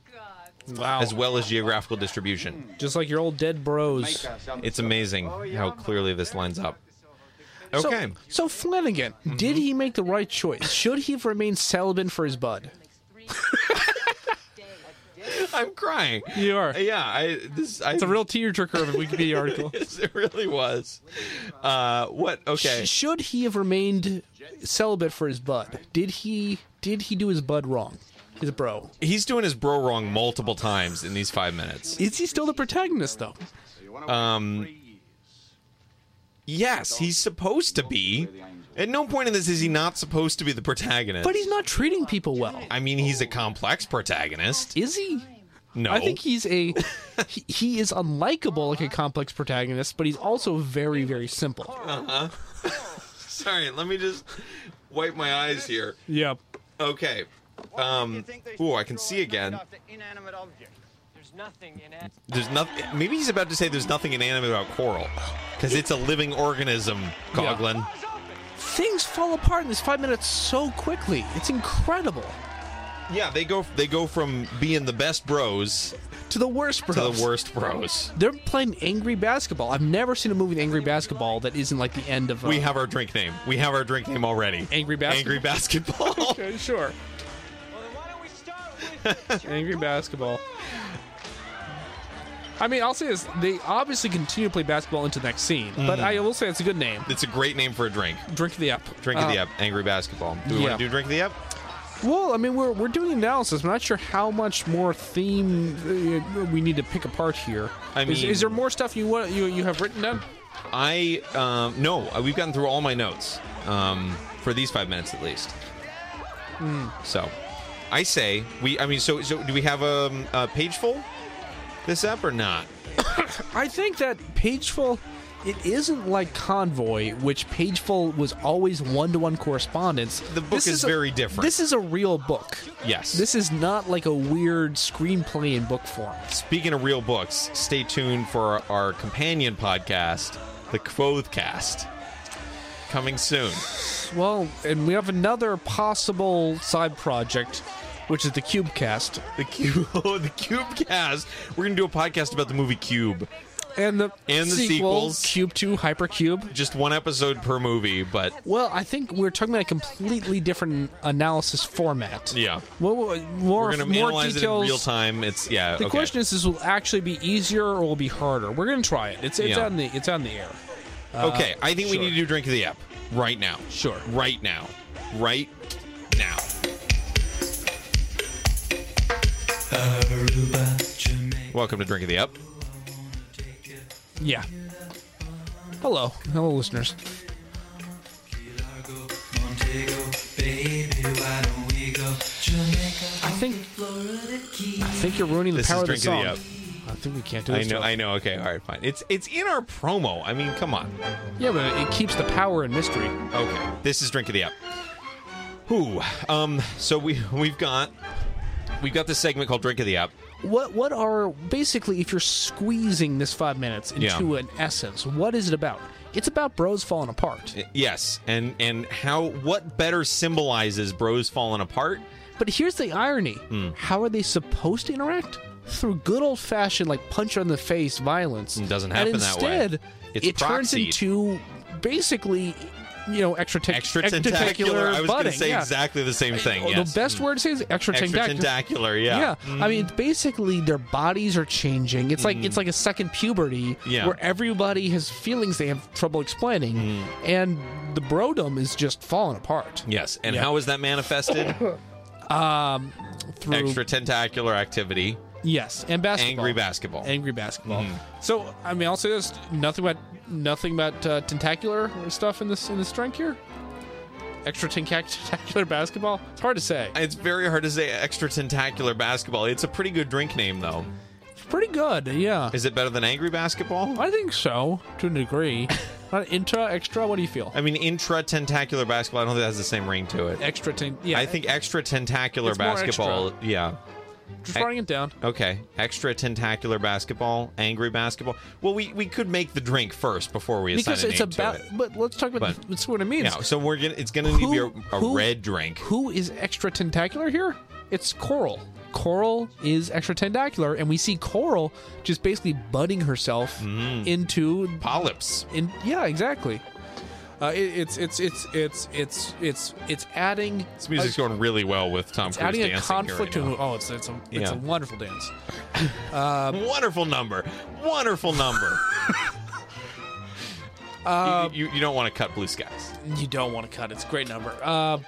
C: wow.
G: as well as geographical distribution.
C: Just like your old dead bros.
G: It's amazing how clearly this lines up. Okay.
C: So, so Flanagan, did he make the right choice? Should he have remained celibate for his bud?
G: I'm crying.
C: You are.
G: Yeah, I this I
C: It's a real tearjerker of a Wikipedia article.
G: Yes, it really was. Uh what okay.
C: Sh- Should he have remained celibate for his bud? Did he did he do his bud wrong? His bro.
G: He's doing his bro wrong multiple times in these 5 minutes. Um,
C: Is he still the protagonist though?
G: Yes, he's supposed to be. At no point in this is he not supposed to be the protagonist.
C: But he's not treating people well.
G: I mean, he's a complex protagonist.
C: Is he?
G: No.
C: I think he's a he, he is unlikable like a complex protagonist, but he's also very very simple.
G: Sorry, let me just wipe my eyes here.
C: Yep.
G: Okay. Um. Ooh, I can see again.
J: Inanimate object.
F: There's nothing in it.
G: There's nothing. Maybe he's about to say there's nothing inanimate about coral, because it's a living organism, Coglin.
C: Things fall apart in this five minutes so quickly. It's incredible.
G: Yeah. they go. They go from being the best bros
C: To the worst, bros.
G: to the worst bros.
C: They're playing angry basketball. I've never seen a movie with angry basketball that isn't like the end of. uh,
G: We have our drink name. We have our drink name already.
C: Angry
G: Angry basketball.
C: Okay, sure. Angry basketball. I mean, I'll say this: they obviously continue to play basketball into the next scene, but
G: Mm-hmm.
C: I will say it's a good name.
G: It's a great name for a drink.
C: Drink the up.
G: Drink of the app. Angry basketball. Do we
C: Uh, yeah.
G: want to do drink of the app?
C: Well, I mean, we're we're doing analysis. I'm not sure how much more theme uh, we need to pick apart here.
G: I
C: Is- is,
G: mean-
C: there more stuff you want you you have written down?
G: I um, no, we've gotten through all my notes um, for these five minutes at least. So, I say we. I mean, so so do we have um, a page full this up or not?
C: I think that Pageful, it isn't like Convoy, which Pageful was always one to one correspondence.
G: The book is
C: a-
G: very different.
C: This is a real book.
G: Yes.
C: This is not like a weird screenplay in book form.
G: Speaking of real books, stay tuned for our, our companion podcast, the Quothcast, coming soon.
C: Well, and we have another possible side project, which is the CubeCast.
G: The Cube, oh, the Cubecast. We're gonna do a podcast about the movie Cube.
C: And the,
G: And the
C: sequel,
G: sequels.
C: Cube 2, Hypercube.
G: Just one episode per movie, but
C: Well, I think we're talking about a completely different analysis format.
G: Yeah.
C: Well, well, more,
G: we're gonna
C: more
G: analyze
C: details.
G: it in real time. It's yeah.
C: The
G: okay.
C: question is, this will actually be easier or will be harder? We're gonna try it. It's it's
G: Yeah.
C: on the it's on the air.
G: Uh, Okay, I think we
C: sure.
G: need to do drink of the app right now.
C: Sure.
G: Right now. Right now. Welcome to Drink of the Up.
C: Yeah. Hello, hello, listeners. I think I think you're ruining the
G: This
C: power
G: is
C: of the
G: Drink of
C: song.
G: the
C: I think we can't do
G: I
C: this.
G: know.
C: to
G: I
C: it.
G: know. Okay. All right. Fine. It's it's in our promo. I mean, come on.
C: Yeah, but it keeps the power and mystery.
G: Okay. This is Drink of the Up. Who? Um. So we we've got we've got this segment called Drink of the Up.
C: What what are basically if you're squeezing this five minutes
G: Yeah.
C: into an essence, what is it about? It's about bros falling apart.
G: Yes. And and how? What better symbolizes bros falling apart?
C: But here's the irony:
G: Hmm.
C: how are they supposed to interact? Through good old fashioned like punch on the face violence.
G: It doesn't
C: and
G: happen that way.
C: instead,
G: It's
C: it turns
G: proxied.
C: into basically, you know, extratic-
G: Extratentacular. I was going to
C: budding,
G: say
C: yeah.
G: exactly the same thing.
C: Oh,
G: yes.
C: The best word to say is extratentacular.
G: Extratentacular, yeah. Hmm.
C: I mean, basically, their bodies are changing. It's like it's like a second puberty,
G: Yeah.
C: where everybody has feelings they have trouble explaining,
G: Hmm.
C: and the brodom is just falling apart
G: Yes. And how is that manifested?
C: through
G: Extra tentacular activity.
C: Yes, and basketball.
G: Angry basketball.
C: Angry basketball.
G: Mm-hmm.
C: So I mean, I'll say this: nothing about nothing about uh, tentacular stuff in this in this drink here. Extra tentacular basketball. It's hard to say.
G: It's very hard to say extra tentacular basketball. It's a pretty good drink name, though.
C: It's pretty good. Yeah,
G: Is it better than angry basketball?
C: I think so to a degree. Not intra extra. What do you feel?
G: I mean, intra tentacular basketball. I don't think that has the same ring to it.
C: extra. Ten- yeah,
G: I think extra tentacular
C: It's more
G: basketball. Yeah.
C: just writing it down.
G: Okay. Extra tentacular basketball. Angry basketball. Well, we, we could make the drink first before we assign
C: Because
G: a
C: it's
G: name to
C: about,
G: it.
C: but let's talk about
G: But-
C: that's what it means.
G: Yeah. So we're gonna. It's gonna need to be a, a
C: who-
G: red drink.
C: Who is extra tentacular here? It's Coral. Coral is extra tentacular, and we see Coral just basically budding herself
G: Mm.
C: into.
G: Polyps.
C: In, yeah, exactly. Uh, it, it's it's it's it's it's it's it's adding
G: This music's going really well with Tom
C: it's
G: Cruise
C: adding a
G: dancing here right
C: conflict to
G: now.
C: oh it's it's a it's a
G: Yeah.
C: wonderful dance.
G: Wonderful number. Wonderful number.
C: Uh,
G: you, you, you don't want to cut blue skies.
C: You don't want to cut. It's a great number. Uh,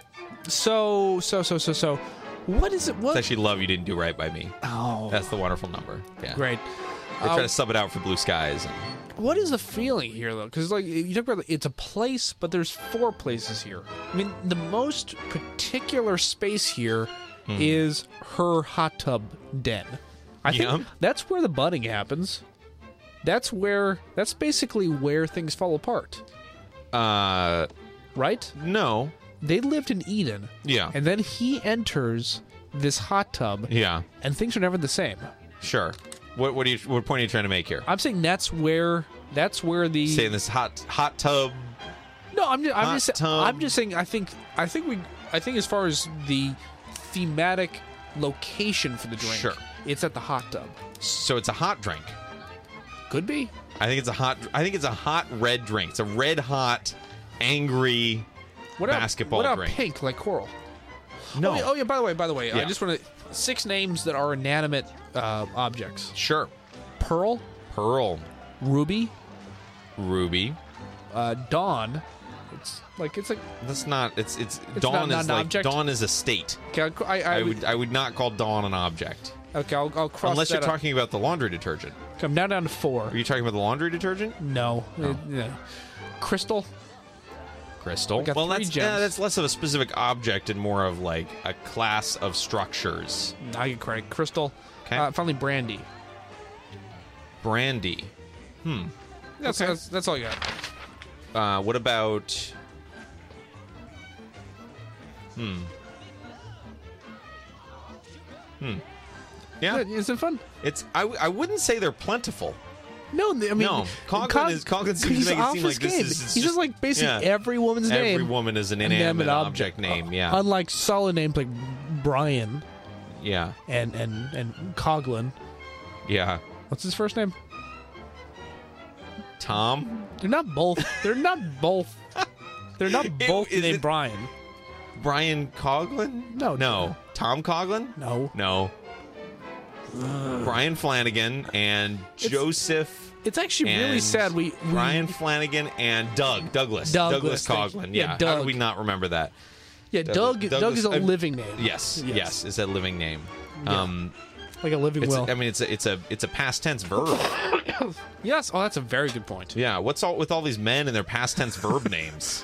C: so so so so so, what is it? What
G: It's actually love you didn't do right by me.
C: oh
G: That's the wonderful number. Yeah.
C: great. Uh,
G: They try to sub it out for blue skies.
C: What is the feeling here though? Because like you talk about, it's a place, but there's four places here. I mean, the most particular space here is her hot tub den. I
G: Yeah.
C: think that's where the budding happens. That's where. That's basically where things fall apart,
G: Uh,
C: right?
G: no.
C: They lived in Eden.
G: Yeah.
C: And then he enters this hot tub,
G: Yeah.
C: and things are never the same.
G: Sure. What what are you what point are you trying to make here?
C: I'm saying that's where that's where the
G: Saying this hot hot tub.
C: No, I'm just, I'm
G: Hot
C: just
G: tub.
C: I'm just saying I think I think we I think as far as the thematic location for the drink,
G: Sure.
C: it's at the hot tub.
G: So it's a hot drink.
C: Could be.
G: I think it's a hot I think it's a hot red drink. It's a red hot angry
C: What about-
G: basketball
C: what about
G: drink.
C: pink like coral?
G: No.
C: Oh, yeah, oh, yeah, by the way, by the way, I
G: Yeah.
C: just want to six names that are inanimate uh, objects.
G: Sure.
C: Pearl,
G: Pearl,
C: ruby,
G: ruby.
C: uh, dawn. It's like it's like
G: That's not it's it's,
C: It's not-
G: dawn
C: not
G: is
C: an
G: like
C: object?
G: dawn is a state.
C: okay, I'll- I, I,
G: I
C: would,
G: would I would not call dawn an object.
C: okay, I'll, I'll cross
G: Unless
C: that
G: you're
C: out.
G: talking about the laundry detergent.
C: I'm now down to four.
G: Are you talking about the laundry detergent?
C: No,
G: Oh.
C: Uh, yeah. crystal.
G: Crystal.
C: got
G: well,
C: three
G: that's
C: gems.
G: yeah, that's less of a specific object and more of like a class of structures.
C: I get credit. Crystal.
G: 'Kay.
C: Uh, finally, brandy.
G: Brandy.
C: That's, that's that's all I got.
G: Uh, what about? Hmm. Hmm. Yeah,
C: Is it fun?
G: it's. I, w- I wouldn't say they're plentiful.
C: No, I mean,
G: no, Conklin is Conklin seems
C: he's
G: to make it
C: off
G: seem
C: his
G: like this
C: game.
G: is.
C: He's
G: it's
C: just, like basically
G: yeah.
C: every woman's name.
G: Every woman is an
C: and then
G: inanimate
C: an ob- uh,
G: object name. Yeah,
C: Unlike solid names like Brian
G: yeah,
C: and and and Coglin.
G: yeah.
C: What's his first name?
G: Tom,
C: They're not both. They're not both. They're not
G: It-
C: both
G: is
C: named
G: it-
C: Brian.
G: Brian Coglin?
C: No,
G: no. Tom Coglin?
C: No.
G: No. Brian Flanagan and Joseph.
C: It's actually really
G: and
C: sad. We, we
G: Brian Flanagan and Doug Douglas.
C: Douglas,
G: Douglas,
C: thank you.
G: Coughlin.
C: Yeah,
G: Yeah. How
C: Doug.
G: do we not remember that?
C: yeah. Doug.
G: Douglas-
C: Doug is a
G: Douglas- I-
C: living name.
G: Yes. Yes. It's a living name. Um,
C: like a living
G: it's,
C: will.
G: I mean, it's a um, it's a it's a past tense verb.
C: yes. Oh, that's a very good point.
G: yeah. What's all with all these men and their past tense verb names?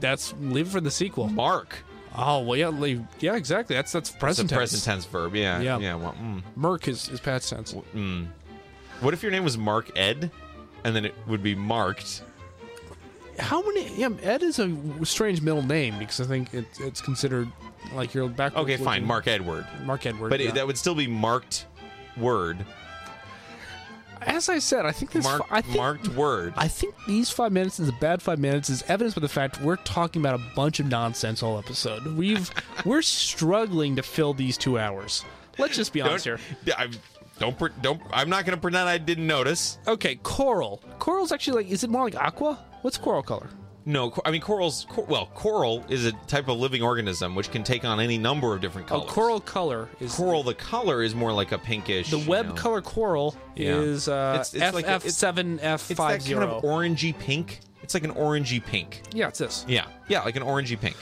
C: That's leave it for the sequel.
G: Mark.
C: Oh well, yeah, leave, yeah, exactly. That's that's
G: It's a
C: present tense.
G: present tense verb. Yeah.
C: Yeah.
G: Yeah. well, mm.
C: Merc is is past tense.
G: What if your name was Mark Ed, and then it would be marked?
C: How many? Yeah, Ed is a strange middle name because I think it, it's considered like your back.
G: Okay, fine. Mark Edward.
C: Mark Edward.
G: But
C: yeah.
G: it, that would still be marked word.
C: as I said, I think this.
G: Marked,
C: fi- I think,
G: marked word.
C: I think these five minutes is a bad five minutes is evidence by the fact we're talking about a bunch of nonsense all episode. We've we're struggling to fill these two hours. Let's just be honest here.
G: I'm, don't pre- don't. I'm not going to pretend I didn't notice.
C: Okay, coral. Coral's actually like. Is it more like aqua? What's coral color?
G: No, cor- I mean corals. Cor- well, coral is a type of living organism which can take on any number of different colors.
C: Oh, coral color is
G: Coral. The color is more like a pinkish.
C: The
G: you
C: web
G: know.
C: color coral
G: Yeah.
C: is uh,
G: It's- it's like a- it's-
C: FF7F50.
G: It's that kind of orangey pink. It's like an orangey pink.
C: yeah, it's this.
G: Yeah, yeah, like an orangey pink.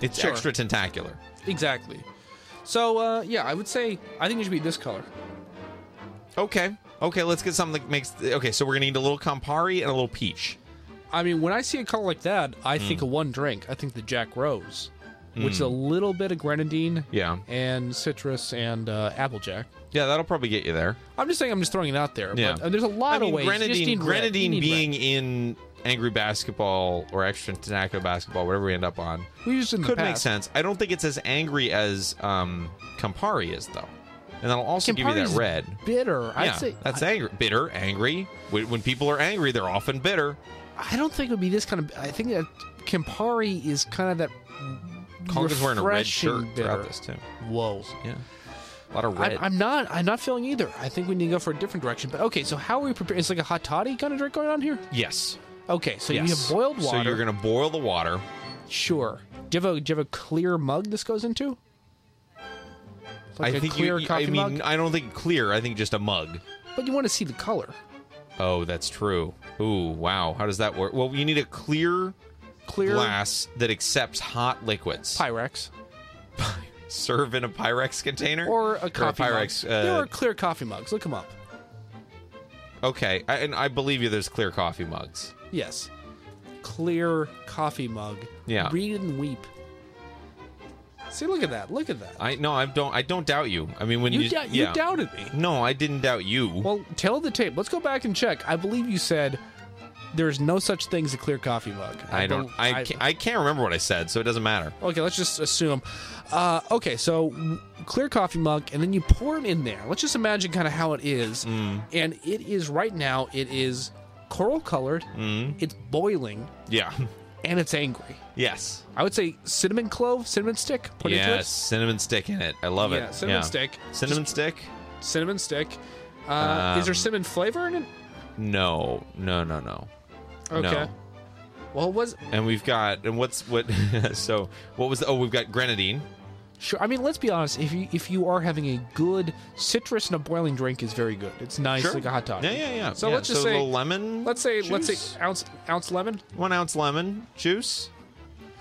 G: it's
C: Sure.
G: extra tentacular.
C: Exactly. So, uh, yeah, I would say I think it should be this color.
G: Okay, okay, let's get something that makes. Okay, so we're gonna need a little Campari and a little peach.
C: I mean, when I see a color like that, I
G: Hmm.
C: think of one drink. I think the Jack Rose, which is a little bit of grenadine
G: Yeah,
C: and citrus and uh, applejack.
G: yeah, that'll probably get you there.
C: I'm just saying I'm just throwing it out there.
G: Yeah.
C: But, uh, there's a lot
G: I mean,
C: of ways. You just
G: Grenadine,
C: need red.
G: grenadine
C: You need red.
G: being in Angry Basketball or Extra Tobacco Basketball, whatever we end up on,
C: we used it in the
G: could make
C: past.
G: sense. I don't think it's as angry as um, Campari is, though. And that'll also give you
C: Campari's
G: that red.
C: Bitter. I'd
G: yeah,
C: say
G: that's angry. Bitter, angry. Wh- When people are angry, they're often bitter.
C: I don't think it would be this kind of. I think that Campari is kind of that.
G: Conker's wearing a red
C: refreshing
G: shirt throughout
C: bitter.
G: this, too.
C: Whoa.
G: Yeah. A lot of
C: I,
G: red.
C: I'm not. I'm not feeling either. I think we need to go for a different direction. But okay, so how are we prepared? It's like a hot toddy kind of drink going on here.
G: yes.
C: Okay, so you
G: yes.
C: have boiled water.
G: So you're going to boil the water.
C: sure. Do you have a do you have a clear mug this goes into? Like
G: I
C: a
G: think
C: clear
G: you. e,
C: coffee
G: I mean,
C: mug?
G: I don't think clear. I think just a mug.
C: But you want to see the color.
G: Oh, that's true. Ooh, wow. How does that work? Well, you need a clear,
C: Clear
G: glass that accepts hot liquids.
C: Pyrex
G: Serve in a Pyrex container
C: or a coffee
G: Pyrex.
C: mug. there
G: uh,
C: are clear coffee mugs. Look them up.
G: okay, I, and I believe you. There's clear coffee mugs.
C: Yes, clear coffee mug.
G: Yeah.
C: Read and weep. See, look at that. Look at that.
G: I no, I don't. I don't doubt you. I mean, when
C: you
G: you,
C: dou-
G: yeah.
C: you doubted me.
G: No, I didn't doubt you.
C: Well, tell the tape. Let's go back and check. I believe you said there's no such thing as a clear coffee mug.
G: I don't.
C: bel-
G: I can't, I can't remember what I said, so it doesn't matter.
C: Okay, let's just assume. Uh, okay, so w- clear coffee mug, and then you pour it in there. Let's just imagine kind of how it is.
G: Mm.
C: And it is right now. It is coral colored.
G: Mm.
C: It's boiling,
G: Yeah.
C: and it's angry.
G: Yes.
C: I would say cinnamon clove, cinnamon stick. Put into
G: yes.
C: it.
G: Cinnamon stick in it. I love it.
C: Yeah, cinnamon stick.
G: Cinnamon stick?
C: Cinnamon stick. Uh,
G: Um,
C: is there cinnamon flavor in it?
G: No. No. No. No.
C: Okay.
G: No.
C: Well, was
G: And we've got and what's what? so what was? The, oh, we've got grenadine.
C: sure. I mean, let's be honest. If you if you are having a good citrus and a boiling drink is very good. It's nice, like a hot dog.
G: Yeah. Yeah. Yeah.
C: So
G: Yeah,
C: let's just
G: a
C: say
G: little lemon.
C: Let's say let's
G: juice?
C: say ounce ounce lemon.
G: one ounce lemon juice.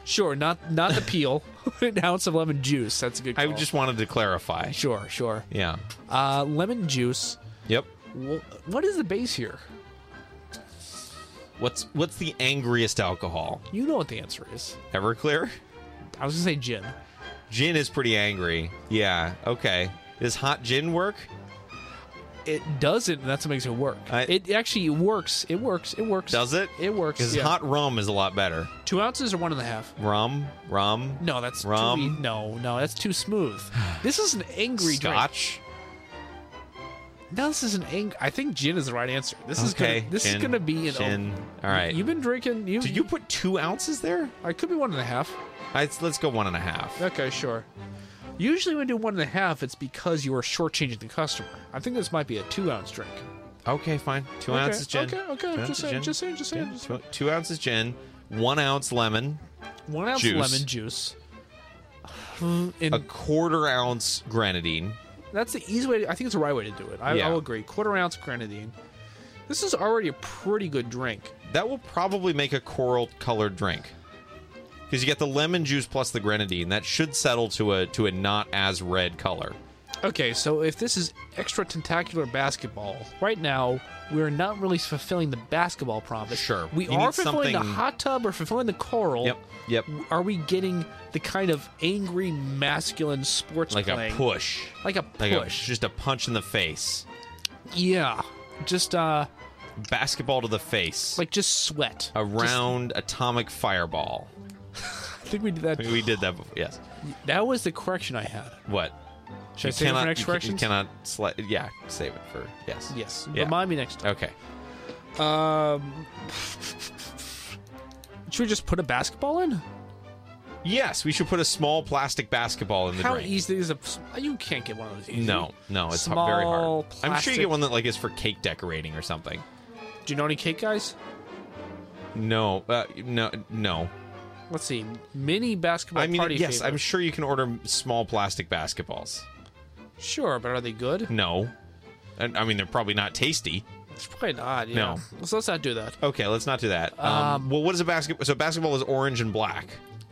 C: Sure, not not the peel. An ounce of lemon juice. That's a good.
G: I
C: call.
G: just wanted to clarify.
C: sure, sure.
G: Yeah.
C: Uh, lemon juice.
G: Yep.
C: Wh- What is the base here?
G: What's what's the angriest alcohol?
C: You know what the answer is.
G: Everclear.
C: I was gonna say gin.
G: Gin is pretty angry. Yeah. Okay. Does hot gin work?
C: It doesn't. and That's what makes it work.
G: I-
C: it actually works. It works. It works.
G: Does it?
C: It works.
G: Because
C: yeah.
G: hot rum is a lot better.
C: Two ounces or one and a half.
G: Rum, rum.
C: No, that's
G: Rum?
C: Too, e- no, no, that's too smooth. This is an angry drink.
G: Scotch.
C: No, this is an angry. I think gin is the right answer. This is
G: okay.
C: gonna, this
G: gin,
C: is gonna be an.
G: gin. All right.
C: You've been drinking. You,
G: Did you put two ounces there?
C: I could be one and a half.
G: I, let's go one and a half.
C: Okay, sure. Usually when you do one and a half, it's because you are shortchanging the customer. I think this might be a two ounce drink.
G: Okay, fine. Two
C: Okay,
G: ounces gin.
C: okay, okay.
G: Two
C: Just
G: ounces
C: saying,
G: gin.
C: just saying, just saying,
G: Gin.
C: just-
G: Two, two ounces gin. One ounce lemon.
C: One ounce
G: Juice.
C: lemon juice. And
G: A quarter ounce grenadine.
C: that's the easy way. To, I think it's the right way to do it. I,
G: Yeah.
C: I'll agree. Quarter ounce grenadine. This is already a pretty good drink.
G: That will probably make a coral colored drink. Because you get the lemon juice plus the grenadine. That should settle to a to a not as red color.
C: Okay, so if this is extra tentacular basketball, right now we're not really fulfilling the basketball promise.
G: Sure.
C: We
G: You
C: are
G: need
C: fulfilling the
G: something-
C: hot tub or fulfilling the coral.
G: Yep, yep.
C: Are we getting the kind of angry masculine sports
G: Like
C: playing?
G: a push.
C: Like a
G: Like a,
C: push.
G: just a punch in the face.
C: yeah. Just uh
G: Basketball to the face.
C: like just sweat.
G: a round atomic fireball.
C: I think we did that.
G: We did that before. Yes.
C: That was the correction I had.
G: What?
C: Should I
G: You
C: save it for
G: cannot-
C: next
G: you can-
C: corrections?
G: You cannot sli- yeah, save it for yes.
C: Yes.
G: Yeah.
C: Remind me next time.
G: Okay.
C: Um Should we just put a basketball in?
G: Yes, we should put a small plastic basketball in the
C: How
G: drink.
C: easy is a? You can't get one of those. Easy.
G: No, no, it's h-
C: Small
G: very hard. I'm sure
C: plastic-
G: you get one that like is for cake decorating or something.
C: Do you know any cake guys?
G: No, uh, no, no.
C: Let's see. Mini basketball
G: I mean,
C: party.
G: yes, I'm
C: favor.
G: sure you can order m- small plastic basketballs.
C: sure, but are they good?
G: No, And, I mean they're probably not tasty.
C: It's probably not. Yeah.
G: No.
C: So let's not do that.
G: Okay, let's not do that. Um, well, what is a basketball? So basketball is orange and black.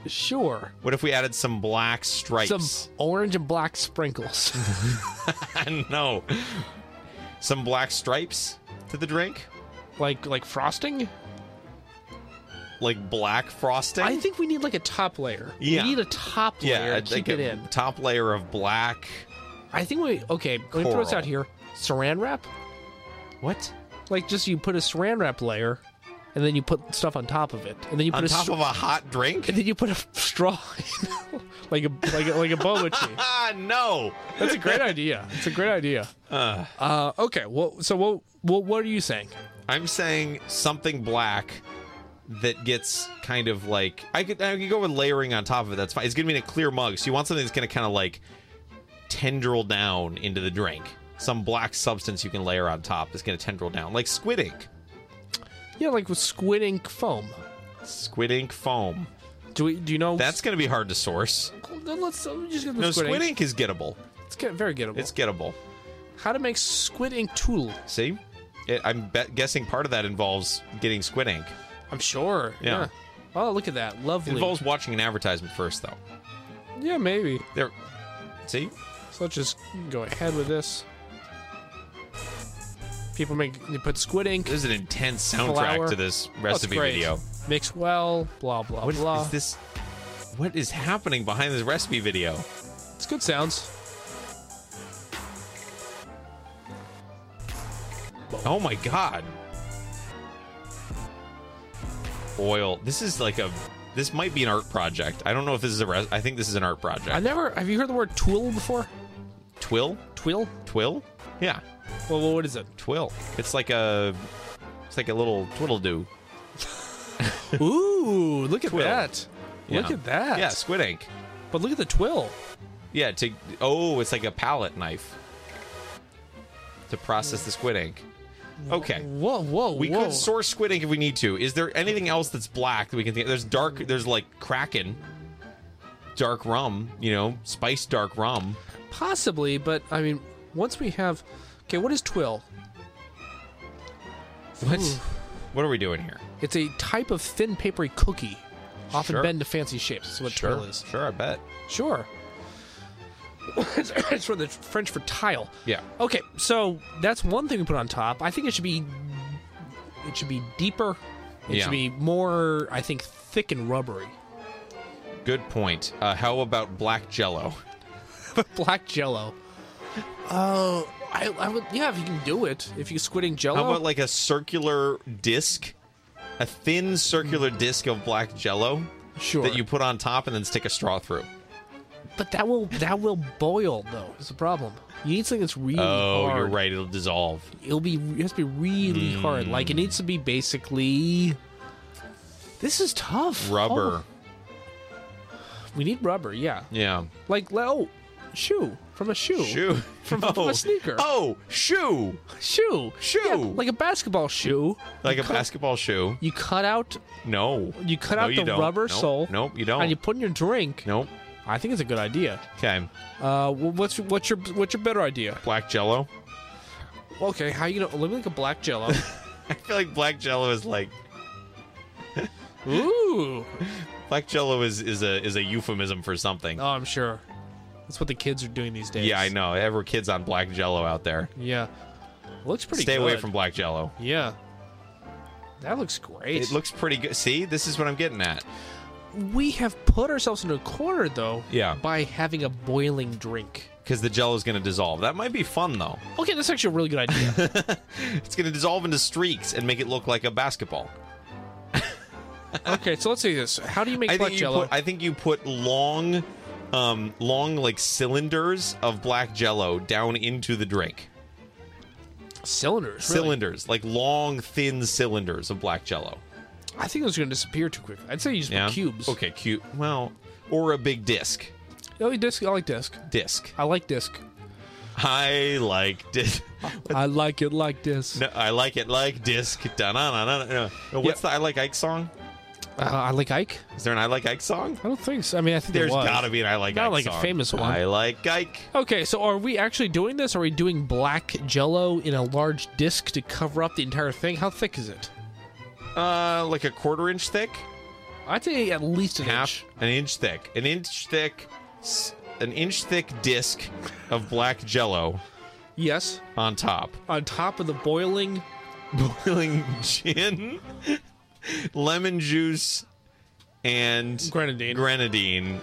C: Sure.
G: What if we added some black stripes?
C: Some orange and black sprinkles.
G: no, some black stripes to the drink,
C: like like frosting.
G: like black frosting.
C: I think we need like a top layer.
G: Yeah.
C: We need a top layer
G: yeah,
C: to keep
G: like
C: it
G: a
C: in.
G: top layer of black.
C: I think we okay. Let me throw this
G: Coral.
C: out here. Saran wrap.
G: What?
C: Like just you put a saran wrap layer, and then you put stuff on top of it, and then you put
G: On
C: a
G: top
C: stra-
G: of a hot drink?
C: and then you put a straw in, like a like a, like a boba tea.
G: Ah, no.
C: That's a great idea. It's a great idea. Uh, okay. Well, so what? Well, what are you saying?
G: I'm saying something black that gets kind of like I could I could go with layering on top of it. That's fine. It's gonna be in a clear mug, so you want something that's gonna kind of like tendril down into the drink. Some black substance you can layer on top is gonna tendril down, like squid ink,
C: Yeah, like with squid ink foam.
G: squid ink foam.
C: Do we? Do you know?
G: That's gonna be hard to source.
C: Then let's let me just get the
G: No,
C: squid, ink.
G: is gettable.
C: It's get, very gettable.
G: It's gettable.
C: How to make squid ink tool?
G: See, it, I'm be- guessing part of that involves getting squid ink.
C: I'm sure.
G: Yeah.
C: Oh, look at that.
G: It
C: Lovely.
G: involves watching an advertisement first, though.
C: yeah, maybe.
G: There, see,
C: So let's just go ahead with this. People make they put squid ink.
G: there's an intense soundtrack
C: flour.
G: to this
C: Oh, it's
G: recipe
C: great.
G: video.
C: Mix well. Blah blah
G: What is,
C: blah.
G: is this? What is happening behind this recipe video?
C: It's good sounds.
G: Oh my god! oil. This is like a. This might be an art project. I don't know if this is a. Res- I think this is an art project.
C: I never. Have you heard the word twill before?
G: Twill?
C: Twill?
G: Twill? Yeah.
C: Well, what is it?
G: Twill. It's like a. It's like a little twiddle-doo.
C: Ooh, look at
G: Twill.
C: that.
G: Yeah.
C: Look at that.
G: Yeah, squid ink.
C: But look at the twill.
G: Yeah, to oh, it's like a palette knife to process the squid ink. Okay.
C: Whoa, whoa,
G: We
C: whoa.
G: could source squid ink if we need to. Is there anything else that's black that we can think? There's dark. There's like kraken, dark rum. You know, spiced dark rum.
C: Possibly, but I mean, once we have. Okay, what is twill?
G: What? What are we doing here?
C: It's a type of thin, papery cookie, often
G: Sure.
C: bend to fancy shapes. That's what twill is.
G: Sure, I bet.
C: Sure. it's, it's from the French for tile.
G: Yeah.
C: Okay, so that's one thing we put on top. I think it should be it should be deeper. It
G: Yeah.
C: should be more, I think, thick and rubbery.
G: Good point. Uh, how about black jello?
C: Black Jello. Oh, I, I would. Yeah, if you can do it, if you squidding Jello.
G: How about like a circular disc, a thin circular disc of black jello
C: Hmm. sure.
G: that you put on top and then stick a straw through?
C: but that will that will boil though. Is the problem. You need something that's really
G: Oh,
C: hard.
G: you're right. Hmm. It'll dissolve.
C: It'll be it has to be really hard. Like it needs to be basically. This is tough.
G: Rubber.
C: Oh, we need rubber. Yeah.
G: Yeah.
C: Like le- oh, shoe from a shoe.
G: Shoe.
C: From, from
G: Oh.
C: a sneaker.
G: Oh, shoe.
C: shoe.
G: Shoe.
C: Yeah, like a basketball shoe.
G: Like a basketball shoe.
C: You cut out
G: No.
C: you cut
G: No,
C: out the
G: don't.
C: rubber
G: Nope.
C: sole.
G: Nope, you don't.
C: And you put in your drink.
G: nope.
C: I think it's a good idea.
G: Okay.
C: Uh, wh- what's what's your what's your better idea?
G: Black jello.
C: Okay, how you gonna let me like a black jello?
G: I feel like black jello is like
C: Ooh,
G: black jello is is a is a euphemism for something.
C: oh, I'm sure. That's what the kids are doing these days.
G: yeah, I know. Ever kids on black jello out there.
C: Yeah, looks pretty.
G: Stay away
C: good.
G: from black jello.
C: Yeah, that looks great.
G: It looks pretty good. See, this is what I'm getting at.
C: we have put ourselves in a corner though.
G: Yeah.
C: by having a boiling drink.
G: Because the jello's going to dissolve. That might be fun though.
C: Okay, that's actually a really good idea.
G: It's going to dissolve into streaks and make it look like a basketball.
C: okay, so let's say this. How do you make
G: I
C: black
G: think you
C: jello?
G: put I think you put long um long like cylinders of black jello down into the drink.
C: Cylinders. really.
G: Cylinders, like long thin cylinders of black jello.
C: I think those are going to disappear too quickly. I'd say you just
G: Yeah.
C: put cubes.
G: Okay, cube. Well, or a big disc.
C: Oh, disc. I like disc.
G: Disc.
C: I like disc.
G: I like disc.
C: I like it like this.
G: No, I like it like disc. Da-na-na-na-na. No, What's the I like Ike song?
C: Uh, I like Ike.
G: Is there an I like Ike song?
C: I don't think so. I mean, I think there
G: There's
C: was.
G: gotta be an I like
C: Not
G: Ike
C: like a
G: song.
C: famous one.
G: I like Ike.
C: Okay, so are we actually doing this? Are we doing black Jello in a large disc to cover up the entire thing? How thick is it?
G: Uh, like a quarter inch thick.
C: I'd say at least an
G: half
C: inch.
G: an inch thick an inch thick s- an inch thick disc of black jello
C: Yes,
G: on top
C: on top of the boiling.
G: boiling gin lemon juice and
C: Grenadine.
G: grenadine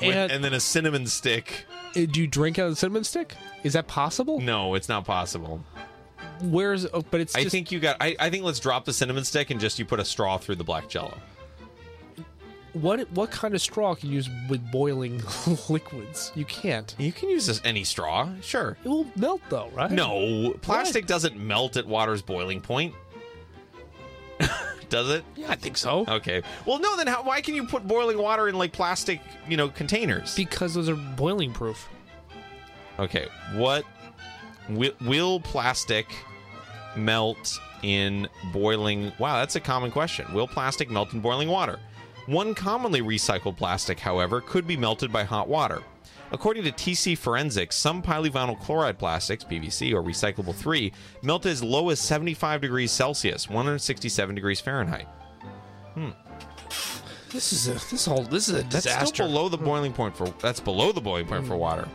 G: with-
C: And-
G: and, then a cinnamon stick
C: Uh, Do you drink out of the cinnamon stick? Is that possible?
G: no it's not possible
C: Where's? Oh, but it's.
G: i
C: just-
G: think you got I, I think let's drop the cinnamon stick and just you put a straw through the black jello
C: what what kind of straw can you use with boiling liquids? You can't.
G: you can use this, any straw sure
C: It will melt though, right?
G: no plastic doesn't melt at water's boiling point does it
C: Yeah, I think so.
G: Okay. Well, no. Then how, why can you put boiling water in like plastic, you know, containers?
C: Because those are boiling proof.
G: Okay. What will, will plastic melt in boiling? Wow, that's a common question. Will plastic melt in boiling water? One commonly recycled plastic, however, could be melted by hot water. According to TC Forensics, some polyvinyl chloride plastics, PVC or recyclable 3, melt as low as 75 degrees Celsius, 167 degrees Fahrenheit.
C: This is a this whole this is a
G: That's
C: disaster.
G: still below the boiling point for that's below the boiling point for water.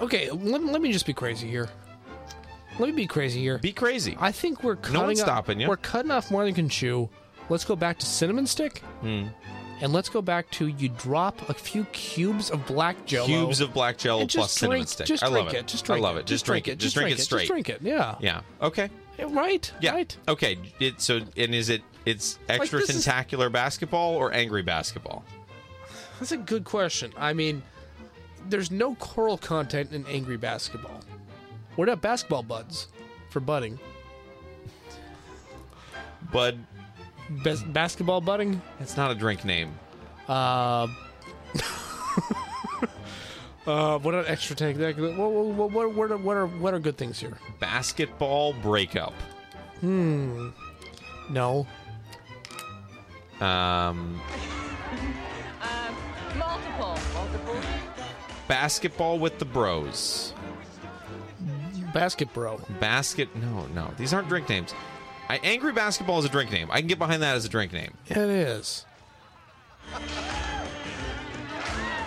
C: Okay, let, let me just be crazy here. Let me be crazy here.
G: Be crazy.
C: I think we're cutting
G: one's
C: off-
G: stopping you.
C: We're cutting off more than we can chew. Let's go back to cinnamon stick.
G: Hmm.
C: And let's go back to you drop a few cubes of black jello.
G: Cubes of black jello
C: and just
G: plus cinnamon
C: drink-
G: stick.
C: Just
G: I
C: drink
G: love it.
C: Just drink
G: I love it. Just, drink it. Just drink it straight.
C: Just drink it. Yeah.
G: Yeah. Okay.
C: Right.
G: Yeah.
C: Right.
G: Okay. It, so, and is it it's extra
C: this is-
G: tentacular basketball or angry basketball?
C: That's a good question. I mean, there's no coral content in Angry Basketball. We're not basketball buds for budding.
G: Bud,
C: Bas- basketball budding?
G: that's not a drink name.
C: Uh, what an extra tank. What, what, what, what, are, what, are, what are good things here?
G: Basketball breakup.
C: No.
G: Um,
H: Multiple. Multiple.
G: basketball with the bros.
C: Basket Bro.
G: Basket. No, no. These aren't drink names. I, angry basketball is a drink name. I can get behind that as a drink name.
C: It is.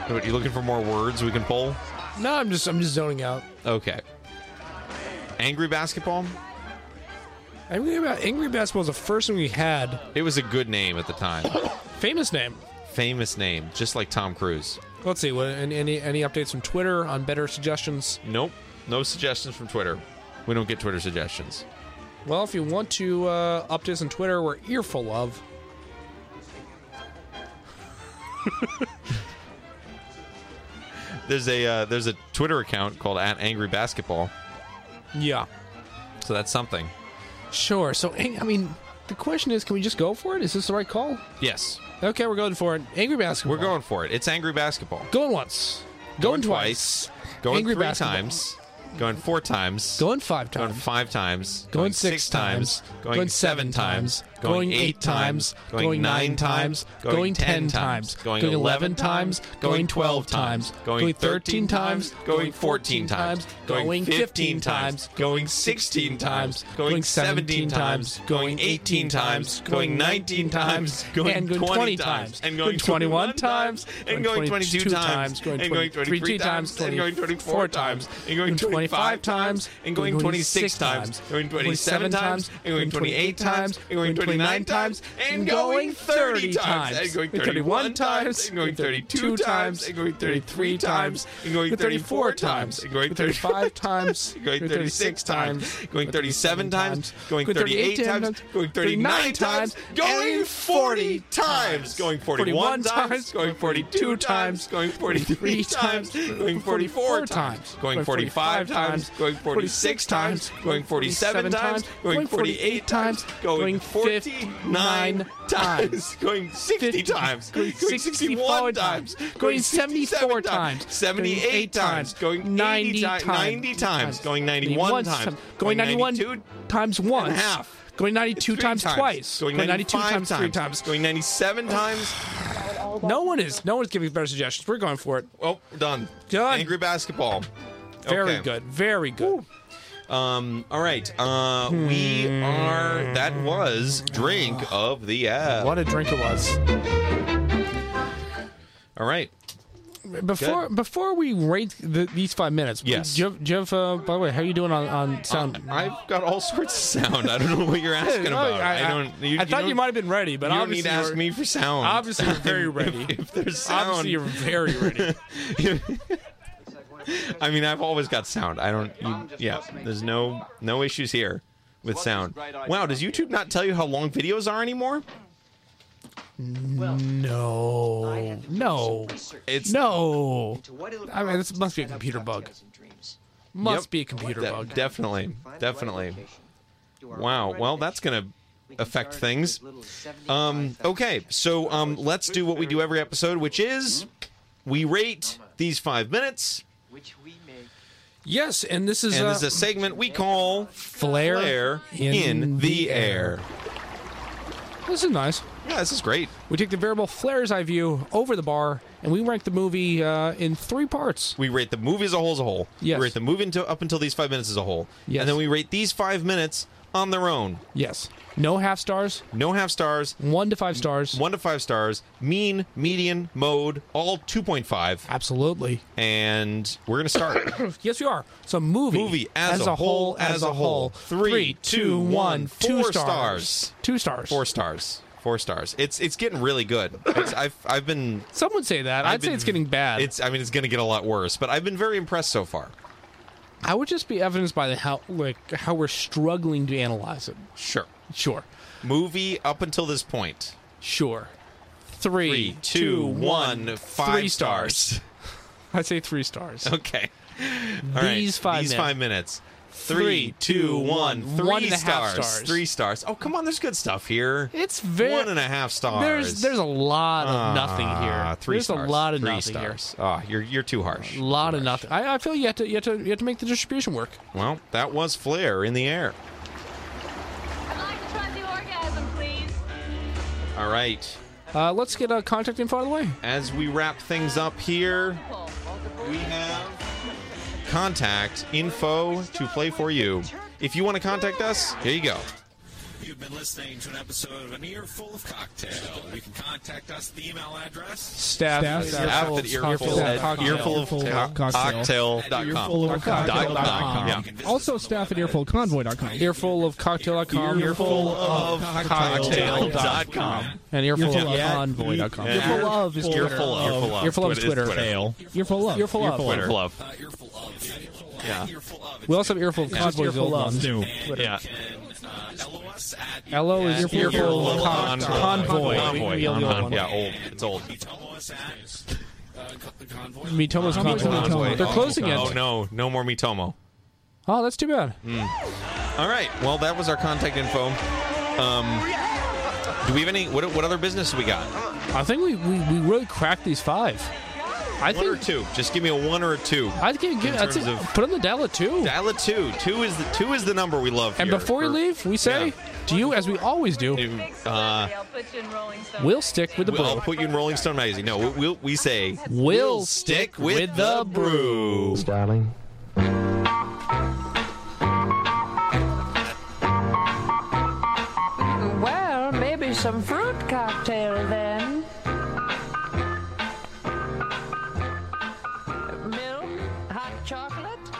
G: What, you looking for more words we can pull?
C: No, I'm just I'm just zoning out.
G: Okay. Angry basketball.
C: Angry, Ba- Angry Basketball is the first one we had.
G: It was a good name at the time.
C: Famous name.
G: Famous name, just like Tom Cruise.
C: Let's see. What, any, any any updates from Twitter on better suggestions?
G: Nope. No suggestions from Twitter. We don't get Twitter suggestions.
C: Well, if you want to uh, update us on Twitter, we're earful of.
G: There's a uh, there's a Twitter account called at Angry Basketball,
C: Yeah.
G: so that's something.
C: Sure. So, ang- I mean, the question is, can we just go for it? Is this the right call?
G: Yes,
C: Okay, we're going for it. Angry basketball.
G: we're going for it. It's Angry Basketball.
C: Going once. Going, twice.
G: Going
C: Angry
G: three
C: Basketball.
G: times. Going four times.
C: Going five
G: Going
C: times.
G: five times.
C: Going six times.
G: Going, seven times.
C: Going eight times. Going nine times. Going ten times.
G: Going eleven times. Going twelve times. Going thirteen times. Going fourteen times. Going fifteen times. Going sixteen times. Going seventeen times. Going eighteen times. Going nineteen times. Going
C: and going
G: twenty times. And going twenty-one times. And going twenty-two times. And going twenty-three times. And going twenty-four times. And going twenty-five times. And going twenty-six times. Going twenty-seven times. And going twenty-eight times. And going twenty-nine times. And going thirty times. And going thirty-one times. And going thirty-two times. And going thirty-three times. And going thirty-four times. And going thirty-five.
C: 35 times,
G: going 36 times, going 37 times, going 38 times, going 39 times, going 40 times, going 41 times, going 42 times, going 43 times, going 44 times, going 45 times, going 46 times, going 47 times, going 48 times, going 49 times, going 60 times, going 61 times, going 74 times, 78 times, going 90 times, 90 times, going 91 times,
C: going 91
G: 92
C: times once,
G: and a half.
C: going 92
G: three
C: times, twice,
G: going
C: 92
G: 95
C: times three times.
G: going 97 times.
C: No one is. No one's giving better suggestions. We're going for it.
G: Oh, done.
C: Done.
G: Angry basketball.
C: Very
G: Okay.
C: good. Very good.
G: Um, all right. Uh, we
C: Hmm.
G: are. That was drink of the app.
C: What a drink it was.
G: All right.
C: Before before we rate the, these five minutes,
G: Yes.
C: do you have, do you have, uh, by the way, how are you doing on, on sound?
G: I've got all sorts of sound. I don't know what you're asking
C: Oh,
G: about. I, don't. You,
C: I thought you,
G: don't-
C: might have been ready, but
G: you don't
C: obviously
G: need to ask
C: you're-
G: me for sound.
C: Obviously, you're very ready.
G: If there's sound,
C: obviously, you're very ready.
G: I mean, I've always got sound. I don't. You, yeah, there's no no issues here with sound. Wow, does YouTube not tell you how long videos are anymore?
C: no, no,
G: It's
C: no.
F: What it'll
C: I mean, this
F: cost
C: must
F: to
C: be a
F: set up
C: computer bug.
F: cocktails and dreams.
C: Must
G: Yep.
C: be a computer
G: De-
C: bug.
G: definitely,
F: Find the right
G: definitely.
F: location. Do our
G: Wow.
F: own
G: Well, that's
F: renovation.
G: gonna
F: We can
G: affect
F: charge
G: things.
F: as little as 75
G: Um,
F: cents.
G: okay, so um, let's do what we do every episode, which is we rate these five minutes,
F: Which we make
C: Yes, and this is
G: and
C: uh,
G: this is a segment we call
C: flare,
G: "Flare in, the Air."
C: This is nice.
G: Yeah, this is great.
C: We take the variable flares eye view over the bar, and we rank the movie uh, in three parts.
G: We rate the movie as a whole as a whole.
C: Yes.
G: We rate the movie into, up until these five minutes as a whole,
C: Yes.
G: and then we rate these five minutes on their own.
C: Yes, no half stars,
G: No half stars,
C: one to five stars.
G: one to five stars, mean, median, mode, all two point five,
C: Absolutely.
G: and we're gonna start.
C: Yes, we are. So movie,
G: Movie as a whole, as a whole. Three,
C: Three, two,
G: two,
C: one,
G: one,
C: two
G: four stars.
C: Two stars.
G: Four stars. Four stars. It's it's getting really good. It's, I've I've been.
C: Some would say that.
G: i
C: I'd say it's getting bad.
G: It's I mean it's going to get a lot worse, but I've been very impressed so far.
C: I would just be evidenced by the how like how we're struggling to analyze it.
G: Sure.
C: Sure,
G: Movie up until this point.
C: sure. Three,
G: Three, two, one,
C: one,
G: five
C: three
G: stars.
C: I say three stars.
G: Okay. All right.
C: These five
G: These
C: minutes.
G: five minutes. Three, two, one, three
C: One and a half
G: stars,
C: stars.
G: Three stars. Oh, come on. There's good stuff here.
C: It's very
G: One and a half stars.
C: There's there's a lot of nothing
G: Ah,
C: here.
G: Three
C: there's
G: stars.
C: a lot of
G: three
C: nothing
G: stars. Ah, you're, you're too harsh.
C: here. A lot of nothing. I, I feel you have to you have to you have to make the distribution work.
G: Well, that was Flair in the air.
H: I'd like to try the orgasm, please.
G: All right.
C: Uh, let's get uh, contact info out of the way.
G: As we wrap things up here,
H: Pull.
G: we have contact info to play for you. If you want to contact us, here you go.
K: You've been listening to an episode of An Earful of Cocktail. You can contact us at the email address.
C: Staff,
G: Staff at earful at earfulofcocktail.com.
C: Cocktail.com.
G: Yeah.
K: Also, staff at earfulconvoy.com.
C: Earful of cocktail.com.
G: Earful of cocktail.com.
C: and earful
K: Earful
C: of
K: of-
C: convoy.com.
G: Yeah.
C: Earful of is Twitter.
G: Earful of.
C: Earful of is
G: It is
C: Twitter.
K: Earful of.
C: Earful of.
G: Twitter. Earful of.
K: Earful of.
G: Yeah.
K: Earful of.
C: We also have earful of convoy's old ones.
K: New.
G: Yeah.
K: LOS at
C: LO is
G: Earful
C: earful, of con- convoy.
G: Convoy.
C: We- we have the old one.
G: Yeah, old. It's old.
K: Tomo's at uh, co- convoy.
C: Mitomo's convoy.
G: Convoy. Mm.
C: They're closing it.
G: Oh, no. No more Mitomo.
C: Oh, that's too bad.
G: All right. Well, that was our contact info. Um, do we have any? What, what other business we got?
C: I think we, we, we really cracked these five. I
G: one or
C: think
G: two? Just give me a one or a two.
C: I'd give, give
G: in
C: I'd say,
G: terms of-
C: put on the dial at two.
G: Dial a two. Two is the two is the number we love.
C: and
G: here.
C: before we
G: Or-
C: leave, we say
G: Yeah.
C: to you as we always do.
G: If,
H: Big
G: uh,
H: celebrity, I'll put you in Rolling Stone.
C: We'll stick with the
G: I'll
C: brew.
G: put you in Rolling Stone magazine. No, we, we, we say
C: We'll
G: stick with, the brew.
E: Darling.
L: Well, maybe some fruit cocktail then. Milk, hot chocolate.